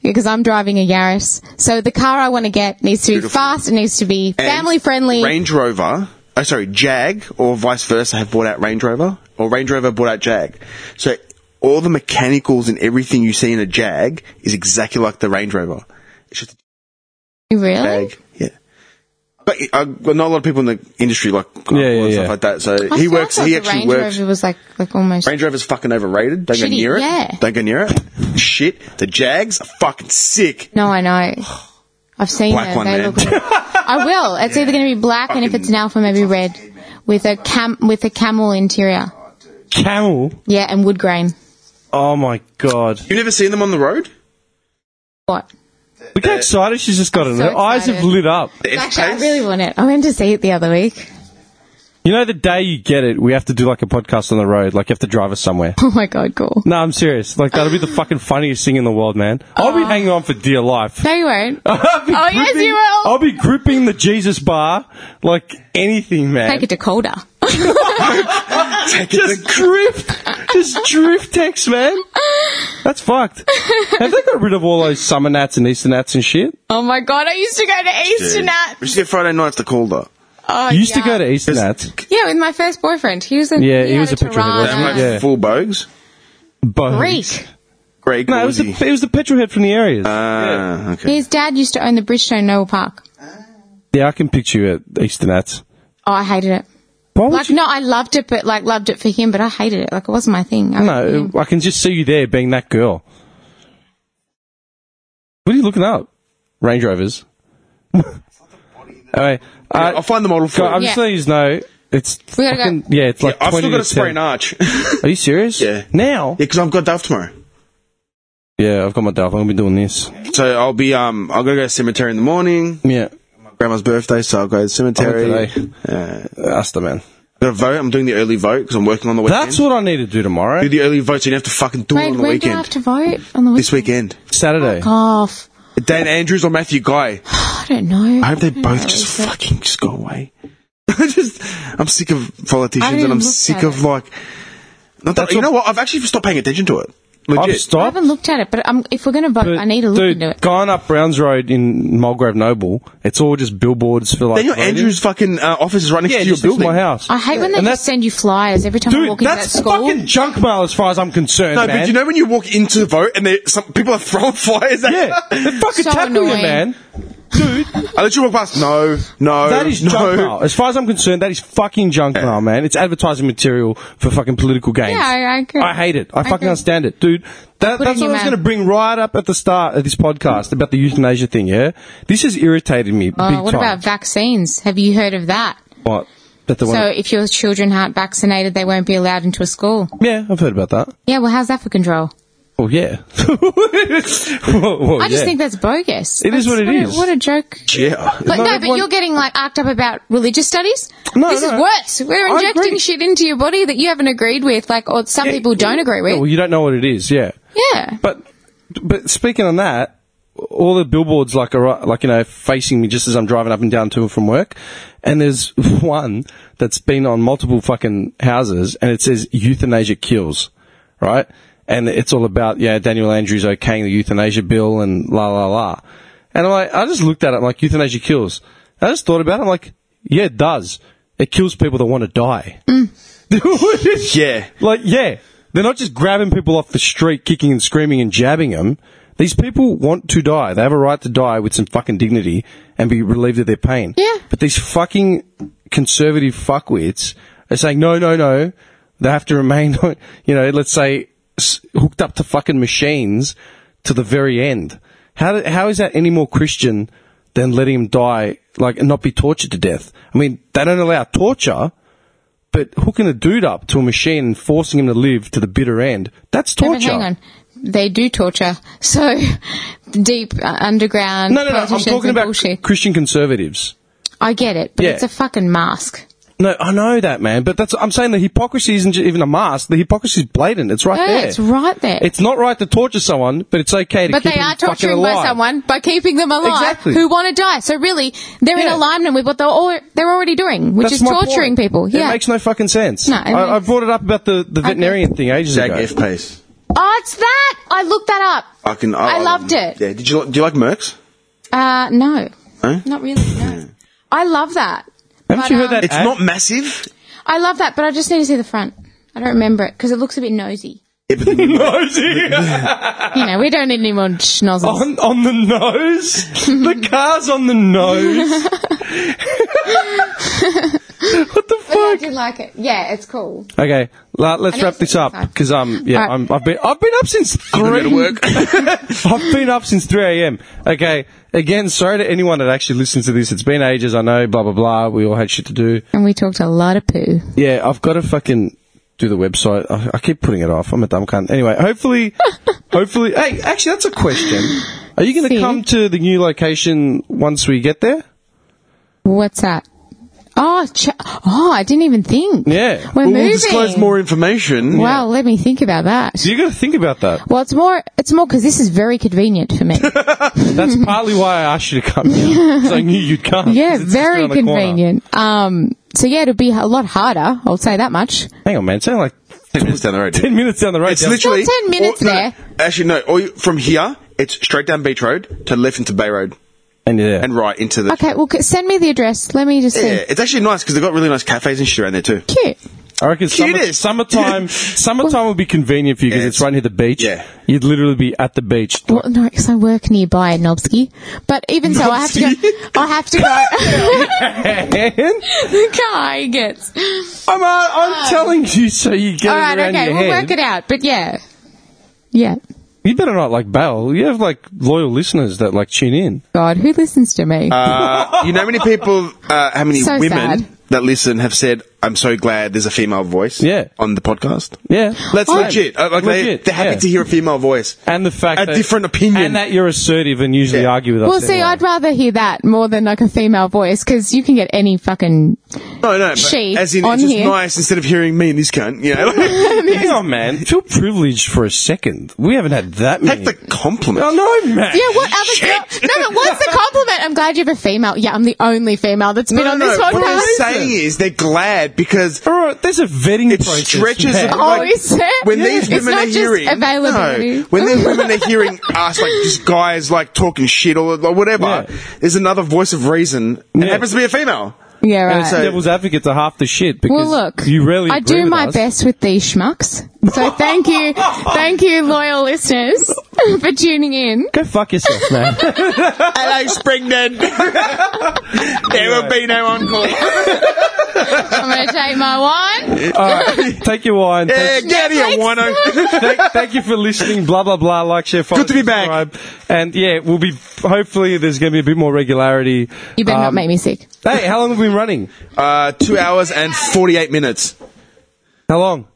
Speaker 4: because I'm driving a Yaris. So the car I want to get needs to be
Speaker 3: Beautiful.
Speaker 4: fast. It needs to be
Speaker 3: and
Speaker 4: family friendly.
Speaker 3: Range Rover. Oh, sorry, Jag or vice versa have bought out Range Rover, or Range Rover bought out Jag. So all the mechanicals and everything you see in a Jag is exactly like the Range Rover. It's just
Speaker 4: really?
Speaker 3: bag. Yeah. But uh, well, not a lot of people in the industry like
Speaker 2: Yeah,
Speaker 3: yeah,
Speaker 2: yeah,
Speaker 3: and
Speaker 2: yeah.
Speaker 3: stuff like that. So
Speaker 4: I
Speaker 3: he
Speaker 4: thought
Speaker 3: works.
Speaker 4: that
Speaker 3: He
Speaker 4: the
Speaker 3: actually
Speaker 4: Range
Speaker 3: works.
Speaker 4: Rover was like like almost.
Speaker 3: Range Rover's fucking overrated. Don't
Speaker 4: Shitty,
Speaker 3: go near it.
Speaker 4: yeah.
Speaker 3: Don't go near it. Shit. The Jags are fucking sick.
Speaker 4: no, I know. I've seen
Speaker 3: Black
Speaker 4: them.
Speaker 3: one,
Speaker 4: they
Speaker 3: man.
Speaker 4: look. I will. It's either going to be black, and if
Speaker 3: Fucking-
Speaker 4: it's an alpha, maybe red, with a cam with a camel interior.
Speaker 2: Camel.
Speaker 4: Yeah, and wood grain.
Speaker 2: Oh my god.
Speaker 3: You've never seen them on the road?
Speaker 4: What?
Speaker 2: Look how excited she's just gotten.
Speaker 4: Uh, so
Speaker 2: Her eyes have
Speaker 4: excited.
Speaker 2: lit up.
Speaker 3: The
Speaker 4: Actually, I
Speaker 3: F-Pace?
Speaker 4: really want it. I went to see it the other week.
Speaker 2: You know, the day you get it, we have to do like a podcast on the road. Like, you have to drive us somewhere.
Speaker 4: Oh my god, cool.
Speaker 2: no, I'm serious. Like, that'll be the fucking funniest thing in the world, man. I'll be hanging on for dear life.
Speaker 4: No, you won't.
Speaker 2: I'll be
Speaker 4: Oh, yes,
Speaker 2: gripping-
Speaker 4: you will.
Speaker 2: I'll be gripping the Jesus bar like anything, man.
Speaker 4: Take it to Calder.
Speaker 3: Take it to-
Speaker 2: just drift, just drift text, man. That's fucked. Have they got rid of all those summer nats and Easter nats and shit?
Speaker 4: Oh my god, I used to go to Easter
Speaker 3: Dude.
Speaker 4: Nat.
Speaker 3: We should get Friday nights to call though.
Speaker 4: Oh,
Speaker 2: You used to
Speaker 4: yeah.
Speaker 2: go to Easter nats,
Speaker 4: yeah with my first boyfriend. He was a
Speaker 2: Yeah, he
Speaker 4: had
Speaker 2: was a petrolhead,
Speaker 3: They're
Speaker 4: Tirana.
Speaker 3: like
Speaker 2: Yeah.
Speaker 3: full bogues.
Speaker 2: but
Speaker 4: Greek.
Speaker 3: Great.
Speaker 2: no, it was the
Speaker 3: Aussie.
Speaker 2: it was the petrol head from the areas.
Speaker 3: Ah, okay.
Speaker 4: His dad used to own the Bridgestone Noel Park.
Speaker 2: yeah, I can picture you at Easter nats.
Speaker 4: Oh, I hated it.
Speaker 2: Why would
Speaker 4: Like,
Speaker 2: you?
Speaker 4: no, I loved it, but like loved it for him, but I hated it. Like it wasn't my thing. I was
Speaker 2: No,
Speaker 4: him.
Speaker 2: I can just see you there being that girl. What are you looking up? Range Rovers. Alright,
Speaker 3: Yeah,
Speaker 2: uh,
Speaker 3: I'll find the model for
Speaker 2: go-
Speaker 3: you.
Speaker 2: I'm just
Speaker 4: Yeah.
Speaker 2: letting you know it's
Speaker 4: We gotta go.
Speaker 2: fucking, yeah, it's like
Speaker 3: I've
Speaker 2: 20
Speaker 3: still got to
Speaker 2: to
Speaker 3: spray
Speaker 2: 10.
Speaker 3: an arch. yeah,
Speaker 2: Are you serious?
Speaker 3: Yeah.
Speaker 2: Now?
Speaker 3: because I've got Duff tomorrow.
Speaker 2: Yeah, I've got my dove. I'm gonna be doing this.
Speaker 3: So I'll be um I'll gotta go to cemetery in the morning.
Speaker 2: Yeah,
Speaker 3: grandma's birthday, so I'll go to the cemetery.
Speaker 2: I went today.
Speaker 3: Yeah.
Speaker 2: that's the Uh, man.
Speaker 3: I've got to vote. I'm doing the early vote because I'm working on the weekend.
Speaker 2: That's what I need to do tomorrow.
Speaker 3: Do the early vote so you don't have to fucking do it
Speaker 4: Wait,
Speaker 3: on the
Speaker 4: when do I
Speaker 3: weekend.
Speaker 4: have to vote on the weekend?
Speaker 3: This weekend.
Speaker 2: Saturday.
Speaker 4: Oh, Off.
Speaker 3: Dan Andrews or Matthew Guy.
Speaker 4: I don't know.
Speaker 3: I hope they both
Speaker 4: know, is
Speaker 3: just
Speaker 4: it-
Speaker 3: fucking just go away. I just, I'm sick of
Speaker 4: I haven't
Speaker 3: politicians and
Speaker 4: even
Speaker 3: I'm
Speaker 4: looked
Speaker 3: sick
Speaker 4: at
Speaker 3: of
Speaker 4: it.
Speaker 3: like, not that,
Speaker 2: That's
Speaker 3: you
Speaker 2: what-
Speaker 3: know what? I've actually stopped paying attention to it.
Speaker 2: I've
Speaker 3: Legit.
Speaker 4: I
Speaker 2: stopped.
Speaker 4: haven't looked at it, but um, if we're going to vote, I need to look
Speaker 2: Dude,
Speaker 4: into it.
Speaker 2: going up Browns Road in Mulgrave Noble, it's all just billboards for like.
Speaker 3: Daniel
Speaker 2: voting.
Speaker 3: Andrews' fucking uh, office is right next
Speaker 2: yeah,
Speaker 3: to your
Speaker 2: just next to
Speaker 3: building.
Speaker 2: my house.
Speaker 4: I hate when they
Speaker 2: And
Speaker 4: just
Speaker 2: that's-
Speaker 4: send you flyers every time I
Speaker 2: Dude,
Speaker 4: walk into that
Speaker 2: that's
Speaker 4: school.
Speaker 2: fucking junk mail as far as I'm concerned,
Speaker 3: No,
Speaker 2: man.
Speaker 3: but you know when you walk into the vote and there, some people are throwing flyers at
Speaker 2: yeah,
Speaker 3: you?
Speaker 2: they fucking
Speaker 4: So
Speaker 2: tackle you,
Speaker 4: annoying.
Speaker 2: man.
Speaker 3: I let you walk past. No, no,
Speaker 2: That is
Speaker 3: no.
Speaker 2: junk mail. As far as I'm concerned, that is fucking junk mail, man. It's advertising material for fucking political gains.
Speaker 4: Yeah, I- I agree.
Speaker 2: hate it. I fucking
Speaker 4: agree.
Speaker 2: understand it, dude. That,
Speaker 4: put it
Speaker 2: that's
Speaker 4: in
Speaker 2: what I
Speaker 4: your
Speaker 2: was going to
Speaker 4: mouth.
Speaker 2: bring right up at the start of this podcast about the euthanasia thing. Yeah, this has irritated me
Speaker 4: Oh,
Speaker 2: big
Speaker 4: what
Speaker 2: time.
Speaker 4: about vaccines? Have you heard of that?
Speaker 2: What? That the
Speaker 4: So
Speaker 2: one.
Speaker 4: if your children aren't vaccinated, they won't be allowed into a school.
Speaker 2: Yeah, I've heard about that.
Speaker 4: Yeah, well, how's that for control?
Speaker 2: Oh yeah. Well, well,
Speaker 4: I just
Speaker 2: yeah.
Speaker 4: think that's bogus.
Speaker 2: It is
Speaker 4: That's-
Speaker 2: what it
Speaker 4: what
Speaker 2: is.
Speaker 4: A, what a joke.
Speaker 3: Yeah.
Speaker 4: But
Speaker 2: No,
Speaker 4: no, but
Speaker 2: everyone-
Speaker 4: you're getting like arced up about religious studies.
Speaker 2: No,
Speaker 4: this
Speaker 2: no.
Speaker 4: is worse. We're
Speaker 2: I
Speaker 4: injecting
Speaker 2: agree.
Speaker 4: shit into your body that you haven't agreed with, like, or some people don't agree
Speaker 2: Yeah, well,
Speaker 4: with.
Speaker 2: you don't know what it is. Yeah.
Speaker 4: Yeah,
Speaker 2: But but speaking on that, all the billboards like are right- like you know facing me just as I'm driving up and down to and from work, and there's one that's been on multiple fucking houses, and it says euthanasia kills, right? And it's all about yeah Daniel Andrews okaying the euthanasia bill and la la la, and I'm like I just looked at it I'm like euthanasia kills. And I just thought about it. I'm like yeah it does. It kills people that want to die.
Speaker 3: Yeah.
Speaker 2: Like, yeah, they're not just grabbing people off the street, kicking and screaming and jabbing them. These people want to die. They have a right to die with some fucking dignity and be relieved of their pain.
Speaker 4: Yeah.
Speaker 2: But these fucking conservative fuckwits are saying, no, no, no, they have to remain, you know, let's say s- hooked up to fucking machines to the very end. How, do- how is that any more Christian than letting them die, like, and not be tortured to death? I mean, they don't allow torture, but hooking a dude up to a machine and forcing him to live to the bitter end, that's
Speaker 4: No, but
Speaker 2: torture.
Speaker 4: hang on. They do torture. So deep uh, underground.
Speaker 2: No, no, no. I'm
Speaker 4: politicians
Speaker 2: talking
Speaker 4: and
Speaker 2: about
Speaker 4: bullshit.
Speaker 2: Christian conservatives.
Speaker 4: I get it, but
Speaker 2: Yeah.
Speaker 4: it's a fucking mask.
Speaker 2: No, I know that, man. But that's I'm saying the hypocrisy isn't ju- even a mask. The hypocrisy is blatant. It's right
Speaker 4: Yeah,
Speaker 2: there.
Speaker 4: it's right there.
Speaker 2: It's not right to torture someone, but it's okay to
Speaker 4: but
Speaker 2: keep
Speaker 4: they
Speaker 2: them
Speaker 4: are
Speaker 2: fucking
Speaker 4: torturing
Speaker 2: alive.
Speaker 4: by someone by keeping them alive
Speaker 2: Exactly.
Speaker 4: who want to die. So really, they're
Speaker 2: Yeah.
Speaker 4: in alignment with what they're, all, they're already doing, which
Speaker 2: That's
Speaker 4: is
Speaker 2: my
Speaker 4: torturing
Speaker 2: point.
Speaker 4: people.
Speaker 2: It
Speaker 4: Yeah.
Speaker 2: makes no fucking sense.
Speaker 4: No, it
Speaker 2: I, I
Speaker 4: makes-
Speaker 2: brought it up about the, the veterinarian thing ages
Speaker 3: Zach
Speaker 2: ago.
Speaker 3: F Pace.
Speaker 4: oh, it's that! I looked that up.
Speaker 3: I can.
Speaker 4: I loved it.
Speaker 3: Yeah. Did you li- do you like Mercs?
Speaker 4: Uh, no.
Speaker 3: Huh? Hmm.
Speaker 4: Not really, no. I love that.
Speaker 2: Haven't
Speaker 4: But, um,
Speaker 2: you heard that?
Speaker 3: It's
Speaker 2: ad?
Speaker 3: not massive.
Speaker 4: I love that, but I just need to see the front. I don't remember it because it looks a bit nosy.
Speaker 3: Yeah, but then-
Speaker 4: You know, we don't need any more schnozzles.
Speaker 2: on, on the nose. the car's on the nose. what
Speaker 4: But
Speaker 2: the
Speaker 4: I
Speaker 2: Oh, fuck?
Speaker 4: did like it. Yeah, it's cool.
Speaker 2: Okay, la- let's
Speaker 4: I need
Speaker 2: wrap
Speaker 4: to
Speaker 2: this
Speaker 4: sit
Speaker 2: up
Speaker 4: inside.
Speaker 2: because um yeah
Speaker 4: Alright.
Speaker 2: I'm, I've been I've been up since
Speaker 3: gonna
Speaker 2: three.
Speaker 3: go to work.
Speaker 2: I've been up since three a.m. Okay, again, sorry to anyone that actually listens to this. It's been ages. I know. Blah blah blah. We all had shit to do.
Speaker 4: And we talked a lot of poo.
Speaker 2: Yeah, I've got to fucking do the website. I, I keep putting it off. I'm a dumb cunt. Anyway, hopefully, hopefully. Hey, actually, that's a question. Are you going to
Speaker 4: See?
Speaker 2: come to the new location once we get there?
Speaker 4: What's that? Oh, ch- oh, I didn't even think.
Speaker 2: Yeah.
Speaker 4: We're
Speaker 3: we'll
Speaker 4: moving.
Speaker 2: Mm.
Speaker 3: disclose more information.
Speaker 4: Well, let me think about that.
Speaker 2: You got to think about that.
Speaker 4: Well, it's more, it's more because this is very convenient for me.
Speaker 2: That's partly why I asked you to come. Here, 'cause I knew you'd come. 'Cause
Speaker 4: yeah,
Speaker 2: it's just
Speaker 4: very
Speaker 2: around the corner.
Speaker 4: convenient. Um, so yeah, it'll be a lot harder. I'll say that much.
Speaker 2: Hang on, man. It sounded like
Speaker 3: Ten minutes down the road.
Speaker 2: 10 minutes down the road.
Speaker 3: It's
Speaker 2: down-
Speaker 3: literally
Speaker 4: It's not 10 minutes
Speaker 3: or- no,
Speaker 4: there.
Speaker 3: Actually, no. Or you, from here, it's straight down Beach Road to left into Bay Road
Speaker 2: and you're there.
Speaker 3: and right into the.
Speaker 4: Okay, well, c- send me the address. Let me just see.
Speaker 3: Yeah, it's actually nice because they've got really nice cafes and shit around there too.
Speaker 4: Cute.
Speaker 2: I reckon summer,
Speaker 3: Cutest.
Speaker 2: summertime, summertime would be convenient for you because
Speaker 3: Yeah,
Speaker 2: it's
Speaker 3: it's-
Speaker 2: right near the beach.
Speaker 3: yeah.
Speaker 2: You'd literally be at the beach.
Speaker 4: Well, no, because I work nearby at Knobsky. But even so, I have to go. I have to go.
Speaker 2: And
Speaker 4: the guy gets.
Speaker 2: I'm, uh, I'm telling you so you get
Speaker 4: All
Speaker 2: it
Speaker 4: right,
Speaker 2: around
Speaker 4: Um, okay,
Speaker 2: your
Speaker 4: we'll
Speaker 2: head.
Speaker 4: work it out. But yeah, yeah.
Speaker 2: You better not like bail. You have like loyal listeners that like tune in.
Speaker 4: God, who listens to me?
Speaker 3: Uh, you know how many people, uh, how many
Speaker 4: So
Speaker 3: women
Speaker 4: sad.
Speaker 3: that listen have said, "I'm so glad there's a female voice."
Speaker 2: Yeah.
Speaker 3: on the podcast.
Speaker 2: Yeah.
Speaker 3: That's
Speaker 2: Oh.
Speaker 3: legit. Uh, like
Speaker 2: Legit,
Speaker 3: They, are happy
Speaker 2: yeah.
Speaker 3: to hear a female voice.
Speaker 2: And the fact
Speaker 3: A
Speaker 2: that,
Speaker 3: different opinion.
Speaker 2: And that you're assertive and usually
Speaker 3: Yeah.
Speaker 2: argue with us.
Speaker 4: well, see,
Speaker 2: anyway.
Speaker 4: I'd rather hear that more than like a female voice because you can get any fucking.
Speaker 3: No, no. but
Speaker 4: She
Speaker 3: as in,
Speaker 4: on
Speaker 3: it's just
Speaker 4: here.
Speaker 3: nice instead of hearing me and this cunt. You know,
Speaker 2: Hang on, man. Feel privileged for a second. We haven't had that
Speaker 3: take
Speaker 2: many.
Speaker 3: the compliment.
Speaker 2: I know, man.
Speaker 4: Yeah, what other? No, but what's the compliment? I'm glad you have a female. Yeah, I'm the only female that's been on this
Speaker 3: What I'm
Speaker 4: podcast.
Speaker 3: saying is they're glad because
Speaker 2: All right, there's a vetting
Speaker 3: It
Speaker 2: process.
Speaker 3: stretches
Speaker 2: man.
Speaker 3: a-
Speaker 4: Oh,
Speaker 3: Like,
Speaker 4: is it?
Speaker 3: when
Speaker 4: Yeah.
Speaker 3: these
Speaker 4: it's
Speaker 3: women
Speaker 4: not
Speaker 3: are
Speaker 4: just
Speaker 3: hearing
Speaker 4: availability.
Speaker 3: No, when these women are hearing us like just guys like talking shit or, or whatever,
Speaker 2: Yeah.
Speaker 3: there's another voice of reason. And
Speaker 2: Yeah.
Speaker 3: It happens to be a female.
Speaker 4: yeah,
Speaker 2: And
Speaker 4: right.
Speaker 2: it's devil's advocate to half the shit because
Speaker 4: well, look,
Speaker 2: you really
Speaker 4: I do my best with these schmucks. So thank you, thank you, loyal listeners, for tuning in.
Speaker 2: Go fuck yourself, man.
Speaker 3: Hello, Springden. there will be no encore.
Speaker 4: I'm going to take my wine.
Speaker 2: All right, take your wine.
Speaker 3: Yeah,
Speaker 2: Thank,
Speaker 3: get here, oh- Wano.
Speaker 2: thank, thank you for listening. Blah blah blah. Like, share, follow,
Speaker 3: Good to be back.
Speaker 2: subscribe. And yeah, we'll be. Hopefully, there's going to be a bit more regularity.
Speaker 4: You better not
Speaker 2: Um,
Speaker 4: make me sick.
Speaker 2: Hey, how long have we been running?
Speaker 3: Uh, two hours and 48 minutes.
Speaker 2: How long?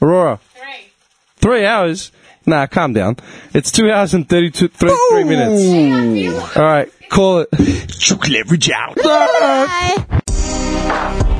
Speaker 2: Aurora.
Speaker 1: Three.
Speaker 2: Three hours? Nah, calm down. It's two hours and 32, three, three minutes.
Speaker 1: I feel like-
Speaker 2: All right, call it.
Speaker 3: Chocolate reach out.
Speaker 4: Bye.